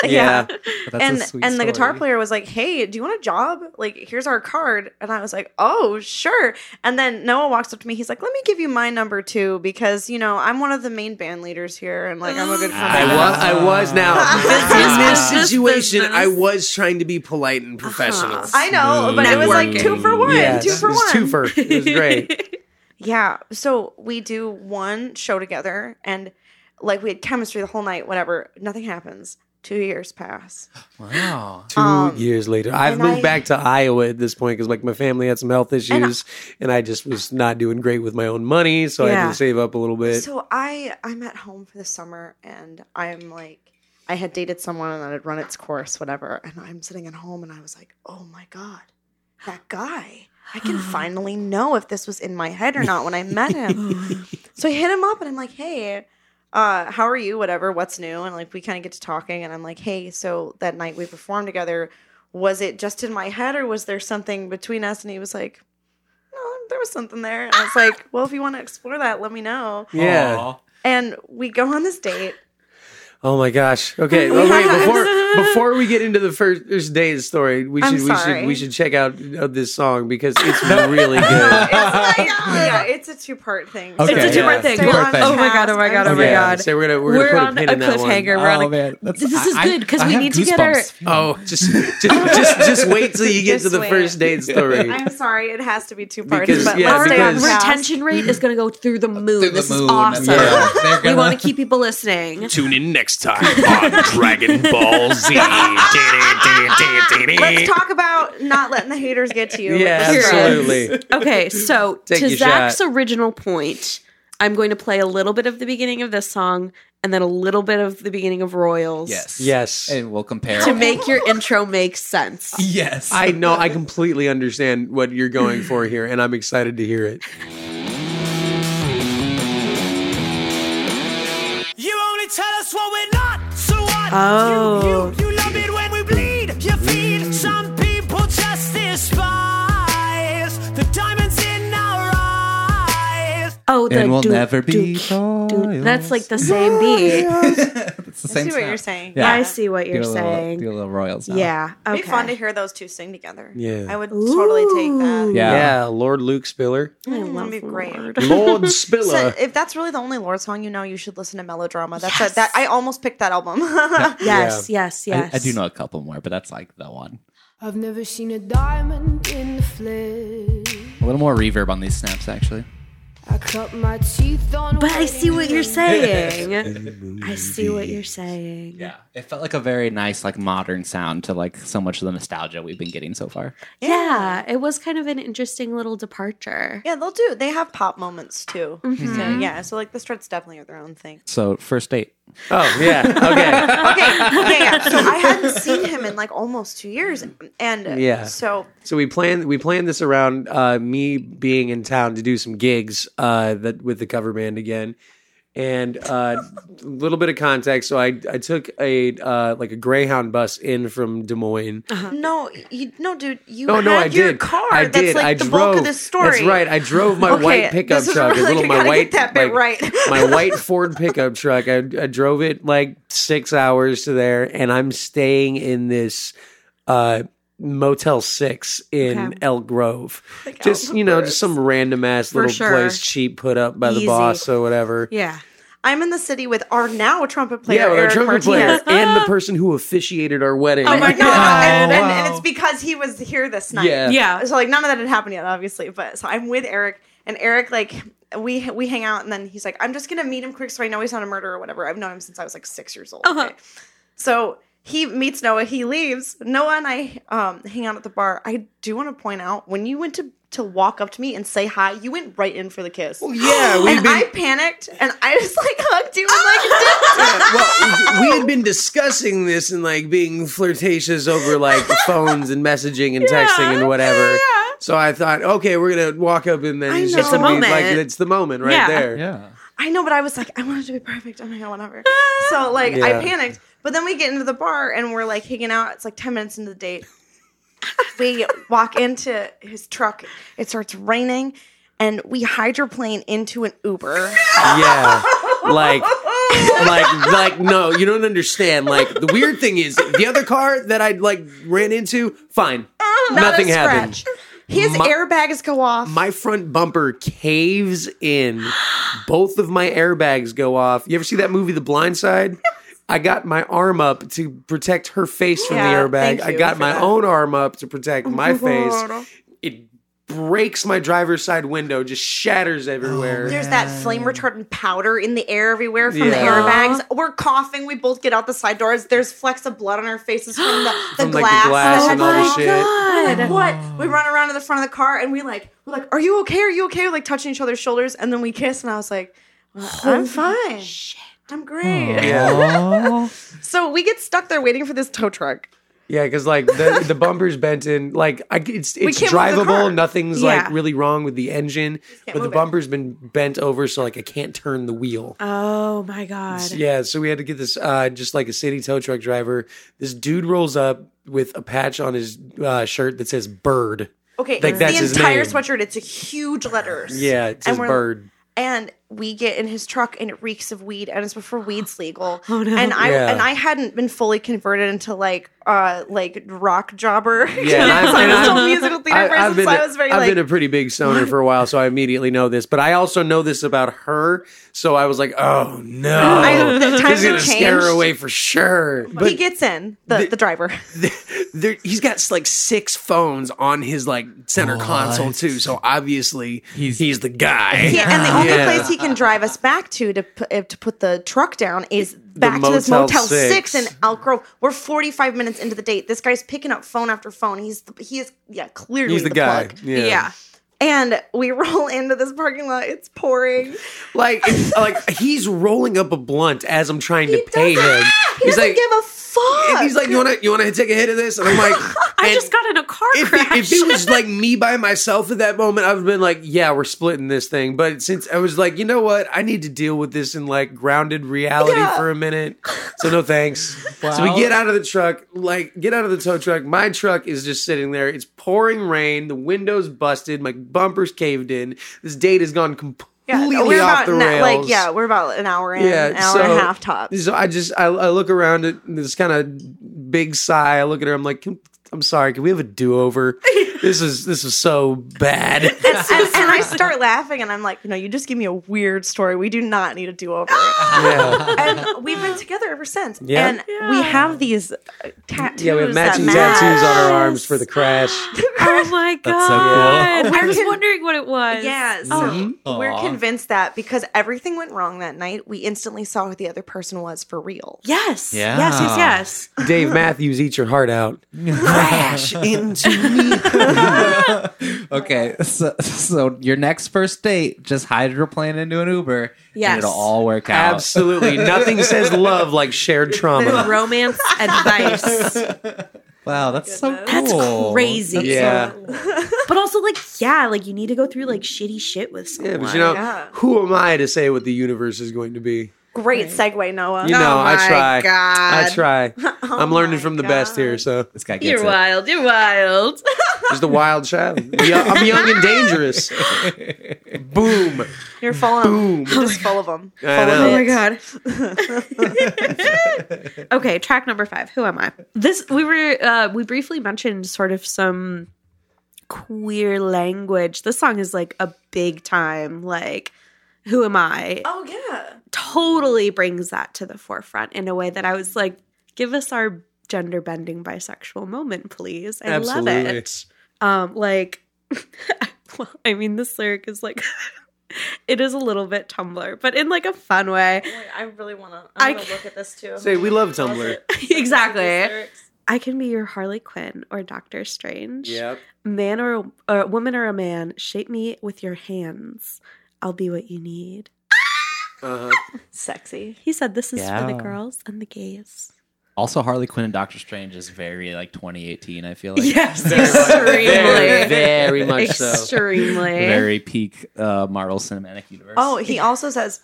Speaker 4: yeah.
Speaker 3: That's a
Speaker 6: and
Speaker 3: sweet
Speaker 6: and the guitar
Speaker 3: story.
Speaker 6: player was like, "Hey, do you want a job? Like, here's our card." And I was like, "Oh, sure." And then Noah walks up to me. He's like, "Let me give you my number too, because you know I'm one of the main band leaders here, and like I'm a good
Speaker 4: I
Speaker 6: friend."
Speaker 4: was, I was
Speaker 6: (laughs)
Speaker 4: now in this
Speaker 5: Business,
Speaker 4: situation.
Speaker 5: business.
Speaker 4: I was trying to be polite
Speaker 6: Uh-huh.
Speaker 4: and professional.
Speaker 6: I know, but it was like two for one,
Speaker 4: Yes,
Speaker 6: two for
Speaker 4: it
Speaker 6: one,
Speaker 4: was twofer. It was great.
Speaker 6: (laughs) Yeah. So we do one show together and like we had chemistry the whole night, whatever, nothing happens. Two years pass.
Speaker 3: Wow.
Speaker 4: Two years later, I've
Speaker 6: Um, and
Speaker 4: moved
Speaker 6: I-
Speaker 4: back to Iowa at this point because like my family had some health issues, and I, just was not doing great with my own money, so I had
Speaker 5: Yeah.
Speaker 4: to save up a little bit.
Speaker 6: So I I'm at home for the summer and I'm like I had dated someone and that had run its course, whatever, and I'm sitting at home and I was like, Oh my god, that guy. I can finally know if this was in my head or not when I met him. so I hit him up and I'm like, Hey, uh, how are you? Whatever, what's new? And like we kind of get to talking and I'm like, Hey, so that night we performed together, was it just in my head or was there something between us? And he was like, No, there was something there. And I was like, Well, if you want to explore that, let me know.
Speaker 4: yeah.
Speaker 3: Aw.
Speaker 6: And we go on
Speaker 4: (laughs)
Speaker 6: this date.
Speaker 4: Oh my gosh. Okay.
Speaker 6: (laughs)
Speaker 4: Oh, wait, before before we get into the first, first day's story, we
Speaker 6: I'm
Speaker 4: should we should
Speaker 6: sorry.
Speaker 4: we should check out uh, this song because
Speaker 6: (laughs)
Speaker 4: it's really good.
Speaker 6: It's
Speaker 5: (laughs)
Speaker 6: like, yeah, it's a two part thing.
Speaker 4: Okay,
Speaker 5: It's a
Speaker 4: yeah.
Speaker 5: two-part thing.
Speaker 6: Stay on
Speaker 5: Oh my God, oh my God, oh my
Speaker 6: task.
Speaker 5: God.
Speaker 4: So we're gonna we're,
Speaker 5: We're
Speaker 4: gonna
Speaker 5: on
Speaker 4: put
Speaker 5: a
Speaker 4: a pin in that one.
Speaker 5: cliffhanger. We're on a-
Speaker 8: man, that's-
Speaker 5: This is
Speaker 8: I-
Speaker 5: good, 'cause
Speaker 8: I
Speaker 5: we
Speaker 8: have
Speaker 5: need to get our-
Speaker 8: goosebumps.
Speaker 4: Oh, just just just just wait till you get
Speaker 6: (laughs) Just
Speaker 4: to the
Speaker 6: wait.
Speaker 4: first date
Speaker 6: (laughs)
Speaker 4: story.
Speaker 6: I'm sorry, it has to be two parts,
Speaker 4: Because-
Speaker 6: but
Speaker 4: yeah,
Speaker 6: let's stay on
Speaker 4: because-
Speaker 6: task.
Speaker 5: um, Retention rate is going to go through the moon.
Speaker 8: Through the
Speaker 5: this is
Speaker 8: moon,
Speaker 5: awesome. (laughs)
Speaker 8: yeah. They're
Speaker 5: We
Speaker 8: gonna-
Speaker 5: want to keep people listening.
Speaker 10: Tune in next time on Dragon Ball Z.
Speaker 6: Let's talk about not letting the haters get to
Speaker 4: (laughs)
Speaker 6: you.
Speaker 4: Yeah,
Speaker 6: Let's try.
Speaker 4: absolutely.
Speaker 5: Okay, so
Speaker 4: (laughs) Take
Speaker 5: to
Speaker 4: your
Speaker 5: Zach's
Speaker 4: shot.
Speaker 5: original point, I'm going to play a little bit of the beginning of this song and then a little bit of the beginning of Royals.
Speaker 3: Yes.
Speaker 4: Yes.
Speaker 3: And we'll compare.
Speaker 5: To make your intro make sense.
Speaker 8: Yes.
Speaker 4: (laughs) I know I completely understand what you're going for here, and I'm excited to hear it.
Speaker 9: You only tell us what we're not, so what?
Speaker 5: Oh.
Speaker 9: You, you, you love it when we bleed. You feed some people just despise the diamonds in our eyes.
Speaker 5: Oh, the
Speaker 3: And we'll
Speaker 5: doo-
Speaker 3: never be
Speaker 5: doo- doo- That's like the same beat.
Speaker 3: it's the
Speaker 6: I
Speaker 3: same
Speaker 6: see what
Speaker 3: sound.
Speaker 6: you're saying.
Speaker 3: Yeah.
Speaker 5: I see what you're
Speaker 3: Do a little-
Speaker 5: saying.
Speaker 3: do a little Royals now.
Speaker 5: yeah. Okay.
Speaker 6: It'd be fun to hear those two sing together.
Speaker 4: Yeah.
Speaker 6: I would totally take that.
Speaker 3: Yeah.
Speaker 4: Yeah, Lord Luke Spiller.
Speaker 5: I love
Speaker 6: That'd be great.
Speaker 4: (laughs)
Speaker 5: Lord.
Speaker 4: Lord
Speaker 6: So
Speaker 4: Spiller.
Speaker 6: if that's really the only Lord song you know, you should listen to Melodrama. That's a, that. I almost picked that album.
Speaker 5: Yes, yes,
Speaker 3: I,
Speaker 5: yes.
Speaker 3: I do know a couple more, but that's like the one.
Speaker 9: I've never seen a diamond in the flesh.
Speaker 3: A little more reverb on these snaps, actually.
Speaker 9: I cut my teeth on.
Speaker 5: But I see what
Speaker 3: (laughs)
Speaker 5: you're saying. I see what you're saying.
Speaker 3: Yeah, it felt like a very nice, like modern sound to like so much of the nostalgia we've been getting so far.
Speaker 5: Yeah, it was kind of an interesting little departure.
Speaker 6: (laughs) yeah, they'll do. They have pop moments too.
Speaker 5: Mm-hmm.
Speaker 6: So yeah, so like the Struts definitely are their own thing.
Speaker 3: So first date.
Speaker 4: Oh
Speaker 5: (laughs)
Speaker 4: yeah. Okay.
Speaker 6: Okay, yeah, yeah.
Speaker 4: (laughs)
Speaker 6: So I hadn't seen him in like almost two years, and
Speaker 4: Yeah.
Speaker 6: so
Speaker 4: so we planned we planned this around uh, me being in town to do some gigs uh, that with the cover band again. And uh, a little bit of context. So I I took a uh, like a Greyhound bus in from Des Moines.
Speaker 6: No, you no, dude. You
Speaker 4: No,
Speaker 6: had
Speaker 4: no, I
Speaker 6: your
Speaker 4: did.
Speaker 6: car.
Speaker 4: I
Speaker 6: that's
Speaker 4: did.
Speaker 6: like
Speaker 4: I
Speaker 6: the
Speaker 4: drove.
Speaker 6: bulk of this story.
Speaker 4: That's right. I drove my
Speaker 6: Okay,
Speaker 4: white pickup
Speaker 6: this is
Speaker 4: truck.
Speaker 6: really-
Speaker 4: a little
Speaker 6: you
Speaker 4: my
Speaker 6: gotta get
Speaker 4: white
Speaker 6: that bit
Speaker 4: my-
Speaker 6: right.
Speaker 4: my
Speaker 6: (laughs)
Speaker 4: white Ford pickup truck. I, I drove it like six hours to there, and I'm staying in this uh, Motel Six in
Speaker 5: Okay.
Speaker 4: Elk Grove. just you know, just some random ass little
Speaker 5: sure.
Speaker 4: place cheap put up by the
Speaker 5: Easy.
Speaker 4: boss or whatever.
Speaker 5: Yeah.
Speaker 6: I'm in the city with our now trumpet player.
Speaker 4: yeah, with our
Speaker 6: Eric
Speaker 4: trumpet player
Speaker 6: Martinez.
Speaker 4: and
Speaker 6: (laughs)
Speaker 4: the person who officiated our wedding. (laughs)
Speaker 6: Oh my god! and, and,
Speaker 8: wow.
Speaker 6: and it's because he was here this night.
Speaker 4: Yeah.
Speaker 5: Yeah.
Speaker 6: So like none of that had happened yet, obviously. But so I'm with Eric, and Eric like we we hang out, and then he's like, "I'm just gonna meet him quick, so I know he's not a murderer or whatever." I've known him since I was like six years old. Okay. So he meets Noah. He leaves. Noah and I um, hang out at the bar. I do want to point out when you went to to walk up to me and say hi, you went right in for the kiss.
Speaker 4: yeah, we've
Speaker 6: and
Speaker 4: been-
Speaker 6: I panicked, and I just like hugged you (laughs) and like. did-
Speaker 4: well, we had been discussing this and like being flirtatious over
Speaker 6: (laughs)
Speaker 4: like phones and messaging and texting and whatever. So I thought, okay, we're gonna walk up and then it's,
Speaker 6: know. It's a
Speaker 4: gonna be
Speaker 5: moment.
Speaker 4: Like, it's the moment right
Speaker 5: Yeah.
Speaker 4: there.
Speaker 3: Yeah.
Speaker 6: I know, but I was like, I wanted to be perfect. Oh my god, whatever.
Speaker 4: (laughs)
Speaker 6: So like, I
Speaker 4: Yeah.
Speaker 6: panicked. But then we get into the bar and we're like hanging out. It's like ten minutes into the date. we walk into his truck. It starts raining, and we hydroplane into an
Speaker 4: (laughs)
Speaker 6: Uber.
Speaker 4: Yeah. Like, like, like, no, you don't understand. Like, the weird thing is, the other car that I like ran into, fine,
Speaker 6: Not a
Speaker 4: nothing happened.
Speaker 6: scratch. His
Speaker 4: My-
Speaker 6: airbags go off.
Speaker 4: My front bumper caves in. Both of my airbags go off. You ever see that movie, The Blind Side? I got my arm up to protect her face from
Speaker 6: Yeah,
Speaker 4: the airbag.
Speaker 6: thank
Speaker 4: I
Speaker 6: you
Speaker 4: got
Speaker 6: for
Speaker 4: my
Speaker 6: that. (laughs)
Speaker 4: own arm up to protect my face. It breaks my driver's side window, just shatters everywhere.
Speaker 6: There's that flame retardant powder in the air everywhere from the
Speaker 4: Yeah.
Speaker 6: airbags. We're coughing. We both get out the side doors. There's flecks of blood on our faces from
Speaker 4: (gasps)
Speaker 6: the, the
Speaker 4: From, like, the
Speaker 6: glass.
Speaker 4: glass
Speaker 6: Oh that
Speaker 4: and
Speaker 6: had
Speaker 4: all the
Speaker 6: fallen.
Speaker 4: shit.
Speaker 6: Like, what? We run around to the front of the car and we like, we're like, are you okay? Are you okay? We're like touching each other's shoulders and then we kiss and I was like, (sighs) well, I'm fine. Oh, Shit. I'm great. so we get stuck there waiting for this tow truck.
Speaker 4: Yeah, because like the
Speaker 6: (laughs)
Speaker 4: the bumper's bent in, like I, it's it's
Speaker 6: can't move the car.
Speaker 4: drivable. Nothing's
Speaker 5: Yeah.
Speaker 4: like really wrong with the engine, but the
Speaker 6: move it.
Speaker 4: bumper's been bent over, so like I can't turn the wheel.
Speaker 5: Oh my god.
Speaker 4: Yeah, so we had to get this uh, just like a city tow truck driver. This dude rolls up with a patch on his uh, shirt that says "bird."
Speaker 6: Okay,
Speaker 4: Like,
Speaker 6: it's
Speaker 4: that's
Speaker 6: the
Speaker 4: his
Speaker 6: entire
Speaker 4: name.
Speaker 6: sweatshirt. It's a huge letters.
Speaker 4: Yeah, it says
Speaker 6: we're-
Speaker 4: "bird."
Speaker 6: and we get in his truck and it reeks of weed and it's before
Speaker 4: (gasps)
Speaker 6: weed's legal. Oh no. And I
Speaker 4: Yeah.
Speaker 6: and I hadn't been fully converted into like uh like rock jobber.
Speaker 4: Yeah,
Speaker 6: (laughs)
Speaker 4: and I've-
Speaker 6: so I
Speaker 4: and
Speaker 6: was still
Speaker 4: I've-
Speaker 6: a musical theater person,
Speaker 4: have been,
Speaker 6: so
Speaker 4: a-
Speaker 6: I was very
Speaker 4: I've
Speaker 6: like
Speaker 4: been a pretty big stoner for a while, so I immediately know this. But I also know this about her, so I was like, "Oh no,
Speaker 6: (laughs) I- the
Speaker 4: he's
Speaker 6: times have
Speaker 4: gonna scare her
Speaker 6: changed.
Speaker 4: away for sure."
Speaker 6: he gets in, the, the, driver.
Speaker 4: there, he's got like six phones on his like center console too. So obviously he's he's the guy.
Speaker 6: He- and the only
Speaker 4: Yeah.
Speaker 6: place he can drive us back to to, pu- uh, to put the truck down is back to this
Speaker 4: Motel
Speaker 6: Motel Six,
Speaker 4: Six.
Speaker 6: in Elk Grove. We're forty five minutes into the date. This guy's picking up phone after phone. He's the, he is yeah clearly
Speaker 4: He's the, guy.
Speaker 6: plug.
Speaker 4: Yeah.
Speaker 6: And we (laughs) roll into this parking lot. It's pouring.
Speaker 4: (laughs) like it's- like he's rolling up a blunt as I'm trying to pay
Speaker 6: doesn't-
Speaker 4: him.
Speaker 6: He
Speaker 4: he's
Speaker 6: doesn't
Speaker 4: like,
Speaker 6: give a fuck.
Speaker 4: and he's like, you wanna you wanna take a hit of this? And I'm
Speaker 6: (laughs)
Speaker 4: like,
Speaker 5: I
Speaker 4: and
Speaker 5: just got in a car
Speaker 4: If
Speaker 5: crash.
Speaker 4: it, if it was like me by myself at that moment, I would have been like, "Yeah, we're splitting this thing." But since I was like, you know what, I need to deal with this in like grounded reality
Speaker 6: Yeah.
Speaker 4: for a minute, so no thanks. So we get out of the truck, like get out of the tow truck. My truck is just sitting there. It's pouring rain. The window's busted. My bumper's caved in. This date has gone completely
Speaker 6: we're
Speaker 4: off
Speaker 6: about
Speaker 4: the
Speaker 6: an,
Speaker 4: rails.
Speaker 6: like yeah, we're about an hour in, an hour and a half tops.
Speaker 4: So I just I, I look around at this kind of big sigh. I look at her. I'm like, "Can- I'm sorry. Can we have a do over?
Speaker 6: (laughs)
Speaker 4: this is this is so bad.
Speaker 6: And, and,
Speaker 4: (laughs)
Speaker 6: and I start laughing, and I'm like, no, you just give me a weird story. We do not need a do
Speaker 4: (laughs)
Speaker 6: over.
Speaker 4: yeah.
Speaker 6: and we've been together ever since.
Speaker 4: Yeah.
Speaker 6: And we have these uh, tattoos.
Speaker 4: yeah, we have matching
Speaker 6: that match.
Speaker 4: tattoos on our arms for the crash.
Speaker 5: (laughs) oh my god.
Speaker 8: That's so cool.
Speaker 4: (laughs)
Speaker 5: I was wondering what it was.
Speaker 6: Yeah, so
Speaker 4: Hmm?
Speaker 6: we're convinced that because everything went wrong that night, we instantly saw who the other person was for real.
Speaker 5: Yes.
Speaker 8: Yeah.
Speaker 5: Yes, yes,
Speaker 6: (laughs)
Speaker 5: yes.
Speaker 4: Dave Matthews, eat your heart out. crash into
Speaker 8: Okay, so, so your next first date, just hydroplane into an Uber.
Speaker 5: Yes.
Speaker 8: and it'll all work out.
Speaker 4: absolutely nothing says love like shared
Speaker 6: (laughs)
Speaker 4: trauma.
Speaker 5: Romance (laughs) advice.
Speaker 8: Wow, that's so cool.
Speaker 5: That's crazy.
Speaker 4: Yeah,
Speaker 6: oh
Speaker 5: But also like, yeah, like you need to go through like shitty shit with someone.
Speaker 4: yeah, but you know,
Speaker 6: Yeah.
Speaker 4: who am I to say what the universe is going to be?
Speaker 6: Great segue, Noah.
Speaker 4: You know, I try.
Speaker 5: God.
Speaker 4: I
Speaker 6: (laughs)
Speaker 4: try.
Speaker 6: Oh
Speaker 4: I'm learning from the best here. So
Speaker 8: This guy gets
Speaker 5: You're
Speaker 8: it.
Speaker 5: wild. You're wild. (laughs)
Speaker 4: Just a wild (laughs) child. I'm young and (laughs) dangerous. Boom.
Speaker 6: You're full of them. Just full of them.
Speaker 4: (laughs)
Speaker 6: Full
Speaker 4: I know.
Speaker 5: Oh
Speaker 6: of
Speaker 5: my
Speaker 4: (laughs)
Speaker 6: it.
Speaker 5: god. okay, track number five. Who am I? This we were uh we briefly mentioned sort of some queer language. This song is like a big time like who am I?
Speaker 6: Oh yeah.
Speaker 5: Totally brings that to the forefront in a way that I was like, give us our gender bending bisexual moment, please. I love
Speaker 4: Absolutely.
Speaker 5: it. Um,
Speaker 2: (laughs)
Speaker 5: like well, I mean this lyric is like it is a little bit Tumblr, but in like a fun way.
Speaker 6: I really wanna.
Speaker 5: I'm gonna
Speaker 6: look at this too.
Speaker 4: Say we love Tumblr.
Speaker 5: exactly. I can be your Harley Quinn or Doctor Strange. Man or a, or a woman or a man, shape me with your hands. I'll be what you need.
Speaker 4: Uh-huh.
Speaker 6: Sexy.
Speaker 5: He said this is for
Speaker 8: Yeah.
Speaker 5: the girls and the gays.
Speaker 8: Also, Harley Quinn and Doctor Strange is very like 2018. I
Speaker 5: (laughs)
Speaker 8: feel like
Speaker 5: Yes,
Speaker 4: Very,
Speaker 5: extremely.
Speaker 4: very (laughs) much so.
Speaker 5: extremely.
Speaker 8: very peak uh, Marvel Cinematic Universe.
Speaker 6: Oh, he also says,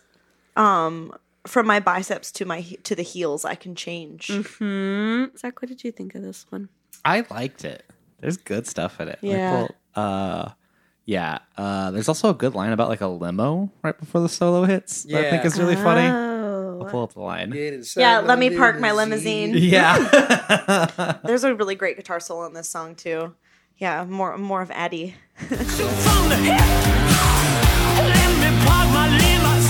Speaker 6: um, from my biceps to my he- to the heels, I can change.
Speaker 5: Hmm. Zach, what did you think of this one?
Speaker 8: I liked it. There's good stuff in it. Like,
Speaker 5: Yeah.
Speaker 8: well, uh, yeah. Uh, there's also a good line about like a limo right before the solo hits. that I
Speaker 4: Yeah.
Speaker 8: think is really funny. I'll
Speaker 5: Oh.
Speaker 8: pull up the line.
Speaker 6: Yeah, let me park
Speaker 8: (laughs)
Speaker 6: my limousine.
Speaker 8: Yeah.
Speaker 6: There's a really great guitar solo in this song too. Yeah, more more of Addie.
Speaker 9: From the hip, let me park my limousine. Oh, yeah.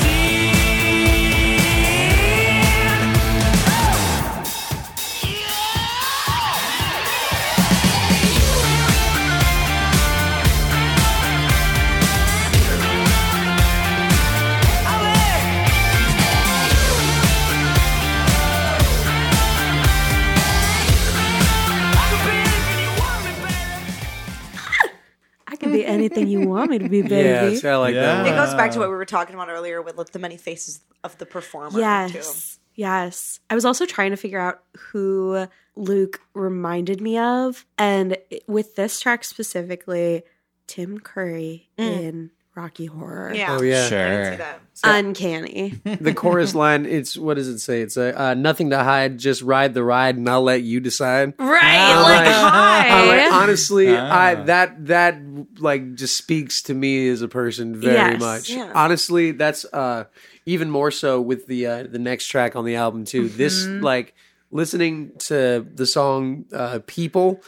Speaker 6: (laughs)
Speaker 2: everything you want me to be, baby.
Speaker 4: Yeah, see, I like
Speaker 6: It
Speaker 4: that.
Speaker 6: goes back to what we were talking about earlier with like, the many faces of the performer. Too.
Speaker 2: Yes. Yes. I was also trying to figure out who Luke reminded me of. And it- with this track specifically, Tim Curry in Rocky Horror.
Speaker 6: Mm. Yeah.
Speaker 4: Oh yeah.
Speaker 6: I can see
Speaker 8: Sure.
Speaker 6: that. (laughs)
Speaker 2: Uncanny.
Speaker 4: the (laughs) chorus line it's what does it say it's uh, uh, nothing to hide just ride the ride and i'll let you decide
Speaker 2: right.
Speaker 4: I'm
Speaker 2: like,
Speaker 4: like- I'm like,
Speaker 2: hi.
Speaker 4: honestly i
Speaker 8: Ah.
Speaker 4: that that like just speaks to me as a person very
Speaker 2: Yes,
Speaker 4: much
Speaker 6: yeah.
Speaker 4: honestly that's uh even more so with the uh, the next track on the album too this like listening to the song uh people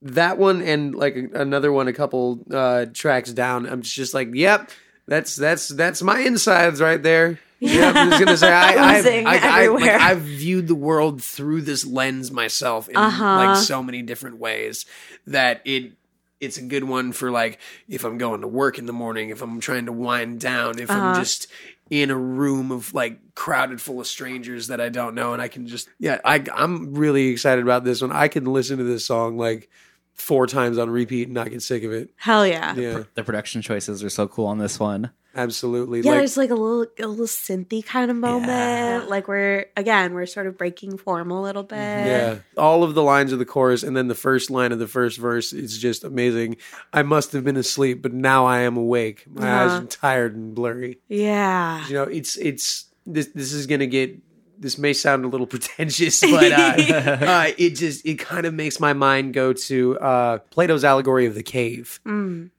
Speaker 4: that one and like another one a couple uh tracks down i'm just like yep that's that's that's my insides right there yeah, I'm just gonna say I, I,
Speaker 6: Oozing
Speaker 4: I, I, like,
Speaker 6: everywhere.
Speaker 4: I've viewed the world through this lens myself in like so many different ways that it it's a good one for like if I'm going to work in the morning, if I'm trying to wind down, if
Speaker 2: Uh-huh.
Speaker 4: I'm just in a room of like crowded full of strangers that I don't know, and I can just yeah, I I'm really excited about this one. I can listen to this song like four times on repeat and not get sick of it.
Speaker 2: Hell yeah.
Speaker 4: Yeah,
Speaker 3: The production choices are so cool on this one.
Speaker 4: absolutely.
Speaker 2: Yeah,
Speaker 4: like,
Speaker 2: there's like a little a little synthy kind of moment. Uh, Like we're again, we're sort of breaking form a little bit.
Speaker 4: Yeah. All of the lines of the chorus and then the first line of the first verse is just amazing. I must have been asleep, but now I am awake. My eyes are tired and blurry.
Speaker 2: Uh-huh. Yeah.
Speaker 4: You know, it's it's this this is gonna get this may sound a little (laughs) pretentious, but
Speaker 2: (laughs)
Speaker 4: uh, uh, it just it kind of makes my mind go to uh, Plato's allegory of the cave.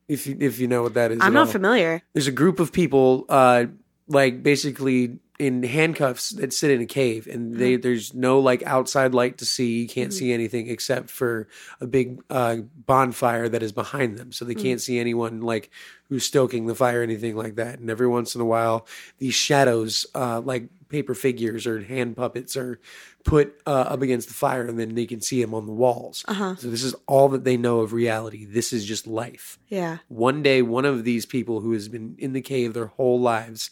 Speaker 4: If you, if you know what that is,
Speaker 2: Mm. I'm
Speaker 4: at
Speaker 2: not
Speaker 4: all
Speaker 2: familiar.
Speaker 4: there's a group of people uh like basically in handcuffs that sit in a cave and they there's no like outside light to see you can't see anything except for a big uh bonfire that is behind them so they can't see anyone like who's stoking the fire or anything like that and every once in a while these shadows uh like paper figures or hand puppets are put uh, up against the fire and then they can see them on the walls so this is all that they know of reality this is just life
Speaker 2: Yeah.
Speaker 4: one day one of these people who has been in the cave their whole lives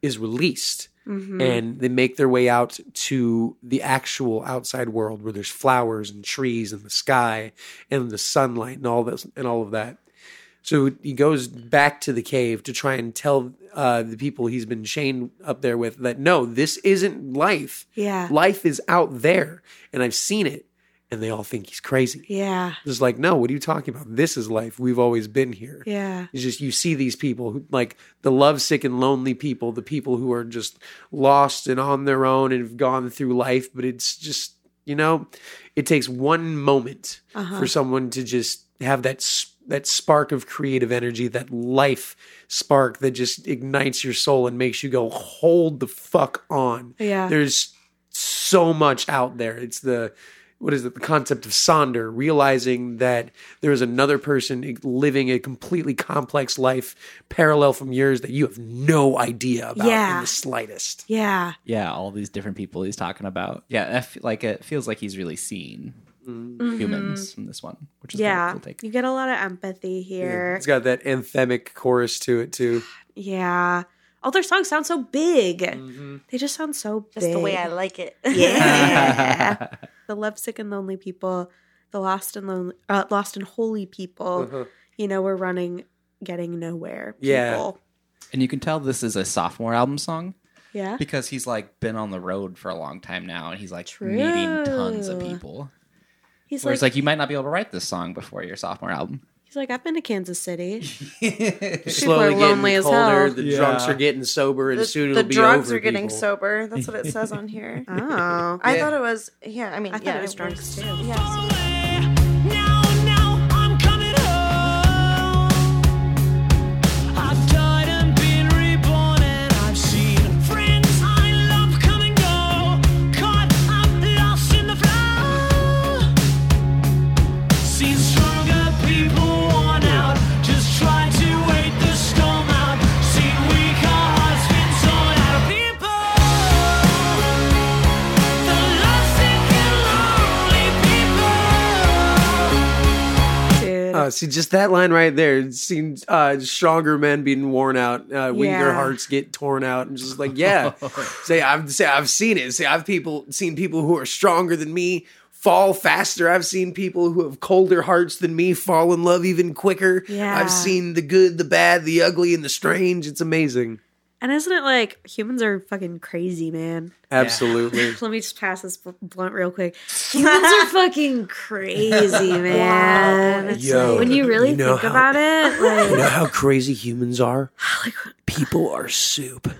Speaker 4: is released and they make their way out to the actual outside world where there's flowers and trees and the sky and the sunlight and all this and all of that so he goes back to the cave to try and tell uh, the people he's been chained up there with that no this isn't life
Speaker 2: Yeah.
Speaker 4: life is out there and i've seen it and they all think he's crazy
Speaker 2: Yeah.
Speaker 4: just like no what are you talking about this is life we've always been here
Speaker 2: Yeah.
Speaker 4: it's just you see these people who like the lovesick and lonely people, the people who are just lost and on their own and have gone through life, but it's just you know, it takes one moment for someone to just have that s- that spark of creative energy, that life spark that just ignites your soul and makes you go, hold the fuck on.
Speaker 2: Yeah.
Speaker 4: there's so much out there. It's the what is it? The concept of Sonder, realizing that there is another person living a completely complex life parallel from yours that you have no idea about
Speaker 2: Yeah.
Speaker 4: in the slightest.
Speaker 2: Yeah.
Speaker 3: Yeah, all these different people he's talking about. Yeah, I feel like it feels like he's really seen humans in this one, which is yeah.
Speaker 2: Yeah.
Speaker 3: cool take.
Speaker 2: You get a lot of empathy here.
Speaker 4: It's got that anthemic chorus to it too.
Speaker 2: Yeah. All their songs sound so big. They just sound so big.
Speaker 6: That's the way I like it. (laughs)
Speaker 2: Yeah. the lovesick and lonely people, the lost and lonely, uh, lost and holy people.
Speaker 6: Mm-hmm.
Speaker 2: You know, we're running, getting nowhere.
Speaker 4: Yeah.
Speaker 2: People.
Speaker 3: And you can tell this is a sophomore album song
Speaker 2: Yeah.
Speaker 3: because he's like been on the road for a long time now and he's like meeting tons of
Speaker 2: True.
Speaker 3: people.
Speaker 2: He's
Speaker 3: Whereas
Speaker 2: like,
Speaker 3: like you might not be able to write this song before your sophomore album.
Speaker 2: he's like, I've been to Kansas
Speaker 6: (laughs)
Speaker 2: City. People are
Speaker 4: Slowly
Speaker 2: lonely
Speaker 4: getting
Speaker 2: as
Speaker 4: colder,
Speaker 2: hell.
Speaker 4: the drunks are getting sober, and
Speaker 6: The,
Speaker 4: soon
Speaker 6: the
Speaker 4: it'll be
Speaker 6: drugs
Speaker 4: over,
Speaker 6: are getting
Speaker 4: people.
Speaker 6: sober. That's what it says on here.
Speaker 2: Oh.
Speaker 6: (laughs) I thought it was. Yeah, I mean,
Speaker 2: I thought
Speaker 6: yeah,
Speaker 2: it was drunks too.
Speaker 6: Yes.
Speaker 9: Now, now I'm coming home. I've died and been reborn, and I've seen friends I love come and go. Caught up, lost in the flow. Seen stronger people worn out, just try to wait the storm out. Seen weaker hearts been torn out. People. The lovesick and lonely people.
Speaker 2: Dude.
Speaker 4: Uh, see, just that line right there. It seems uh, stronger men being worn out, uh, weaker
Speaker 2: Yeah.
Speaker 4: hearts get torn out, and
Speaker 2: (laughs)
Speaker 4: just like yeah. say I've say I've seen it. Say I've people seen people who are stronger than me
Speaker 10: fall faster. I've seen people who have colder hearts than me fall in love even quicker.
Speaker 2: Yeah.
Speaker 10: I've seen the good, the bad, the ugly, and the strange. It's amazing.
Speaker 2: And isn't it like humans are fucking crazy, man?
Speaker 4: Absolutely.
Speaker 2: Let me just pass this bl- blunt real quick. Humans
Speaker 5: (laughs)
Speaker 2: are fucking crazy, man.
Speaker 4: Yo,
Speaker 2: when you really
Speaker 4: know
Speaker 2: think
Speaker 4: how-
Speaker 2: about (laughs) it, like,
Speaker 4: You know how crazy humans
Speaker 2: (laughs)
Speaker 4: are? People are soup.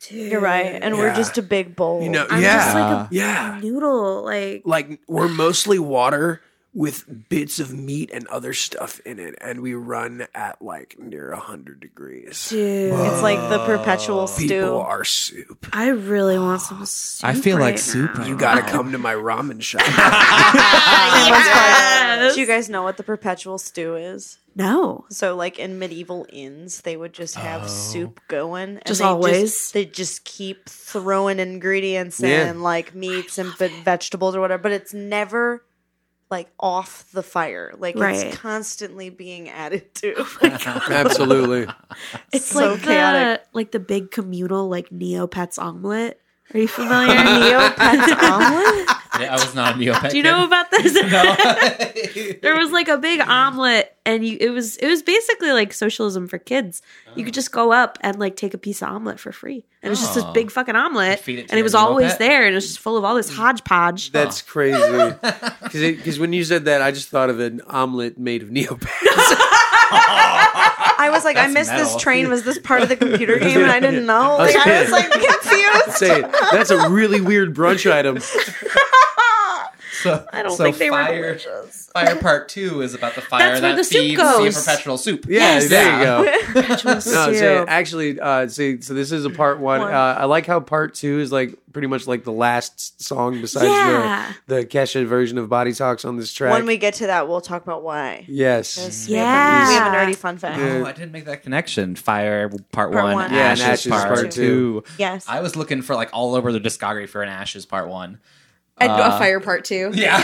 Speaker 2: dude,
Speaker 6: You're right. And we're
Speaker 4: Yeah.
Speaker 6: just a big bowl.
Speaker 10: You know,
Speaker 2: I'm
Speaker 10: yeah.
Speaker 2: just like
Speaker 10: yeah.
Speaker 2: a noodle. Like,
Speaker 10: like we're mostly water with bits of meat and other stuff in it and we run at like near 100 degrees
Speaker 2: dude,
Speaker 6: it's like the perpetual
Speaker 10: people
Speaker 6: stew.
Speaker 10: are soup
Speaker 2: I really want some soup.
Speaker 8: I feel like
Speaker 2: right
Speaker 8: soup.
Speaker 2: now.
Speaker 10: you gotta come to my
Speaker 4: (laughs)
Speaker 10: ramen shop
Speaker 6: It was fun.
Speaker 2: Yes.
Speaker 6: Do you guys know what the perpetual stew is?
Speaker 2: No.
Speaker 6: So, like in medieval inns, they would just
Speaker 4: Oh.
Speaker 6: have soup going. And
Speaker 2: Just
Speaker 6: they
Speaker 2: always?
Speaker 6: they just keep throwing ingredients
Speaker 4: Yeah.
Speaker 6: in, like meats and ve- vegetables or whatever. But it's never like off the fire. Like
Speaker 2: Right.
Speaker 6: it's constantly being added to.
Speaker 2: (laughs)
Speaker 6: (laughs)
Speaker 4: Absolutely.
Speaker 10: (laughs)
Speaker 2: It's
Speaker 6: so
Speaker 2: like
Speaker 6: chaotic.
Speaker 2: the like the big communal like Neopets omelet. Are you familiar?
Speaker 6: (laughs) Neopets omelet?
Speaker 8: I was not a
Speaker 2: (laughs)
Speaker 8: Neopet.
Speaker 3: Uh,
Speaker 2: Do you know about this?
Speaker 8: No.
Speaker 2: (laughs) there was like a big omelet, and you it was it was basically like socialism for kids. You could just go up and like take a piece of omelet for free, and it was just this
Speaker 8: Oh.
Speaker 2: big fucking omelet,
Speaker 8: Feed it to
Speaker 2: and it
Speaker 8: your
Speaker 2: was always
Speaker 8: Neopet?
Speaker 2: there, and it was just full of all this hodgepodge.
Speaker 4: That's (laughs) crazy. Because when you said that, I just thought of an omelet made of Neopets. (laughs)
Speaker 6: I was like, I
Speaker 8: That's
Speaker 6: missed
Speaker 8: metal.
Speaker 6: this train. Was this part of
Speaker 4: (laughs)
Speaker 6: the computer game? And I didn't know. Like, I was like confused.
Speaker 4: Say it. That's a really weird brunch item.
Speaker 8: So, I
Speaker 2: don't think they were
Speaker 8: fire, Fire Part Two is about the fire
Speaker 2: That's where
Speaker 8: that
Speaker 2: the soup
Speaker 8: feeds
Speaker 2: goes.
Speaker 8: the perpetual soup.
Speaker 4: Yeah, there you go.
Speaker 6: (laughs)
Speaker 2: Actual
Speaker 4: (laughs) No,
Speaker 2: soup.
Speaker 4: say, actually, uh, see, so this is a part one. Uh, I like how part two is like pretty much like the last s- song besides
Speaker 2: Yeah.
Speaker 4: the, the Kesha version of Body Talks on this track.
Speaker 6: When we get to that, we'll talk about why.
Speaker 4: yes.
Speaker 6: 'Cause we have a- we have a
Speaker 2: Yeah.
Speaker 6: nerdy fun fact.
Speaker 4: Yeah.
Speaker 8: Oh, I didn't make that connection. Fire Part,
Speaker 6: Part
Speaker 8: One,
Speaker 6: one.
Speaker 4: Yeah,
Speaker 8: Ashes,
Speaker 4: and Ashes
Speaker 8: Part,
Speaker 4: Part Two.
Speaker 8: two.
Speaker 6: Yes.
Speaker 8: I was looking for like all over the discography for an Ashes Part
Speaker 2: (laughs)
Speaker 8: One.
Speaker 5: And
Speaker 4: Uh,
Speaker 5: a fire part two.
Speaker 2: Oh
Speaker 8: Yeah,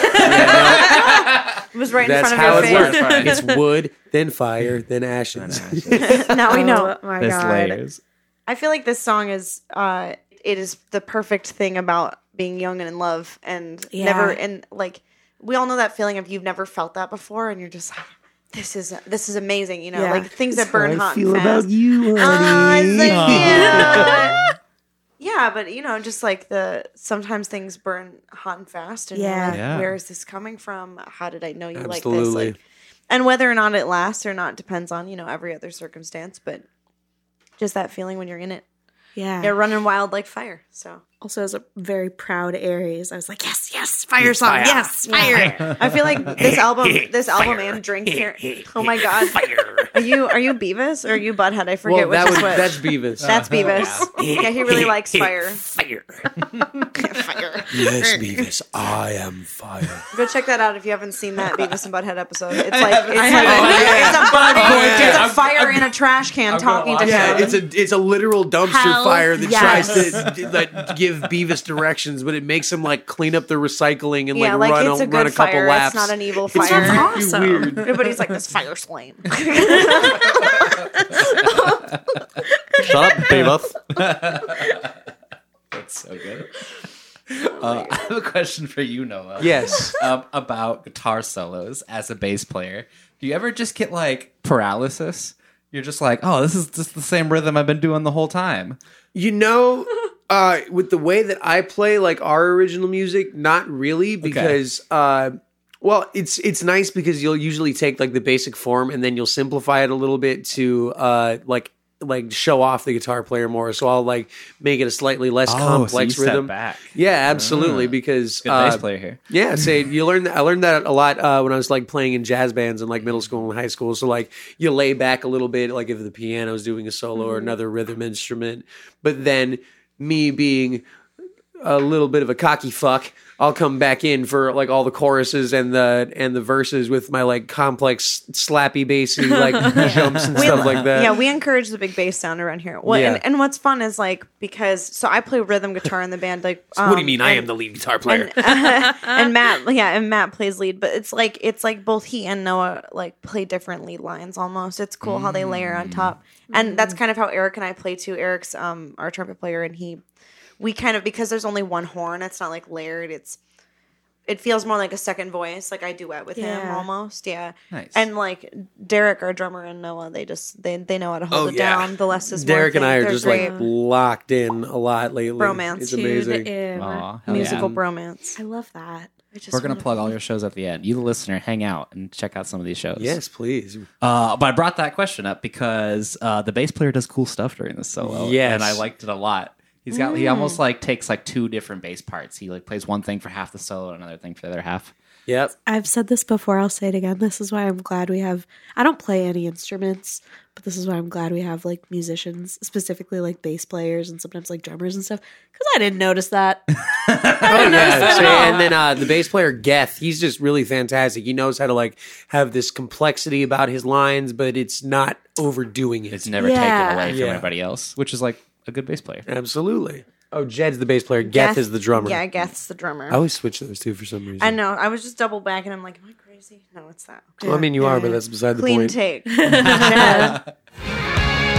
Speaker 6: It was right
Speaker 4: That's
Speaker 6: in front
Speaker 4: how
Speaker 6: of
Speaker 4: it
Speaker 6: your face.
Speaker 4: works.
Speaker 6: (laughs)
Speaker 4: it's wood, then fire, then ashes. (laughs)
Speaker 6: now
Speaker 2: (laughs)
Speaker 6: we know.
Speaker 2: Oh my
Speaker 8: there's
Speaker 2: god.
Speaker 8: layers.
Speaker 6: I feel like this song is uh it is the perfect thing about being young and in love and
Speaker 2: Yeah.
Speaker 6: never and like we all know that feeling of you've never felt that before and you're just like this is this is amazing, you know,
Speaker 2: Yeah.
Speaker 6: like things that burn hot and fast.
Speaker 4: you,
Speaker 6: Ah, it's so
Speaker 8: Aw.
Speaker 4: (laughs)
Speaker 6: cute. yeah, but you know, just like the sometimes things burn hot and fast, and you're
Speaker 2: Yeah.
Speaker 6: like,
Speaker 8: Yeah.
Speaker 6: where is this coming from? How did I know you like this?
Speaker 4: Absolutely.
Speaker 6: Like, and whether or not it lasts or not depends on you know every other circumstance, but just that feeling when you're in it,
Speaker 2: Yeah.
Speaker 6: you're running wild like fire. So
Speaker 2: Also, as a very proud Aries, I was like, yes, yes, fire song, yes, fire.
Speaker 6: I feel like this album, this album, and drink here. Oh my god, Are you are you Beavis or are you Butthead? I forget
Speaker 4: Well,
Speaker 6: which
Speaker 4: that
Speaker 6: is
Speaker 4: was,
Speaker 6: what.
Speaker 4: that's Beavis.
Speaker 6: That's Beavis. Yeah, he really likes fire. Fire. fire.
Speaker 4: yes, Beavis, I am
Speaker 6: (laughs)
Speaker 4: fire.
Speaker 6: Go check that out if you haven't seen that Beavis and Butthead episode. It's like it's, like,
Speaker 8: haven't.
Speaker 6: it's a body,
Speaker 8: yeah.
Speaker 6: it's a
Speaker 8: I'm-
Speaker 6: fire in a trash can
Speaker 8: I'm gonna
Speaker 6: talking to
Speaker 8: watch
Speaker 4: Yeah,
Speaker 6: him.
Speaker 4: it's a it's a literal dumpster
Speaker 2: Hell
Speaker 4: fire that
Speaker 2: yes.
Speaker 4: tries to like, give Beavis directions, but it makes him like clean up the recycling and
Speaker 6: yeah,
Speaker 4: like,
Speaker 6: like
Speaker 4: run,
Speaker 6: it's a
Speaker 4: a, run a
Speaker 6: good
Speaker 4: couple
Speaker 6: fire.
Speaker 4: laps.
Speaker 6: It's not an evil
Speaker 4: It's
Speaker 2: That's
Speaker 6: fire.
Speaker 4: very
Speaker 2: awesome.
Speaker 4: weird.
Speaker 6: Everybody's like this fire's lame.
Speaker 4: Shut up, Beavis.
Speaker 8: (laughs) That's so good. Uh, I have a question for you, Noah.
Speaker 4: Yes.
Speaker 8: um, about guitar solos as a bass player. Do you ever just get like paralysis? You're just like, oh, this is just the same rhythm I've been doing the whole time.
Speaker 4: You know, uh, with the way that I play, like our original music, not really because, uh, well, it's it's nice because you'll usually take like the basic form and then you'll simplify it a little bit to uh, like like show off the guitar player more. So I'll like make it a slightly less complex
Speaker 8: Oh, so you
Speaker 4: rhythm.
Speaker 8: Step back. Ah.
Speaker 4: Yeah, absolutely. Because
Speaker 8: Good
Speaker 4: uh,
Speaker 8: bass player here.
Speaker 4: Yeah, say you learn. I learned that a lot uh, when I was like playing in jazz bands in like middle school and high school. So like you lay back a little bit, like if the piano is doing a solo
Speaker 6: Mm-hmm.
Speaker 4: or another rhythm instrument. But then me being a little bit of a cocky fuck, I'll come back in for like all the choruses and the and the verses with my like complex slappy bassy
Speaker 6: (laughs)
Speaker 4: like jumps and stuff like that.
Speaker 6: Yeah, we encourage the big bass sound around here. Well,
Speaker 4: Yeah.
Speaker 6: and, and what's fun is like because so I play rhythm guitar in the band. Like, um, what do you mean? I am the lead guitar player. And, and Matt, yeah, and Matt plays lead. But it's like it's like both he and Noah like play different lead lines almost. It's cool how they layer on top, and that's kind of how Eric and I play too. Eric's um our trumpet player, and he we kind of because there's only one horn. It's not like layered. It's it feels more like a second voice. Like I duet with him
Speaker 5: Yeah.
Speaker 6: almost. Yeah.
Speaker 3: Nice.
Speaker 6: And like Derek, our drummer, and Noah, they just they they know how to
Speaker 4: Oh,
Speaker 6: hold it
Speaker 4: yeah.
Speaker 6: down. The less is more
Speaker 2: Derek and
Speaker 6: thing.
Speaker 2: I are
Speaker 6: They're
Speaker 2: just
Speaker 6: great.
Speaker 2: like locked in a lot lately.
Speaker 6: Bromance
Speaker 2: It's
Speaker 6: to
Speaker 2: amazing.
Speaker 3: Aw, hell
Speaker 6: musical
Speaker 3: yeah.
Speaker 6: bromance.
Speaker 5: I love that.
Speaker 6: I just
Speaker 3: We're gonna
Speaker 6: wanna-
Speaker 3: plug all your shows at the end. You, the listener, hang out and check out some of these shows.
Speaker 2: Yes, please.
Speaker 3: Uh, but I brought that question up because uh, the bass player does cool stuff during this solo.
Speaker 2: Yes.
Speaker 3: and I liked it a lot. He's got he almost like takes like two different bass parts. He like plays one thing for half the solo and another thing for the other half.
Speaker 2: Yep.
Speaker 5: I've said this before, I'll say it again. This is why I'm glad we have I don't play any instruments, but this is why I'm glad we have like musicians, specifically like bass players and sometimes like drummers and stuff cuz I didn't notice that.
Speaker 2: Oh,
Speaker 5: notice that
Speaker 2: yeah.
Speaker 5: at
Speaker 2: So- (laughs)
Speaker 5: all.
Speaker 2: and then uh, the bass player Geth, he's just really fantastic. He knows how to like have this complexity about his lines, but it's not overdoing it.
Speaker 3: It's never
Speaker 5: Yeah.
Speaker 3: taken away from
Speaker 2: Yeah.
Speaker 3: anybody else, which is like a good bass player.
Speaker 2: Absolutely. Oh, Jed's the bass player. Geth, is the drummer.
Speaker 6: Yeah, Geth's the drummer.
Speaker 2: I always switch those two for some reason.
Speaker 6: I know. I was just double back, and I'm like, am I crazy? No, it's that.
Speaker 2: Well, I mean, you are, but that's beside
Speaker 6: Clean
Speaker 2: the point. (laughs)
Speaker 6: take. (laughs)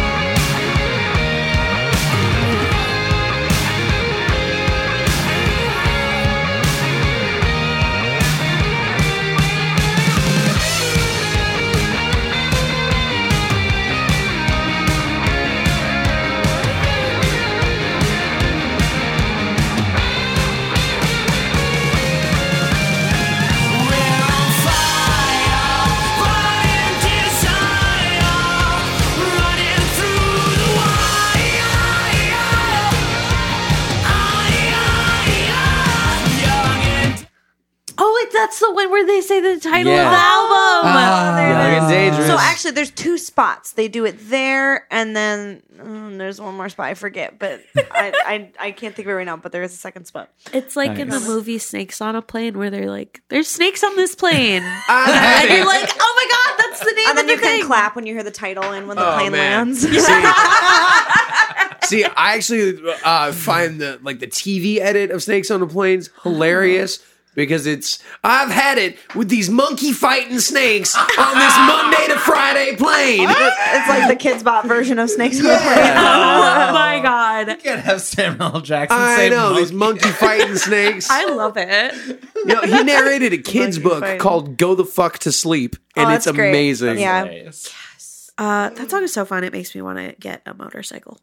Speaker 5: Oh, wait, that's the one where they say the title
Speaker 2: Yeah.
Speaker 5: of
Speaker 6: (laughs)
Speaker 5: the album.
Speaker 6: Oh,
Speaker 2: Young and dangerous.
Speaker 6: So actually, there's two spots. They do it there, and then mm, there's one more spot I forget, but I, I I can't think of it right now. But there is a second spot.
Speaker 5: It's like in the
Speaker 3: Nice.
Speaker 5: movie Snakes on a Plane where they're like, there's snakes on this plane. and you're like, oh my God, that's the name
Speaker 6: And
Speaker 5: of
Speaker 6: then
Speaker 5: the
Speaker 6: you
Speaker 5: thing.
Speaker 6: can clap when you hear the title and when the
Speaker 4: Oh,
Speaker 6: plane
Speaker 4: man.
Speaker 2: (laughs)
Speaker 6: lands. (laughs)
Speaker 4: See, I actually uh, find the like the TV edit of Snakes on the Plains hilarious because it's I've had it with these monkey fighting snakes on this Monday to Friday plane.
Speaker 6: it's like the Kids Bop version of Snakes on a Plane.
Speaker 5: oh my God.
Speaker 11: can't have Samuel L. Jackson
Speaker 4: I
Speaker 11: say
Speaker 4: know
Speaker 11: monkey.
Speaker 4: these monkey fighting
Speaker 6: (laughs)
Speaker 4: snakes.
Speaker 5: I love it.
Speaker 4: You know, he narrated a kid's book
Speaker 6: fighting.
Speaker 4: called "Go the Fuck to Sleep," and
Speaker 6: Oh,
Speaker 4: it's
Speaker 6: that's great.
Speaker 4: amazing.
Speaker 6: Yeah.
Speaker 11: Nice.
Speaker 5: Uh, that song is so fun. It makes me want to get a motorcycle.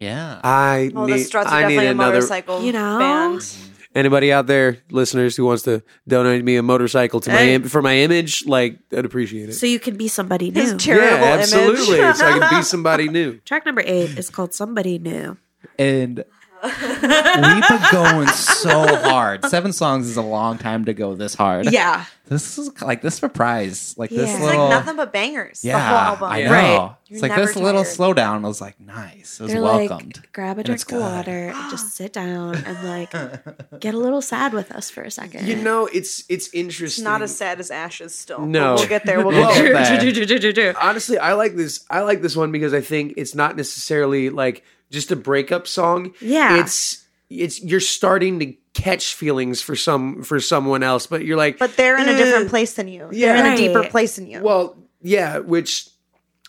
Speaker 11: Yeah.
Speaker 2: I
Speaker 6: Well, the
Speaker 2: need,
Speaker 6: Struts are
Speaker 2: I need
Speaker 6: definitely a
Speaker 2: another.
Speaker 6: motorcycle
Speaker 5: You know?
Speaker 6: band.
Speaker 2: Anybody out there, listeners, who wants to donate me a motorcycle to my im- for my image, like I'd appreciate it.
Speaker 5: So you can be somebody
Speaker 6: His
Speaker 5: new.
Speaker 6: charitable
Speaker 2: yeah,
Speaker 6: image.
Speaker 2: absolutely.
Speaker 6: (laughs)
Speaker 2: so I can be somebody new.
Speaker 5: Track number eight is called Somebody New.
Speaker 3: And we've been going so hard. Seven songs is a long time to go this hard.
Speaker 6: yeah.
Speaker 3: This is like this surprise, like this
Speaker 5: Yeah.
Speaker 6: It's
Speaker 3: little.
Speaker 2: Oh.
Speaker 6: like nothing but bangers.
Speaker 3: yeah,
Speaker 6: the whole album.
Speaker 3: I know.
Speaker 5: Right.
Speaker 3: It's
Speaker 6: You're
Speaker 3: like this
Speaker 6: never
Speaker 3: little
Speaker 6: tired.
Speaker 3: slowdown. I was like, nice. It was
Speaker 5: They're
Speaker 3: welcomed.
Speaker 5: like, grab a
Speaker 3: And it's
Speaker 5: drink of
Speaker 3: good.
Speaker 5: water
Speaker 4: (gasps)
Speaker 5: and just sit down and like
Speaker 3: (laughs)
Speaker 5: get a little sad with us for a second.
Speaker 4: You know, it's it's interesting.
Speaker 6: Not as sad as Ashes still. but
Speaker 2: No.
Speaker 6: We'll
Speaker 2: (laughs)
Speaker 6: get there. We'll
Speaker 3: We'll
Speaker 6: get there.
Speaker 3: get there.
Speaker 4: honestly i like this i like this one because i think it's not necessarily like just a breakup song
Speaker 5: Yeah.
Speaker 4: it's it's you're starting to catch feelings for some for someone else but you're like
Speaker 6: But they're in a
Speaker 4: "Eh."
Speaker 6: different place than you. They're in
Speaker 4: Right.
Speaker 6: a deeper place than you.
Speaker 4: well yeah which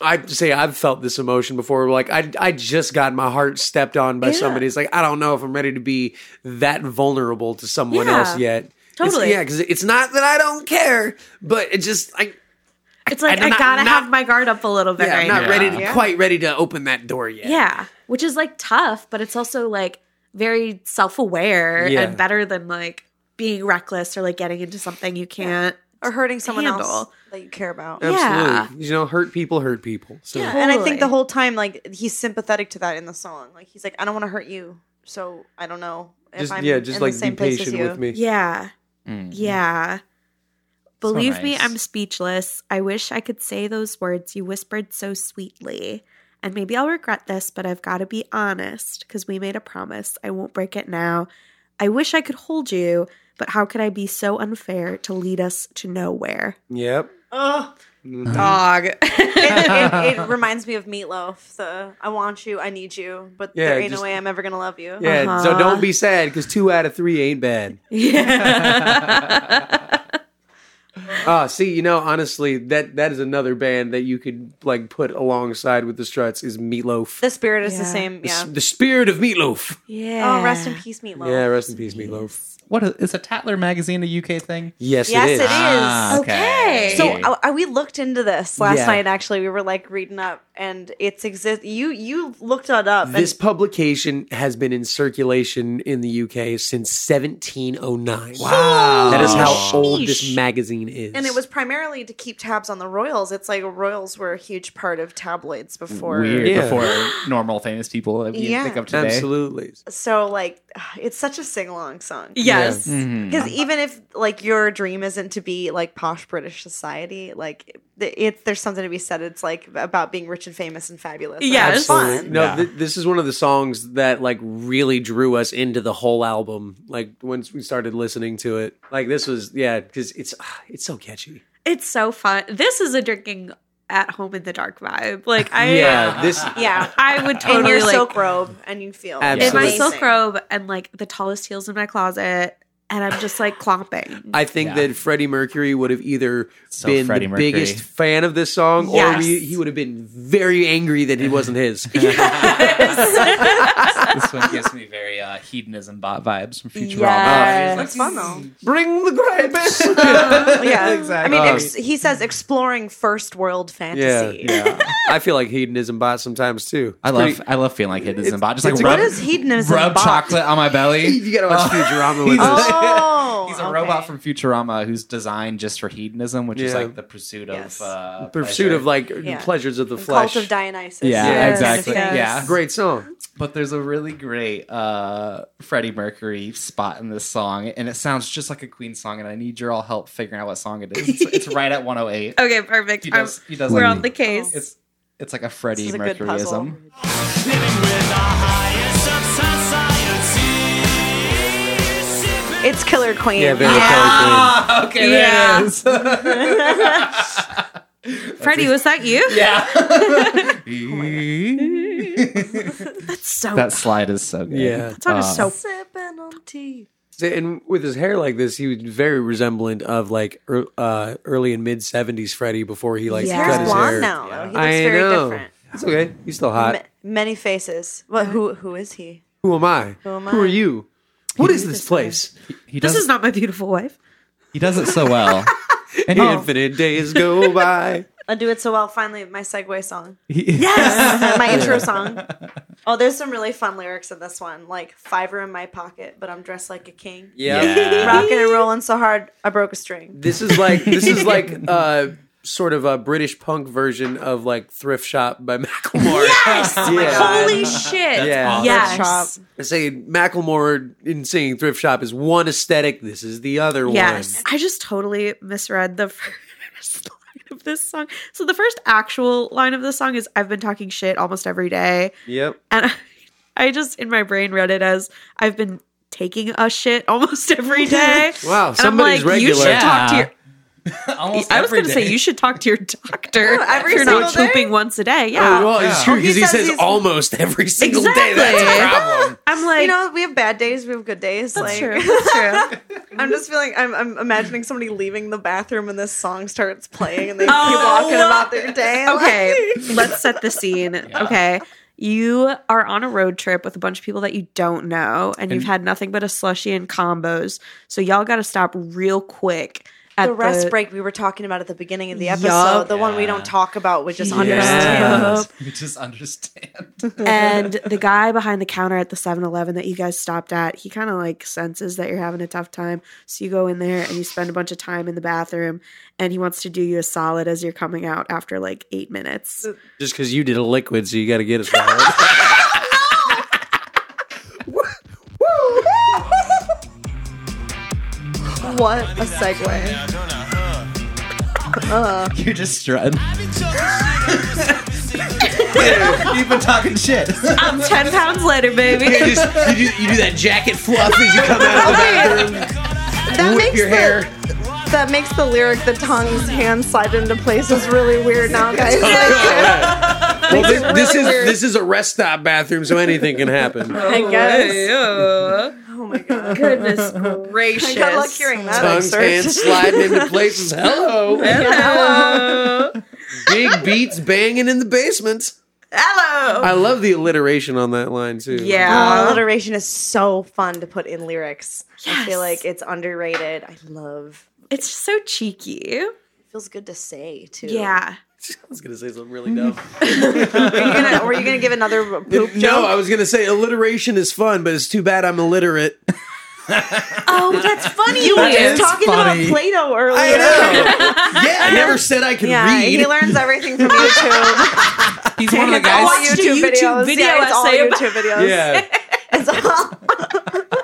Speaker 4: i have to say i've felt this emotion before like i i just got my heart stepped on by somebody it's like i don't know if i'm ready to be that vulnerable to someone
Speaker 5: Yeah.
Speaker 4: else yet It's-
Speaker 5: Totally.
Speaker 4: yeah because it's not that i don't care but it just i
Speaker 5: It's like,
Speaker 4: I'm
Speaker 5: I
Speaker 4: not-
Speaker 5: gotta
Speaker 4: not-
Speaker 5: have my guard up a little bit
Speaker 4: yeah,
Speaker 5: right
Speaker 4: i'm not
Speaker 5: now.
Speaker 4: ready to,
Speaker 6: Yeah.
Speaker 4: quite ready to open that door yet
Speaker 5: Yeah, which is like tough, but it's also like very self aware
Speaker 2: Yeah.
Speaker 5: and better than like being reckless or like getting into something you can't.
Speaker 6: or hurting someone else
Speaker 5: Handle.
Speaker 6: that you care about.
Speaker 2: Absolutely. You know, hurt people hurt people. So
Speaker 5: Yeah.
Speaker 6: And I think the
Speaker 5: Totally.
Speaker 6: whole time, like he's sympathetic to that in the song. Like he's like, I don't want to hurt you, so I don't know if
Speaker 2: just
Speaker 6: I'm
Speaker 2: yeah, just
Speaker 6: in
Speaker 2: like
Speaker 6: the same
Speaker 2: be
Speaker 6: place
Speaker 2: patient
Speaker 6: as you.
Speaker 2: with me.
Speaker 5: Yeah,
Speaker 3: Mm.
Speaker 5: yeah. Believe me,
Speaker 3: nice.
Speaker 5: I'm speechless. I wish I could say those words you whispered so sweetly. And maybe I'll regret this, but I've got to be honest because we made a promise. I won't break it now. I wish I could hold you, but how could I be so unfair to lead us to nowhere?
Speaker 2: Yep.
Speaker 6: Ugh. (laughs)
Speaker 2: (laughs)
Speaker 5: Dog.
Speaker 6: it, it, it reminds me of Meatloaf. The I want you, I need you, but
Speaker 2: Yeah,
Speaker 6: there ain't
Speaker 2: just-
Speaker 6: no way I'm ever gonna love you.
Speaker 2: Yeah. So
Speaker 5: Uh-huh.
Speaker 2: don't be
Speaker 4: (laughs)
Speaker 2: sad because two out of three ain't bad.
Speaker 5: Yeah.
Speaker 4: Ah, see, you know, honestly, that that is another band that you could like put alongside with the Struts is Meatloaf.
Speaker 6: The spirit is the
Speaker 5: Yeah.
Speaker 6: same.
Speaker 4: The s-
Speaker 6: Yeah.
Speaker 4: The spirit of Meatloaf.
Speaker 5: Yeah.
Speaker 6: Oh, rest in peace, Meatloaf.
Speaker 4: Yeah, rest in peace, Meatloaf.
Speaker 3: What is, is a Tatler magazine a UK thing? Ah,
Speaker 4: Yes,
Speaker 6: Yes,
Speaker 4: it is. Ah.
Speaker 6: it is.
Speaker 5: Okay.
Speaker 6: So uh, uh, we looked into this last
Speaker 4: Yeah.
Speaker 6: night. Actually, we were like reading up, and it's exist. You you looked it up. and-
Speaker 4: This publication has been in circulation in the UK since 1709. Wow. That is how old this magazine is.
Speaker 6: and it was primarily to keep tabs on the royals. It's like royals were a huge part of tabloids before.
Speaker 3: Weird
Speaker 4: Yeah.
Speaker 3: before normal famous people that you
Speaker 6: Yeah.
Speaker 3: think of today.
Speaker 4: Absolutely.
Speaker 6: So like, (sighs) it's such a sing along song.
Speaker 5: Yes.
Speaker 4: Mm-hmm.
Speaker 6: Because even if like your dream isn't to be like posh British society, like th- it's there's something to be said. It's like about being rich and famous and fabulous. and
Speaker 5: Yes.
Speaker 6: it's fun.
Speaker 4: No,
Speaker 3: Yeah.
Speaker 4: th- this is one of the songs that like really drew us into the whole album. Like once we started listening to it, like this was yeah, because it's ah, it's so catchy.
Speaker 5: It's so fun. This is a drinking at home in the dark vibe. Like I
Speaker 4: yeah, this
Speaker 6: Yeah.
Speaker 5: I would
Speaker 6: In
Speaker 5: totally
Speaker 6: your
Speaker 5: like
Speaker 6: silk robe, and you feel
Speaker 5: in my
Speaker 4: Absolutely.
Speaker 5: silk robe and like the tallest heels in my closet and I'm just like clomping.
Speaker 4: I think
Speaker 3: Yeah.
Speaker 4: that Freddie Mercury would have either
Speaker 3: So
Speaker 4: been
Speaker 3: Freddie
Speaker 4: the
Speaker 3: Mercury.
Speaker 4: biggest fan of this song, or
Speaker 5: Yes.
Speaker 4: he, he would have been very angry that it wasn't his.
Speaker 3: this one gives me very uh, hedonism bot vibes from Futurama.
Speaker 5: Yes.
Speaker 6: It's fun though.
Speaker 4: Bring the grapes.
Speaker 6: (laughs) yeah,
Speaker 3: Exactly.
Speaker 6: I mean, ex- he says exploring first world
Speaker 4: Um, yeah,
Speaker 6: fantasy.
Speaker 4: yeah. I feel like hedonism bot sometimes too.
Speaker 3: I love I love feeling like hedonism bot. Just like
Speaker 6: What
Speaker 3: rub,
Speaker 6: is hedonism?
Speaker 3: rub
Speaker 6: bot?
Speaker 3: chocolate on my belly.
Speaker 4: (laughs) You gotta watch
Speaker 3: (laughs)
Speaker 4: Futurama
Speaker 3: He's
Speaker 4: with
Speaker 3: a-
Speaker 4: us.
Speaker 6: (laughs)
Speaker 3: (laughs)
Speaker 6: Oh,
Speaker 3: He's a
Speaker 6: okay.
Speaker 3: robot from Futurama who's designed just for hedonism, which is
Speaker 4: Yeah.
Speaker 3: like the pursuit of
Speaker 6: Yes.
Speaker 3: uh,
Speaker 4: Pursuit
Speaker 3: pleasure.
Speaker 4: of like
Speaker 6: Yeah.
Speaker 4: pleasures of the
Speaker 6: Cult
Speaker 4: flesh.
Speaker 6: of Dionysus.
Speaker 3: yeah,
Speaker 5: Yes,
Speaker 3: exactly.
Speaker 5: yes.
Speaker 3: Yeah,
Speaker 4: Great song.
Speaker 3: But there's a really great uh, Freddie Mercury spot in this song, and it sounds just like a Queen song. And I need your all help figuring out what song it is. It's, it's right
Speaker 5: (laughs)
Speaker 3: at 108.
Speaker 5: okay, perfect.
Speaker 3: He
Speaker 5: I'm-
Speaker 3: does. He does.
Speaker 5: we're
Speaker 3: like-
Speaker 5: on the case.
Speaker 3: It's it's like a Freddie
Speaker 6: This is a good puzzle.
Speaker 3: Mercuryism.
Speaker 6: It's Killer Queen.
Speaker 4: Yeah, very Kelly Queen.
Speaker 3: Okay,
Speaker 5: Yeah.
Speaker 3: there it
Speaker 5: (laughs)
Speaker 3: is.
Speaker 5: Freddie, was that you?
Speaker 3: (laughs)
Speaker 5: (laughs) So
Speaker 3: that slide is so good.
Speaker 4: Yeah.
Speaker 5: it's on a soap.
Speaker 6: Sipping on tea.
Speaker 4: So- And with his hair like this, he was very resemblant of like er, uh, early and mid 70s Freddie before he like
Speaker 6: His
Speaker 4: cut
Speaker 5: Yeah.
Speaker 6: hair's
Speaker 4: his
Speaker 6: blonde
Speaker 4: hair.
Speaker 6: now. Though. He looks
Speaker 4: I
Speaker 6: very
Speaker 4: know.
Speaker 6: different.
Speaker 4: It's okay. He's still hot.
Speaker 6: Ma- many faces. Well, who who is he?
Speaker 4: Who am I? Who
Speaker 6: am
Speaker 4: are
Speaker 6: I?
Speaker 4: you? What is this place?
Speaker 3: He does
Speaker 5: This is not my beautiful wife.
Speaker 3: he does it so
Speaker 5: (laughs)
Speaker 3: well. And
Speaker 4: Infinite days go by.
Speaker 6: I Uh, do it so well. Finally, my
Speaker 4: (laughs)
Speaker 6: segue song,
Speaker 3: he, he, yeah.
Speaker 6: (laughs) my intro song. Oh, there's some really fun lyrics in this one, like fiver in my pocket, but I'm dressed like a king. Rocking and rolling so hard, I broke a string.
Speaker 4: This is like this is like uh sort of a British punk version of like Thrift Shop by (laughs) Macklemore. (laughs)
Speaker 5: Yes! Oh
Speaker 4: yeah.
Speaker 5: Holy shit.
Speaker 4: Yeah. awesome.
Speaker 5: Yes.
Speaker 6: Chop.
Speaker 4: I say Macklemore in singing Thrift Shop is one aesthetic. This is the other
Speaker 5: Yes.
Speaker 4: one.
Speaker 5: I just totally misread the (laughs) first line of this song. So the first actual line of this song is I've been talking shit almost every day.
Speaker 4: Yep.
Speaker 5: And (laughs) I, I just in my brain read it as I've been taking a shit (laughs) almost every day.
Speaker 4: Wow,
Speaker 5: And
Speaker 4: somebody's
Speaker 5: I'm like, You
Speaker 4: regular.
Speaker 5: should talk to
Speaker 3: Yeah.
Speaker 5: your I was going to say you should talk to your doctor
Speaker 6: every
Speaker 5: if you're not
Speaker 6: single day?
Speaker 5: pooping once a day. Yeah.
Speaker 4: Oh, well, it's true
Speaker 6: He
Speaker 4: because he,
Speaker 6: says
Speaker 4: says,
Speaker 6: he's-
Speaker 4: almost every single day. That's a
Speaker 5: (laughs) Exactly.
Speaker 4: problem.
Speaker 5: I'm like,
Speaker 6: You know, we have bad days, we have good days.
Speaker 5: that's
Speaker 6: like,
Speaker 5: true. (laughs) That's true.
Speaker 6: I'm just feeling. I'm, I'm imagining somebody leaving the bathroom and this song starts playing and they keep
Speaker 5: Oh.
Speaker 6: walking about their day.
Speaker 5: (laughs) okay, let's set the scene. Okay. You are on a road trip with a bunch of people that you don't know, and, you've had nothing but a slushy and combos. So y'all got to stop real quick at
Speaker 6: the rest
Speaker 5: the-
Speaker 6: break we were talking about at the beginning of the
Speaker 5: Yup.
Speaker 6: episode, the one we don't talk about, which is understand.
Speaker 5: Yes.
Speaker 3: We just understand.
Speaker 5: and the guy behind the counter at the 7-Eleven that you guys stopped at, he kind of like senses that you're having a tough time. So you go in there and you spend a bunch of time in the bathroom, and he wants to do you a solid as you're coming out after like eight minutes.
Speaker 4: Just because you did a liquid, so you got to get us right.
Speaker 6: What a segue!
Speaker 3: You're just strutting. (laughs) You've been talking shit.
Speaker 5: I'm 10 pounds later, baby.
Speaker 4: you, just- you do, you do that jacket fluff as you come out of the bathroom.
Speaker 6: That
Speaker 4: Whip
Speaker 6: makes
Speaker 4: your
Speaker 6: the,
Speaker 4: hair.
Speaker 6: That makes the lyric "the tongue's hand slide into place" is really weird now, guys.
Speaker 4: (laughs) Well, thi- this, is
Speaker 6: really weird. (laughs)
Speaker 4: this is a rest stop bathroom, so anything can happen.
Speaker 6: I guess.
Speaker 5: Ew.
Speaker 6: Oh my god.
Speaker 5: (laughs) Goodness gracious.
Speaker 6: I got luck hearing that. I'm
Speaker 4: Tongue
Speaker 6: sorry.
Speaker 4: stand sliding
Speaker 6: (laughs)
Speaker 4: into places. Hello.
Speaker 5: Hello.
Speaker 4: Big beats banging in the basement.
Speaker 6: Hello.
Speaker 4: I love the alliteration on that line too.
Speaker 6: Oh,
Speaker 5: Yeah.
Speaker 6: alliteration is so fun to put in lyrics. I
Speaker 5: Yes.
Speaker 6: feel like it's underrated. I love.
Speaker 5: It's just so cheeky.
Speaker 6: It feels good to say too.
Speaker 5: Yeah.
Speaker 4: I was gonna say something really
Speaker 6: (laughs)
Speaker 4: dumb.
Speaker 6: Are you gonna, were you gonna give another poop
Speaker 4: no, I
Speaker 6: joke?
Speaker 4: was gonna say alliteration is fun, but it's too bad I'm illiterate.
Speaker 5: Oh, (laughs) that's funny.
Speaker 6: You were just
Speaker 3: is
Speaker 6: talking
Speaker 3: funny.
Speaker 6: about Plato earlier.
Speaker 4: I know. yeah, I
Speaker 6: (laughs)
Speaker 4: never said I could
Speaker 6: Yeah,
Speaker 4: read.
Speaker 6: he learns everything from YouTube.
Speaker 3: He's one of the (laughs)
Speaker 6: all
Speaker 3: guys.
Speaker 5: watched a YouTube video
Speaker 6: yeah, it's all
Speaker 5: essay about-
Speaker 6: YouTube
Speaker 5: (laughs)
Speaker 6: videos.
Speaker 4: yeah,
Speaker 6: It's all-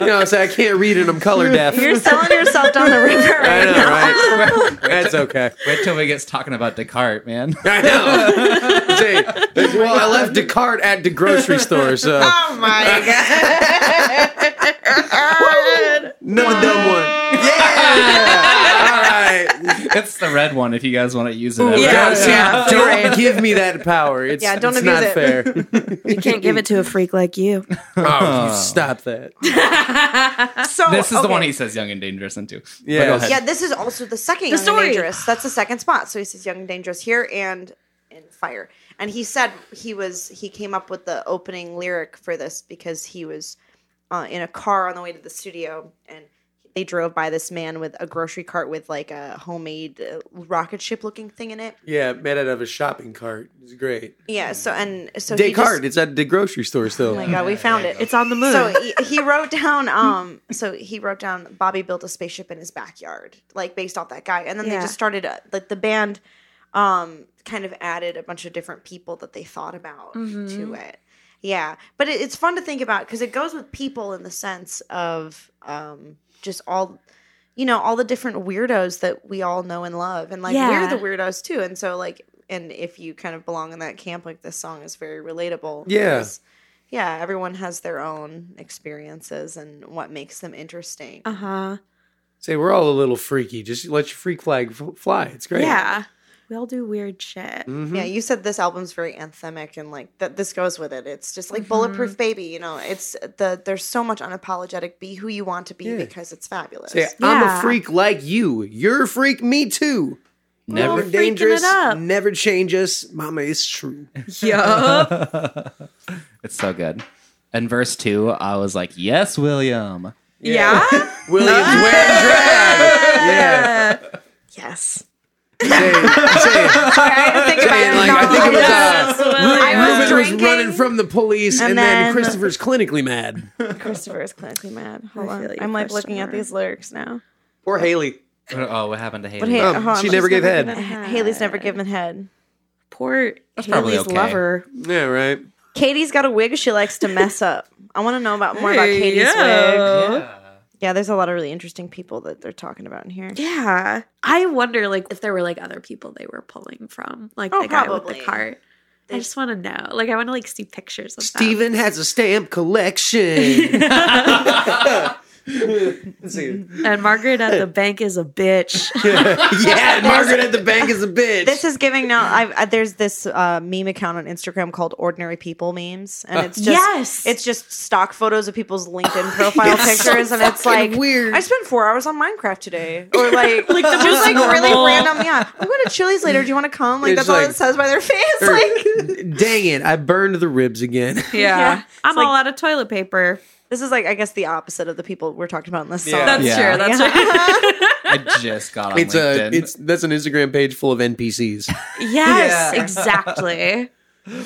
Speaker 4: you know, I say I can't read and I'm color deaf.
Speaker 6: you're selling yourself down the river.
Speaker 4: I
Speaker 6: Right
Speaker 4: know,
Speaker 6: now.
Speaker 4: right?
Speaker 5: (laughs)
Speaker 4: That's okay.
Speaker 3: Wait till he gets talking about Descartes,
Speaker 4: (laughs)
Speaker 3: man.
Speaker 4: I know. Say, well, I left Descartes at the grocery store,
Speaker 5: (laughs)
Speaker 4: so
Speaker 6: Oh my god.
Speaker 4: another dumb one. Yeah. All right.
Speaker 3: it's the red one if you guys want to use it. ever.
Speaker 4: Don't, see,
Speaker 6: yeah.
Speaker 4: don't give me that power. It's,
Speaker 6: Yeah, don't
Speaker 4: it's
Speaker 6: abuse
Speaker 4: not
Speaker 6: it.
Speaker 4: fair.
Speaker 5: You can't give it to a freak like (laughs) you.
Speaker 4: Oh, you stop that. (laughs)
Speaker 6: So
Speaker 3: This is
Speaker 4: oh.
Speaker 3: the
Speaker 6: okay.
Speaker 3: one he says young and dangerous into.
Speaker 4: Yeah.
Speaker 3: go ahead.
Speaker 6: Yeah, this is also the second Young
Speaker 5: story.
Speaker 6: and Dangerous. That's the second spot. So he says Young and Dangerous here and in Fire. And he said he was he came up with the opening lyric for this because he was uh, in a car on the way to the studio and they drove by this man with a grocery cart with like a homemade uh, rocket ship looking thing in it.
Speaker 4: Yeah, made out of a shopping cart. It's great.
Speaker 6: Yeah. So and so he just-
Speaker 4: Descartes. It's at the grocery store still.
Speaker 6: Oh my god, we found it.
Speaker 5: It's on the moon.
Speaker 6: So he, he wrote down. Um, so he wrote down. Bobby built a spaceship in his backyard, like based off that guy. And then
Speaker 5: Yeah.
Speaker 6: they just started. uh like the band, um, kind of added a bunch of different people that they thought about to it. Yeah, but it, it's fun to think about because it goes with people in the sense of um, just all, you know, all the different weirdos that we all know and love, and like
Speaker 5: Yeah.
Speaker 6: we're the weirdos too. And so like, and if you kind of belong in that camp, like this song is very relatable.
Speaker 4: Yeah.
Speaker 6: because yeah, everyone has their own experiences and what makes them interesting.
Speaker 4: Uh-huh.
Speaker 5: uh huh.
Speaker 4: Say we're all a little freaky. Just let your freak flag f- fly. It's great.
Speaker 5: Yeah. We all do weird shit.
Speaker 4: Mm-hmm.
Speaker 6: Yeah, you said this album's very anthemic and like that this goes with it. It's just
Speaker 4: Mm-hmm.
Speaker 6: like Bulletproof Baby, you know. It's the there's so much unapologetic be who you want to be because it's fabulous.
Speaker 4: Say I'm a
Speaker 5: Yeah.
Speaker 4: freak like you. You're a freak. Me too.
Speaker 5: all
Speaker 4: Never
Speaker 5: freaking it
Speaker 4: dangerous.
Speaker 5: up.
Speaker 4: Never change us. Mama is (laughs) true.
Speaker 5: Yup.
Speaker 3: It's so good. And verse two, I was like, yes, William.
Speaker 5: Yeah. (laughs)
Speaker 4: Williams wearing drag. Yeah.
Speaker 6: Yes.
Speaker 4: Say, say,
Speaker 6: Sorry, I had to think about
Speaker 4: say,
Speaker 6: it.
Speaker 4: like, (laughs) I think it was uh,
Speaker 6: I was
Speaker 4: Ruben was
Speaker 6: drinking.
Speaker 4: running from the police, and,
Speaker 6: and
Speaker 4: then,
Speaker 6: then-
Speaker 4: Christopher's clinically mad.
Speaker 6: Christopher is clinically mad. Hold
Speaker 5: I
Speaker 6: on.
Speaker 5: feel you,
Speaker 6: I'm like looking at
Speaker 5: Christopher.
Speaker 6: these lyrics now.
Speaker 4: Poor Haley.
Speaker 3: Oh, what happened to Haley?
Speaker 6: But hey,
Speaker 4: Um,
Speaker 6: hold on,
Speaker 4: she
Speaker 6: she's
Speaker 4: never gave head.
Speaker 6: Haley's never given head.
Speaker 5: Poor
Speaker 3: probably
Speaker 5: Haley's
Speaker 3: okay.
Speaker 5: lover.
Speaker 4: Yeah, right.
Speaker 6: Katie's got a wig she likes to mess up. I want to know about more about
Speaker 5: Hey,
Speaker 6: Katie's
Speaker 5: yeah.
Speaker 6: wig. Yeah, there's a lot of really interesting people that they're talking about in here.
Speaker 5: Yeah. I wonder like if there were like other people they were pulling from. Like
Speaker 6: Oh,
Speaker 5: the guy with
Speaker 6: probably.
Speaker 5: the cart. I just want to know. Like I want to like see pictures of them.
Speaker 4: Steven has a stamp collection. Let's see.
Speaker 5: And
Speaker 6: (laughs)
Speaker 5: Margaret at the bank is a bitch.
Speaker 4: (laughs) yeah, and Margaret at the bank is a bitch.
Speaker 6: This is giving now. I've, I, there's this uh, meme account on Instagram called Ordinary People Memes, and it's just
Speaker 5: Uh, Yes.
Speaker 6: it's just stock photos of people's
Speaker 5: (gasps)
Speaker 6: LinkedIn profile pictures, and it's like
Speaker 4: weird.
Speaker 6: I spent four hours on Minecraft today, or like,
Speaker 5: (laughs) Like the
Speaker 6: just
Speaker 5: most
Speaker 6: like really
Speaker 5: normal.
Speaker 6: random. Yeah, I'm going to Chili's later. Do you want to come? Like
Speaker 4: It's
Speaker 6: that's all
Speaker 4: like-
Speaker 6: it says by their (laughs) face.
Speaker 4: Or-
Speaker 6: Like
Speaker 4: Dang it, I burned the ribs again.
Speaker 5: Yeah.
Speaker 6: Yeah.
Speaker 5: I'm
Speaker 6: It's like-
Speaker 5: all out of toilet paper.
Speaker 6: (laughs) this is like I guess the opposite of the people we're talking about in this song.
Speaker 4: Yeah.
Speaker 5: That's
Speaker 3: Yeah.
Speaker 5: true. That's
Speaker 3: I just got on
Speaker 4: (laughs) It's
Speaker 3: LinkedIn.
Speaker 4: a it's that's an Instagram page full of NPCs.
Speaker 5: right. (laughs) Yes, exactly.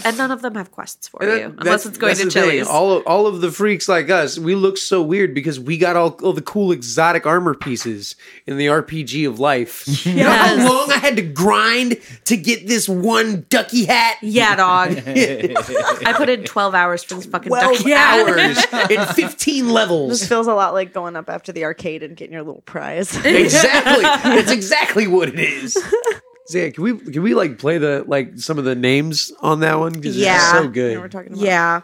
Speaker 5: And none of them have quests for you unless it's going to Chili's.
Speaker 4: Uh, All of, all of the freaks like us, we look so weird because we got all, all the cool exotic armor pieces in the RPG of
Speaker 5: (laughs)
Speaker 4: life. You know how
Speaker 5: Yes.
Speaker 4: long I had to grind to get this one ducky hat?
Speaker 5: yeah, dog. I put in 12 hours for this fucking
Speaker 4: Twelve
Speaker 5: duck. Yeah.
Speaker 4: hours in
Speaker 5: (laughs)
Speaker 4: fifteen
Speaker 6: This
Speaker 4: levels.
Speaker 6: feels a lot like going up after the arcade and getting your little (laughs) prize.
Speaker 4: exactly. That's exactly what it is. So yeah, can we can we like play the like some of the names on that one? 'Cause it's
Speaker 5: Yeah.
Speaker 4: so
Speaker 6: You know, we're
Speaker 4: good.
Speaker 6: talking about.
Speaker 5: Yeah.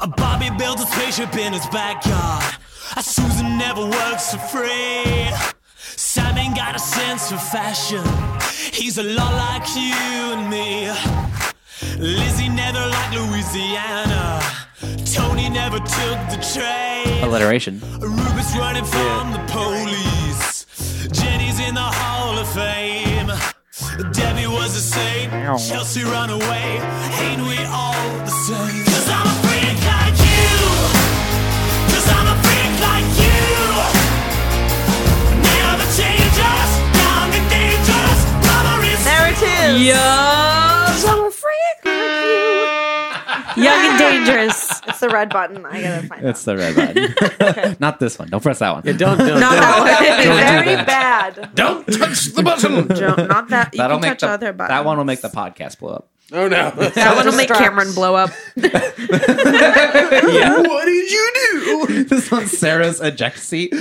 Speaker 9: A Bobby builds a spaceship in his backyard. A Susan never works for free. Simon got a sense for fashion. He's a lot like you and me. Lizzie never liked Louisiana. Tony never took the train.
Speaker 3: Alliteration.
Speaker 9: Rupert's running from the police. Jenny's in the Hall of Fame. Debbie was a saint. Chelsea run away. Ain't we all the same? Cause I'm a freak like you. Cause I'm a freak like you. Never change us. Young and dangerous. Mama is
Speaker 6: There it is.
Speaker 5: Young and dangerous.
Speaker 6: It's the red button. I gotta find
Speaker 3: That's
Speaker 6: out.
Speaker 3: the
Speaker 5: (laughs)
Speaker 3: red button. (laughs) Not this one. Don't press that one.
Speaker 12: Don't, don't,
Speaker 5: Not that one.
Speaker 6: Very bad.
Speaker 4: Don't touch the button.
Speaker 5: Don't- Not that.
Speaker 3: (laughs)
Speaker 5: You
Speaker 3: That'll
Speaker 5: can
Speaker 3: make
Speaker 5: touch
Speaker 3: the,
Speaker 5: other buttons.
Speaker 3: that one will make the podcast blow up.
Speaker 4: Oh no.
Speaker 5: That one will make
Speaker 6: Distracts.
Speaker 5: Cameron blow up. (laughs)
Speaker 4: What did you do?
Speaker 3: (laughs) this one's Sarah's eject seat.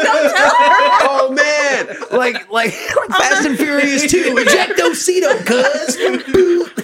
Speaker 4: Oh man. Like like, like Fast and Furious 2. Ejecto Cito, cuz.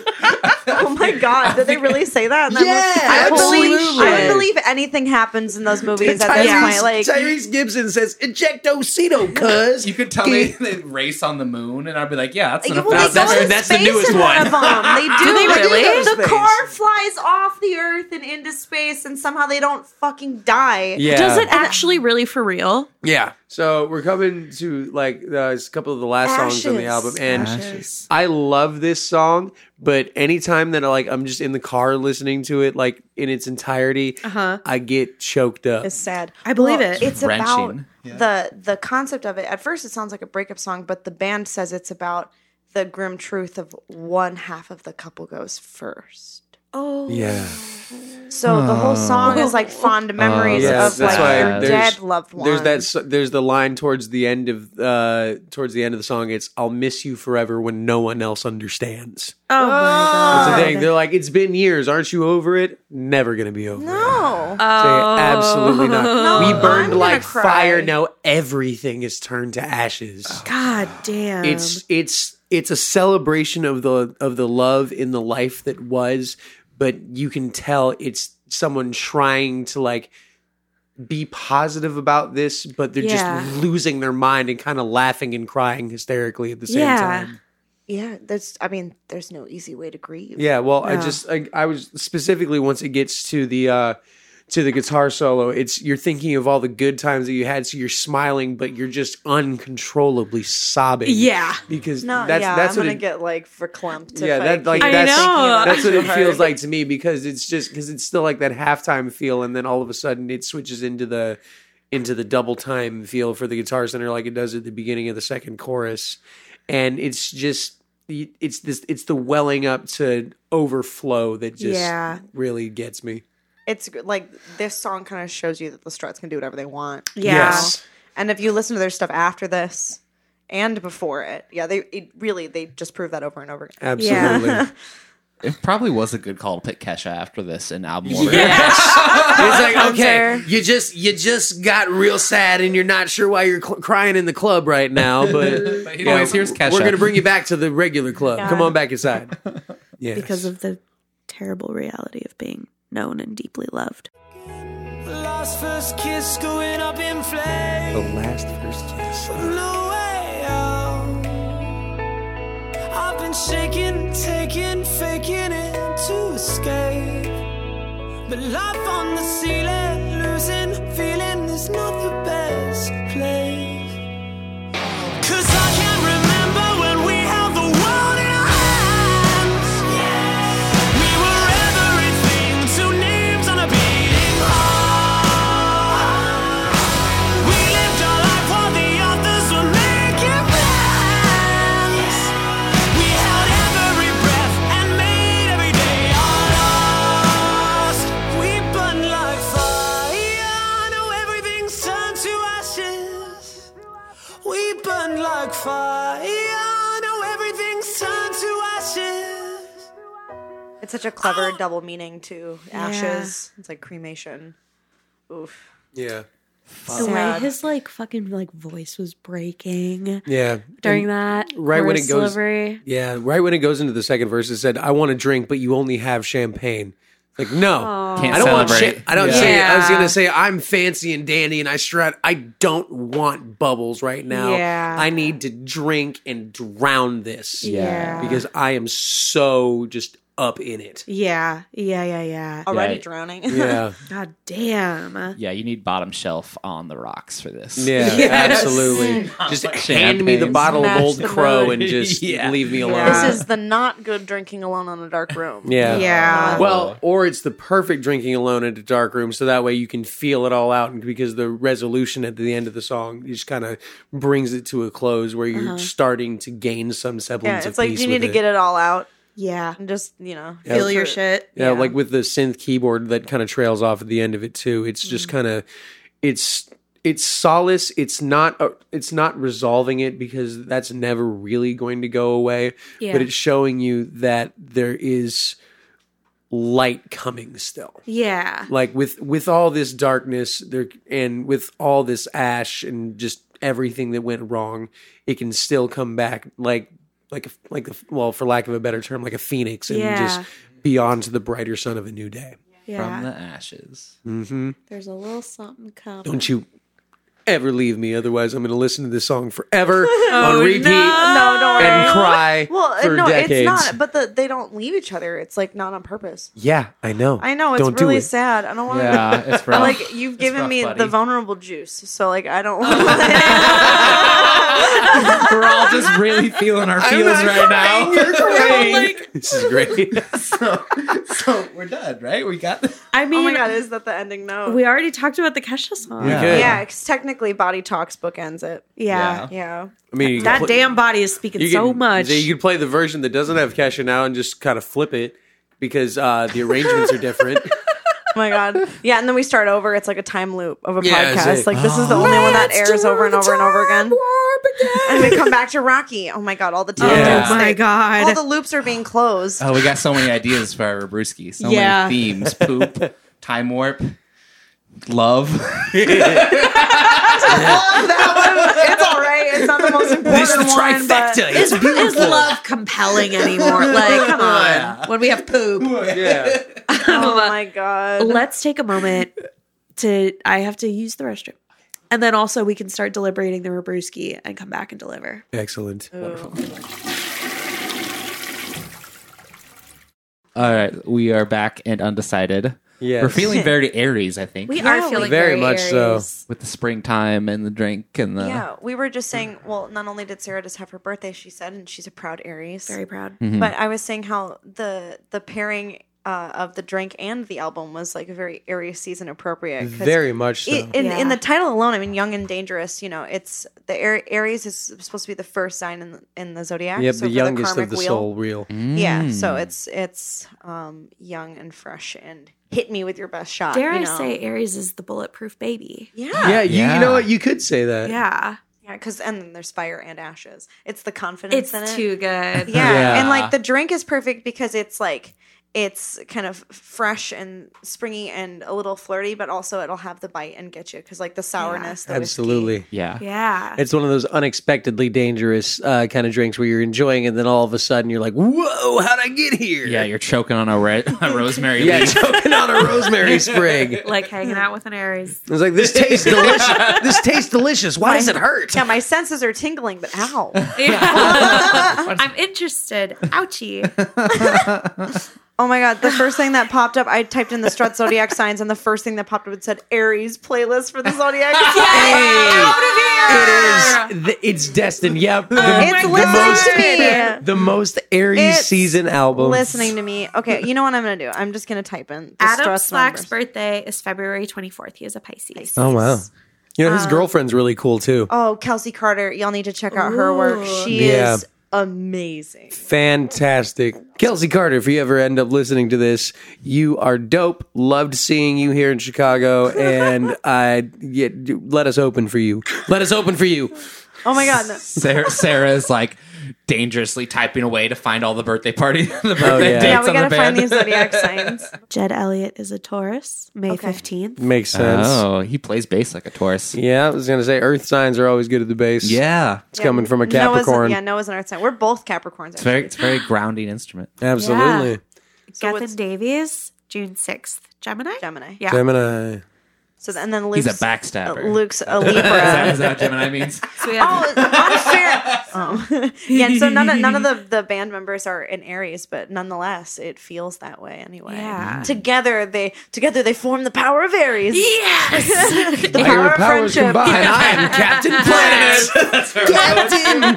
Speaker 6: Oh my god! Did they really say that? in that movie?
Speaker 4: Yeah,
Speaker 6: I would believe.
Speaker 4: absolutely.
Speaker 6: I would believe anything happens in those movies at this
Speaker 4: Tyrese,
Speaker 6: point. Like
Speaker 4: Tyrese Gibson says, ejecto Cito, cuz.
Speaker 13: You could tell me they race on the moon, and I'd be like, yeah, that's
Speaker 6: Well,
Speaker 13: enough.
Speaker 6: they
Speaker 4: that's-
Speaker 6: go to
Speaker 4: that's the
Speaker 6: space
Speaker 4: newest
Speaker 6: in
Speaker 4: one.
Speaker 6: Of them. (laughs) They do.
Speaker 5: they really?
Speaker 6: The
Speaker 4: Space.
Speaker 6: car flies off the Earth and into space, and somehow they don't fucking die.
Speaker 4: Yeah.
Speaker 5: Does it actually really for real?
Speaker 4: Yeah. So we're coming to like uh, a couple of the last songs on the album,
Speaker 6: Ashes.
Speaker 4: and I love this song. But anytime that I, like I'm just in the car listening to it, like in its entirety,
Speaker 5: Uh-huh.
Speaker 4: I get choked up.
Speaker 6: It's sad.
Speaker 5: I believe it.
Speaker 6: It's about
Speaker 3: Wrenching.
Speaker 6: the the concept of it. At first, it sounds like a breakup song, but the band says it's about the grim truth of one half of the couple goes first.
Speaker 5: Oh,
Speaker 4: yeah.
Speaker 6: So the whole song is like fond memories
Speaker 4: Oh. yeah,
Speaker 6: of
Speaker 4: that's
Speaker 6: like
Speaker 4: why
Speaker 6: your
Speaker 4: there's-
Speaker 6: dead loved one.
Speaker 4: There's that. so- There's the line towards the end of uh towards the end of the song. It's "I'll miss you forever when no one else understands."
Speaker 5: Oh my
Speaker 4: That's the
Speaker 5: god.
Speaker 4: thing. They're like, "It's been years. Aren't you over it? Never gonna be over it."
Speaker 6: No.
Speaker 5: Uh,
Speaker 4: Say, absolutely not.
Speaker 6: (laughs) No,
Speaker 4: we
Speaker 6: I'm
Speaker 4: burned
Speaker 6: gonna
Speaker 4: like
Speaker 6: cry.
Speaker 4: fire. Now everything is turned to ashes.
Speaker 5: God damn.
Speaker 4: It's it's it's a celebration of the of the love in the life that was, but you can tell it's someone trying to like be positive about this, but they're
Speaker 5: Yeah.
Speaker 4: just losing their mind and kind of laughing and crying hysterically at the same
Speaker 5: Yeah.
Speaker 4: time.
Speaker 6: yeah, there's I mean, there's no easy way to grieve.
Speaker 4: Yeah, well, I
Speaker 5: Yeah.
Speaker 4: just I, I was specifically once it gets to the uh to the guitar solo, it's you're thinking of all the good times that you had, so you're smiling, but you're just uncontrollably sobbing.
Speaker 5: yeah.
Speaker 4: because
Speaker 6: No,
Speaker 4: that's
Speaker 6: yeah,
Speaker 4: that's
Speaker 6: I'm
Speaker 4: what
Speaker 6: gonna
Speaker 4: it,
Speaker 6: get like verklempt.
Speaker 4: Yeah,
Speaker 6: if I
Speaker 4: that, like,
Speaker 6: keep
Speaker 4: that's-
Speaker 6: thinking
Speaker 5: I know.
Speaker 6: about
Speaker 4: that's what it
Speaker 6: her.
Speaker 4: feels like to me because it's just because it's still like that halftime feel, and then all of a sudden it switches into the into the double time feel for the guitar center like it does at the beginning of the second chorus, and it's just it's this it's the welling up to overflow that just
Speaker 5: Yeah.
Speaker 4: really gets me.
Speaker 6: It's g- like this song kind of shows you that the Struts can do whatever they want.
Speaker 5: Yeah.
Speaker 4: Yes.
Speaker 6: And if you listen to their stuff after this and before it, yeah, they it really they just prove that over and over again.
Speaker 4: Absolutely.
Speaker 3: It probably was a good call to pick Kesha after this in album order.
Speaker 4: Yes.
Speaker 5: (laughs)
Speaker 4: it's like okay,
Speaker 6: there.
Speaker 4: you just you just got real sad, and you're not sure why you're cl- crying in the club right
Speaker 5: (laughs)
Speaker 4: now. But,
Speaker 3: But anyways, here's Kesha.
Speaker 4: We're gonna bring you back to the regular club. Come on back inside. Yes.
Speaker 5: (laughs) Because of the terrible reality of being known and deeply loved.
Speaker 9: Last first kiss going up in flames.
Speaker 4: the last first kiss.
Speaker 9: Blue whale. I've been shaking, taking, faking it to escape. But life on the ceiling, losing, feeling is not the best place. Cause I can remember when we held the world in our hands. We were everything, two names on a beating heart. We lived our life while the others were making plans. We held every breath and made every day our last. We burned like fire. Now everything's turned to ashes. We burned like fire. Now everything's turned to ashes.
Speaker 6: It's such a clever double meaning too. Ashes. It's like cremation. Oof.
Speaker 4: Yeah.
Speaker 5: The way
Speaker 6: Sad.
Speaker 5: his like fucking like voice was breaking
Speaker 4: Yeah.
Speaker 5: during that
Speaker 4: right when
Speaker 5: chorus
Speaker 4: it goes-
Speaker 5: delivery.
Speaker 4: Yeah. Right when it goes into the second verse, it said, "I want to drink, but you only have champagne." Like no,
Speaker 3: Can't
Speaker 4: I don't want
Speaker 3: celebrate.
Speaker 4: shit. I don't
Speaker 3: Yeah.
Speaker 4: say. I was
Speaker 5: Yeah.
Speaker 4: gonna say I'm fancy and dandy and I strut. I don't want bubbles right now.
Speaker 5: Yeah.
Speaker 4: I need to drink and drown this
Speaker 5: Yeah.
Speaker 4: because I am so just up in it.
Speaker 5: Yeah, yeah, yeah, yeah.
Speaker 6: Already
Speaker 3: Yeah.
Speaker 6: drowning.
Speaker 4: (laughs) Yeah,
Speaker 5: God damn.
Speaker 3: Yeah, you need bottom shelf on the rocks for this.
Speaker 4: yeah, absolutely. Just hand me the
Speaker 3: champagne.
Speaker 4: bottle
Speaker 6: Smash
Speaker 4: of Old
Speaker 6: the
Speaker 4: Crow
Speaker 6: mug.
Speaker 4: and
Speaker 6: (laughs)
Speaker 4: just
Speaker 3: Yeah.
Speaker 4: leave me alone.
Speaker 6: (laughs)
Speaker 5: Yeah.
Speaker 6: This is the not good drinking alone on a dark room.
Speaker 4: yeah.
Speaker 5: Yeah.
Speaker 4: Well, or it's the perfect drinking alone in a dark room, so that way you can feel it all out, and because the resolution at the end of the song just kind of brings it to a close, where you're starting to gain some
Speaker 6: Uh-huh. Yeah,
Speaker 4: semblance of
Speaker 6: it's like
Speaker 4: peace
Speaker 6: you need
Speaker 4: with
Speaker 6: to
Speaker 4: it.
Speaker 6: get it all out
Speaker 5: Yeah.
Speaker 6: and just you know
Speaker 4: Yeah.
Speaker 5: Feel your
Speaker 6: for-
Speaker 5: shit.
Speaker 4: yeah, like with the synth keyboard that kind of trails off at the end of it too. It's just kind of, it's it's solace. It's not a, it's not resolving it because that's never really going to go away. But it's showing you that there is light coming still.
Speaker 5: Yeah.
Speaker 4: like with with all this darkness there and with all this ash and just everything that went wrong it can still come back like like a, like a, well for lack of a better term like a phoenix and
Speaker 5: Yeah.
Speaker 4: just beyond to the brighter sun of a new day
Speaker 5: Yeah.
Speaker 3: From the ashes.
Speaker 4: mm-hmm.
Speaker 5: There's a little something coming.
Speaker 4: don't you ever leave me otherwise i'm going to listen to this song
Speaker 6: (laughs)
Speaker 4: forever on repeat
Speaker 6: Oh, No, don't worry.
Speaker 4: and cry
Speaker 6: well,
Speaker 4: for
Speaker 6: no,
Speaker 4: decades
Speaker 6: it's not. But the, they don't leave each other. It's like not on purpose.
Speaker 4: yeah i know
Speaker 6: I know it's
Speaker 4: Don't do
Speaker 6: really
Speaker 4: it.
Speaker 6: sad. I don't want to.
Speaker 3: Yeah, (laughs) it's rough.
Speaker 6: (laughs) Like you've given
Speaker 3: rough,
Speaker 6: me the
Speaker 3: buddy.
Speaker 6: vulnerable juice, so like I (laughs) don't. want
Speaker 3: We're all just really feeling
Speaker 4: (laughs)
Speaker 3: our feelings right now.
Speaker 4: (laughs) this is great (laughs)
Speaker 3: so, so we're done, right? We got this.
Speaker 5: I
Speaker 6: Oh
Speaker 5: mean,
Speaker 6: my god, is that the ending note?
Speaker 5: we already talked about the Kesha song. Yeah.
Speaker 4: Okay.
Speaker 6: yeah, because technically, body talks book ends it. Yeah,
Speaker 4: i mean you
Speaker 5: That
Speaker 4: pl-
Speaker 5: damn body is speaking
Speaker 4: You
Speaker 5: so
Speaker 4: can-
Speaker 5: much.
Speaker 4: You could play the version that doesn't have Kesha now and just kind of flip it because uh, the arrangements are different.
Speaker 6: Oh my god. Yeah, and then we start over. It's like a time loop of a
Speaker 4: Yeah, it's like-
Speaker 6: podcast. Like "Oh, this is the only one that airs over and over and over again. And we come back to Rocky. Oh my god, all the time.
Speaker 3: Yeah.
Speaker 6: loops.
Speaker 5: Oh my
Speaker 6: They-
Speaker 5: God.
Speaker 6: All the loops are being closed.
Speaker 3: Oh, we got so many ideas for our Brewski. So
Speaker 5: Yeah.
Speaker 3: many themes. Poop, time warp, love.
Speaker 6: it's (laughs) all right. It's not the (laughs) most important one. But
Speaker 5: (laughs) is, is love compelling (laughs) anymore? Like, come on. When we have poop.
Speaker 4: yeah.
Speaker 6: oh my god.
Speaker 5: Let's take a moment to. I have to use the restroom. And then also, we can start deliberating the Rabruski and come back and deliver.
Speaker 4: (laughs) Excellent.
Speaker 3: All right, we are back and undecided.
Speaker 4: Yes.
Speaker 3: We're feeling very Aries, I think,
Speaker 5: We
Speaker 6: Yeah,
Speaker 5: are feeling
Speaker 4: very much so.
Speaker 5: Aries.
Speaker 3: with the springtime and the drink and the.
Speaker 6: Yeah, we were just saying. Well, not only did Sarah just have her birthday, she said, and she's a proud Aries.
Speaker 5: Very proud.
Speaker 4: Hmm. Mm-hmm.
Speaker 6: But I was saying how the the pairing uh, of the drink and the album was like a very Aries season appropriate. 'cause
Speaker 4: Very much so.
Speaker 6: I- in,
Speaker 5: Yeah.
Speaker 6: in the title alone, I mean, young and dangerous. You know, it's the Ar- Aries is supposed to be the first sign in the, in the zodiac.
Speaker 4: yep, the
Speaker 6: so for
Speaker 4: youngest
Speaker 6: karmic
Speaker 4: of the
Speaker 6: wheel. Mm.
Speaker 4: soul Mm. wheel.
Speaker 6: Yeah, so it's it's um, young and fresh and hit me with your best shot.
Speaker 5: Dare
Speaker 6: you
Speaker 5: I
Speaker 6: know?
Speaker 5: say, Aries is the bulletproof baby.
Speaker 6: Yeah,
Speaker 4: Yeah, you, you
Speaker 3: Yeah.
Speaker 4: know what? You could say that.
Speaker 5: Yeah.
Speaker 6: yeah, because and then there's fire and ashes. It's the confidence.
Speaker 5: It's
Speaker 6: in it.
Speaker 5: too good.
Speaker 6: Yeah.
Speaker 4: Yeah.
Speaker 6: And like the drink is perfect because it's like it's kind of fresh and springy and a little flirty, but also it'll have the bite and get you because like the sourness. the whiskey.
Speaker 4: Absolutely.
Speaker 3: Yeah.
Speaker 5: (laughs) Yeah.
Speaker 4: It's one of those unexpectedly dangerous uh, kind of drinks where you're enjoying it, and then all of a sudden you're like, whoa, how'd I get here?
Speaker 3: Yeah, you're choking on a, re-
Speaker 4: (laughs)
Speaker 3: a rosemary
Speaker 4: Yeah,
Speaker 3: leaf.
Speaker 4: choking on a
Speaker 3: (laughs)
Speaker 4: rosemary sprig.
Speaker 5: like hanging out with an (laughs) Aries.
Speaker 4: It's like, this tastes delicious. This tastes delicious. Why does it hurt?
Speaker 6: Yeah, my senses are tingling, but ow. (laughs)
Speaker 5: (laughs) I'm interested. Ouchie.
Speaker 6: oh my god! The first thing that popped up, I typed in the Strut Zodiac signs, and the first thing that popped up it said Aries playlist for
Speaker 4: (laughs)
Speaker 6: the Zodiac.
Speaker 4: It is. th- It's destined. Yep. The,
Speaker 6: Ah. It's
Speaker 4: the
Speaker 6: listening to me.
Speaker 4: The most Aries
Speaker 6: It's
Speaker 4: season album.
Speaker 6: Listening to me. Okay, you know what I'm gonna do? I'm just gonna type in the
Speaker 5: Adam
Speaker 6: Strut's
Speaker 5: Slack's
Speaker 6: numbers.
Speaker 5: birthday is February 24th. He is a Pisces.
Speaker 4: Oh wow. You know his girlfriend's really cool too.
Speaker 6: Uh, Oh, Kelsey Carter, y'all need to check out her work. She
Speaker 4: Yeah.
Speaker 6: is amazing.
Speaker 4: Fantastic. Kelsey Carter, if you ever end up listening to this, you are dope. Loved seeing you here in Chicago
Speaker 6: (laughs)
Speaker 4: and I yeah, d- let us open for you. Let us open for you.
Speaker 6: Oh my god.
Speaker 3: Sarah, Sarah is like dangerously typing away to find all the birthday party, (laughs)
Speaker 7: Oh,
Speaker 3: the birthday
Speaker 4: yeah.
Speaker 3: dates
Speaker 6: Yeah, we
Speaker 3: on the
Speaker 6: gotta
Speaker 3: band.
Speaker 6: find these zodiac signs.
Speaker 5: Jed Elliott is a Taurus, May 15th.
Speaker 4: Makes sense.
Speaker 3: oh, he plays bass like a Taurus.
Speaker 4: Yeah, I was going to say earth signs are always good at the base.
Speaker 3: Yeah,
Speaker 4: It's coming from a
Speaker 6: Noah's,
Speaker 4: Capricorn.
Speaker 6: yeah, Noah's an earth sign. We're both Capricorns.
Speaker 3: it's very,
Speaker 6: Actually.
Speaker 3: it's a very grounding instrument.
Speaker 4: Absolutely.
Speaker 5: Gethin Davies June 6th. Gemini?
Speaker 6: Gemini.
Speaker 5: Yeah.
Speaker 4: Gemini.
Speaker 6: So th- and then Luke's
Speaker 2: He's a backstabber.
Speaker 6: Luke's a
Speaker 2: Is that-
Speaker 6: Libra.
Speaker 2: is that what Gemini
Speaker 7: (laughs)
Speaker 2: means?
Speaker 5: So we have-
Speaker 6: Oh, it's unfair. Um, (laughs) yeah, and so none of none of the, the band members are in Aries, but nonetheless, it feels that way anyway.
Speaker 5: Yeah.
Speaker 6: Together they together they form the power of Aries. (laughs)
Speaker 5: Yes!
Speaker 6: the power of
Speaker 4: powers
Speaker 6: friendship.
Speaker 4: combined. Ah,
Speaker 7: I am
Speaker 6: (laughs)
Speaker 7: Captain Planet.
Speaker 6: Captain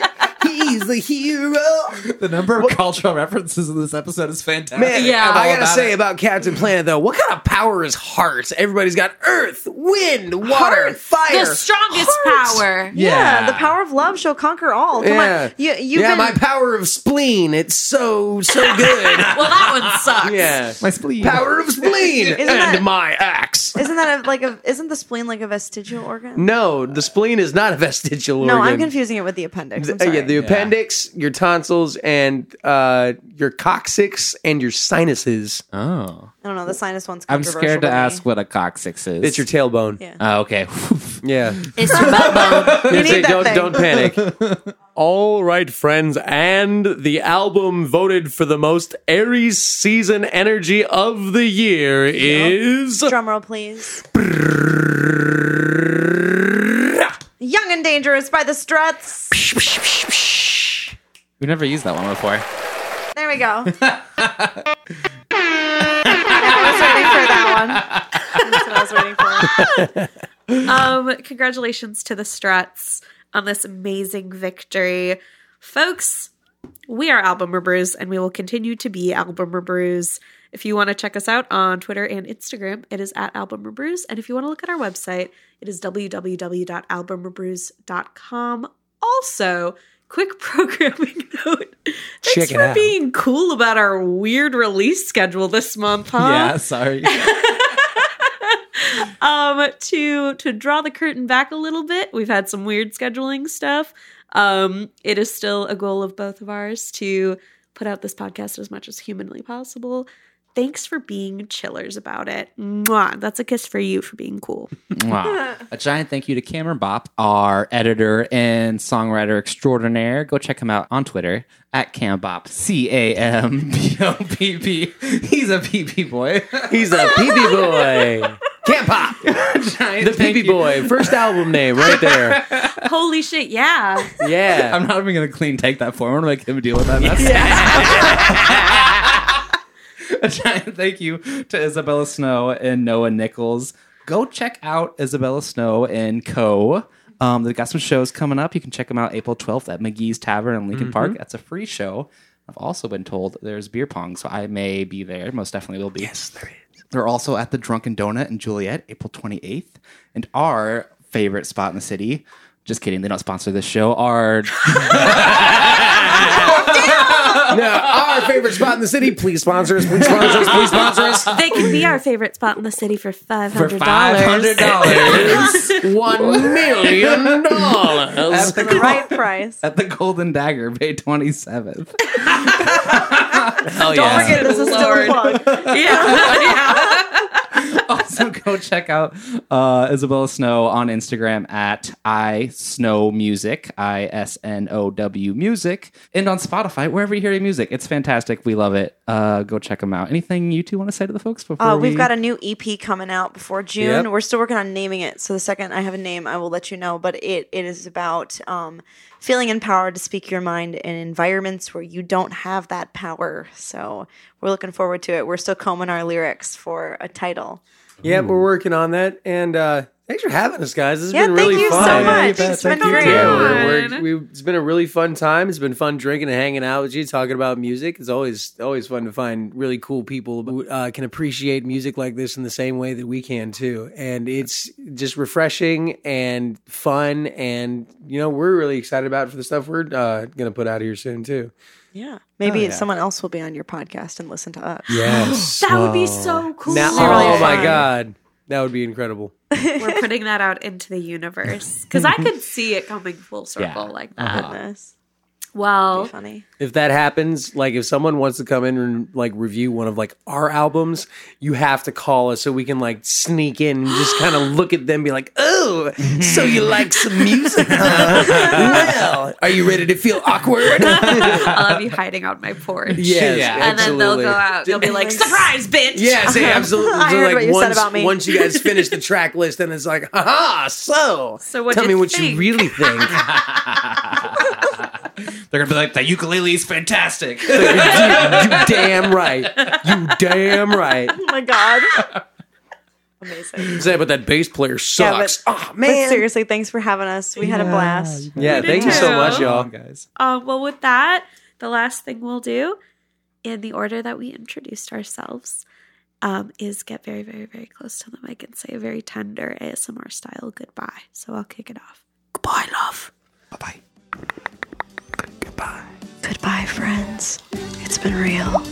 Speaker 6: Planet, he's the hero.
Speaker 2: The number of cultural references in this episode is fantastic.
Speaker 7: Man,
Speaker 5: Yeah.
Speaker 7: I gotta
Speaker 2: About
Speaker 7: say
Speaker 2: it.
Speaker 7: about Captain Planet though, what kind of power is heart? Everybody's got earth, wind, water, fire.
Speaker 5: (laughs) the strongest power.
Speaker 6: Yeah. the power of love shall conquer all. Come
Speaker 7: yeah,
Speaker 6: on, you you've
Speaker 7: yeah,
Speaker 6: been
Speaker 7: my power of spleen. It's so so
Speaker 6: (laughs)
Speaker 7: good.
Speaker 5: Well, that one sucks.
Speaker 7: yeah,
Speaker 2: my spleen.
Speaker 7: power of spleen and
Speaker 6: that-
Speaker 7: my axe.
Speaker 6: Isn't that a, like a? Isn't the spleen like a vestigial organ?
Speaker 7: No, the spleen is not a vestigial
Speaker 6: No,
Speaker 7: organ.
Speaker 6: I'm confusing it with the appendix. I'm
Speaker 7: Uh, yeah,
Speaker 6: sorry.
Speaker 7: the appendix, your tonsils, and uh, your coccyx and your sinuses.
Speaker 2: Oh.
Speaker 6: I don't know. The sinus one's.
Speaker 3: I'm
Speaker 6: controversial
Speaker 3: scared to
Speaker 6: me.
Speaker 3: ask what a coccyx is.
Speaker 7: It's your tailbone.
Speaker 6: Yeah.
Speaker 3: Oh, okay.
Speaker 7: Yeah.
Speaker 5: It's
Speaker 7: (laughs)
Speaker 5: your butt bone.
Speaker 7: That's
Speaker 6: need
Speaker 7: it.
Speaker 6: that
Speaker 7: don't,
Speaker 6: thing.
Speaker 7: don't panic. (laughs) All right, friends, and the album voted for the most Aries season energy of the year is
Speaker 6: Drum roll, please. Young and Dangerous by the Struts.
Speaker 3: We've never used that one before.
Speaker 6: There we go. Thanks for that one. That's what I was waiting for.
Speaker 5: (laughs) Um, congratulations to the Struts on this amazing victory. Folks, we are Album Brews and we will continue to be Album Brews. If you want to check us out on Twitter and Instagram, it is at Album Brews. And if you want to look at our website, it is www.albumbrews.com. Also, quick (laughs) programming note. Thanks
Speaker 4: Check it
Speaker 5: for
Speaker 4: out.
Speaker 5: being cool about our weird release schedule this month, huh?
Speaker 2: Yeah, sorry.
Speaker 5: um to to draw the curtain back a little bit we've had some weird scheduling stuff um it is still a goal of both of ours to put out this podcast as much as humanly possible thanks for being chillers about it Mwah. that's a kiss for you for being cool
Speaker 3: Wow. a giant thank you to Cameron Bop, our editor and songwriter extraordinaire. Go check him out on Twitter at Cam Bop, C A M B O P P. He's a PP boy.
Speaker 7: he's a peepee boy. Camp Pop, (laughs) the peepee boy, first album name right there.
Speaker 5: holy shit yeah
Speaker 7: Yeah,
Speaker 3: I'm not even going to clean take that for him. I'm going to make him deal with that mess. (laughs) a giant thank you to Isabella Snow and Noah Nichols. Go check out Isabella Snow and Co. Um, they've got some shows coming up. You can check them out April 12th at McGee's Tavern in Lincoln Park. That's a free show. I've also been told there's beer pong, so I may be there. Most definitely will be. Yes, there is. They're also at the Drunken Donut in Juliet, April 28th, and our favorite spot in the city. Just kidding, they don't sponsor this show.
Speaker 6: (laughs)
Speaker 3: Our
Speaker 7: now, our favorite spot in the city. Please sponsor us. Please sponsor us. (laughs) Please sponsor us.
Speaker 5: they can be our favorite spot in the city for $500
Speaker 3: for five hundred
Speaker 6: (laughs)
Speaker 3: dollars
Speaker 7: One million dollars.
Speaker 6: For the right price.
Speaker 3: (laughs) at the Golden Dagger, May twenty seventh.
Speaker 7: Hell yeah.
Speaker 6: Forget this is still a plug.
Speaker 5: yeah, yeah.
Speaker 3: (laughs) also, go check out uh, Isabella Snow on Instagram at i snow music i s n o w music, and on Spotify wherever you hear your music. It's fantastic. We love it. Uh, go check them out. Anything you two want to say to the folks before
Speaker 6: Uh,
Speaker 3: we?
Speaker 6: we've got a new EP coming out before June. We're still working on naming it. So the second I have a name, I will let you know. But it, it is about um, feeling empowered to speak your mind in environments where you don't have that power. So we're looking forward to it. We're still combing our lyrics for a title.
Speaker 4: Yep, we're working on that. And uh, thanks for having us, guys. This has
Speaker 6: Yeah,
Speaker 4: been
Speaker 6: thank
Speaker 4: really
Speaker 6: you so
Speaker 4: fun.
Speaker 6: much. Yeah, you bet. It's Thank been you. great.
Speaker 4: Yeah, we're- we're- we've- it's been a really fun time. It's been fun drinking and hanging out with you, talking about music. It's always always fun to find really cool people who uh, can appreciate music like this in the same way that we can too. And it's just refreshing and fun. And you know, we're really excited about it for the stuff we're uh, gonna put out here soon too.
Speaker 6: Oh, Yeah. Maybe someone else will be on your podcast and listen to us.
Speaker 4: Yes.
Speaker 5: that would be so cool
Speaker 4: now,
Speaker 6: really
Speaker 4: oh my
Speaker 6: fun.
Speaker 4: god, that would be incredible.
Speaker 5: (laughs) we're putting that out into the universe because i could see it coming full circle like that
Speaker 6: Goodness.
Speaker 5: well
Speaker 6: Funny.
Speaker 4: if that happens, like if someone wants to come in and like review one of like our
Speaker 6: (gasps)
Speaker 4: albums, you have to call us so we can like sneak in and just kind of look at them, be like, oh, Oh, so
Speaker 6: (laughs)
Speaker 4: you like some music? huh? well, (laughs) are you ready to feel
Speaker 6: (laughs)
Speaker 4: awkward?
Speaker 5: I'll
Speaker 4: (laughs)
Speaker 5: have you hiding on my porch.
Speaker 4: Yes,
Speaker 3: Yeah.
Speaker 5: And then they'll
Speaker 4: absolutely.
Speaker 5: go out. You'll be like, surprise, bitch.
Speaker 4: Yes, yeah, absolutely.
Speaker 6: I heard
Speaker 4: like
Speaker 6: what you said
Speaker 4: once,
Speaker 6: about me.
Speaker 4: once you guys finish the track list, and it's like, haha, so,
Speaker 5: So what'd
Speaker 4: tell
Speaker 5: you
Speaker 4: me what you
Speaker 5: think?"
Speaker 4: really think.
Speaker 6: (laughs)
Speaker 3: They're gonna be like, the ukulele is fantastic.
Speaker 4: you, you damn right. You damn
Speaker 6: (laughs)
Speaker 4: right.
Speaker 6: Oh my god. Amazing.
Speaker 4: Say, but that bass player sucks. oh
Speaker 6: But
Speaker 4: man.
Speaker 6: seriously, thanks for having us. We had a blast.
Speaker 14: Yeah, thank you so much, y'all.
Speaker 3: guys.
Speaker 5: Um, well, with that, the last thing we'll do in the order that we introduced ourselves um, is get very, very, very close to the mic and say a very tender ASMR style goodbye. So I'll kick it off. Goodbye, love.
Speaker 6: Goodbye, friends. It's been real.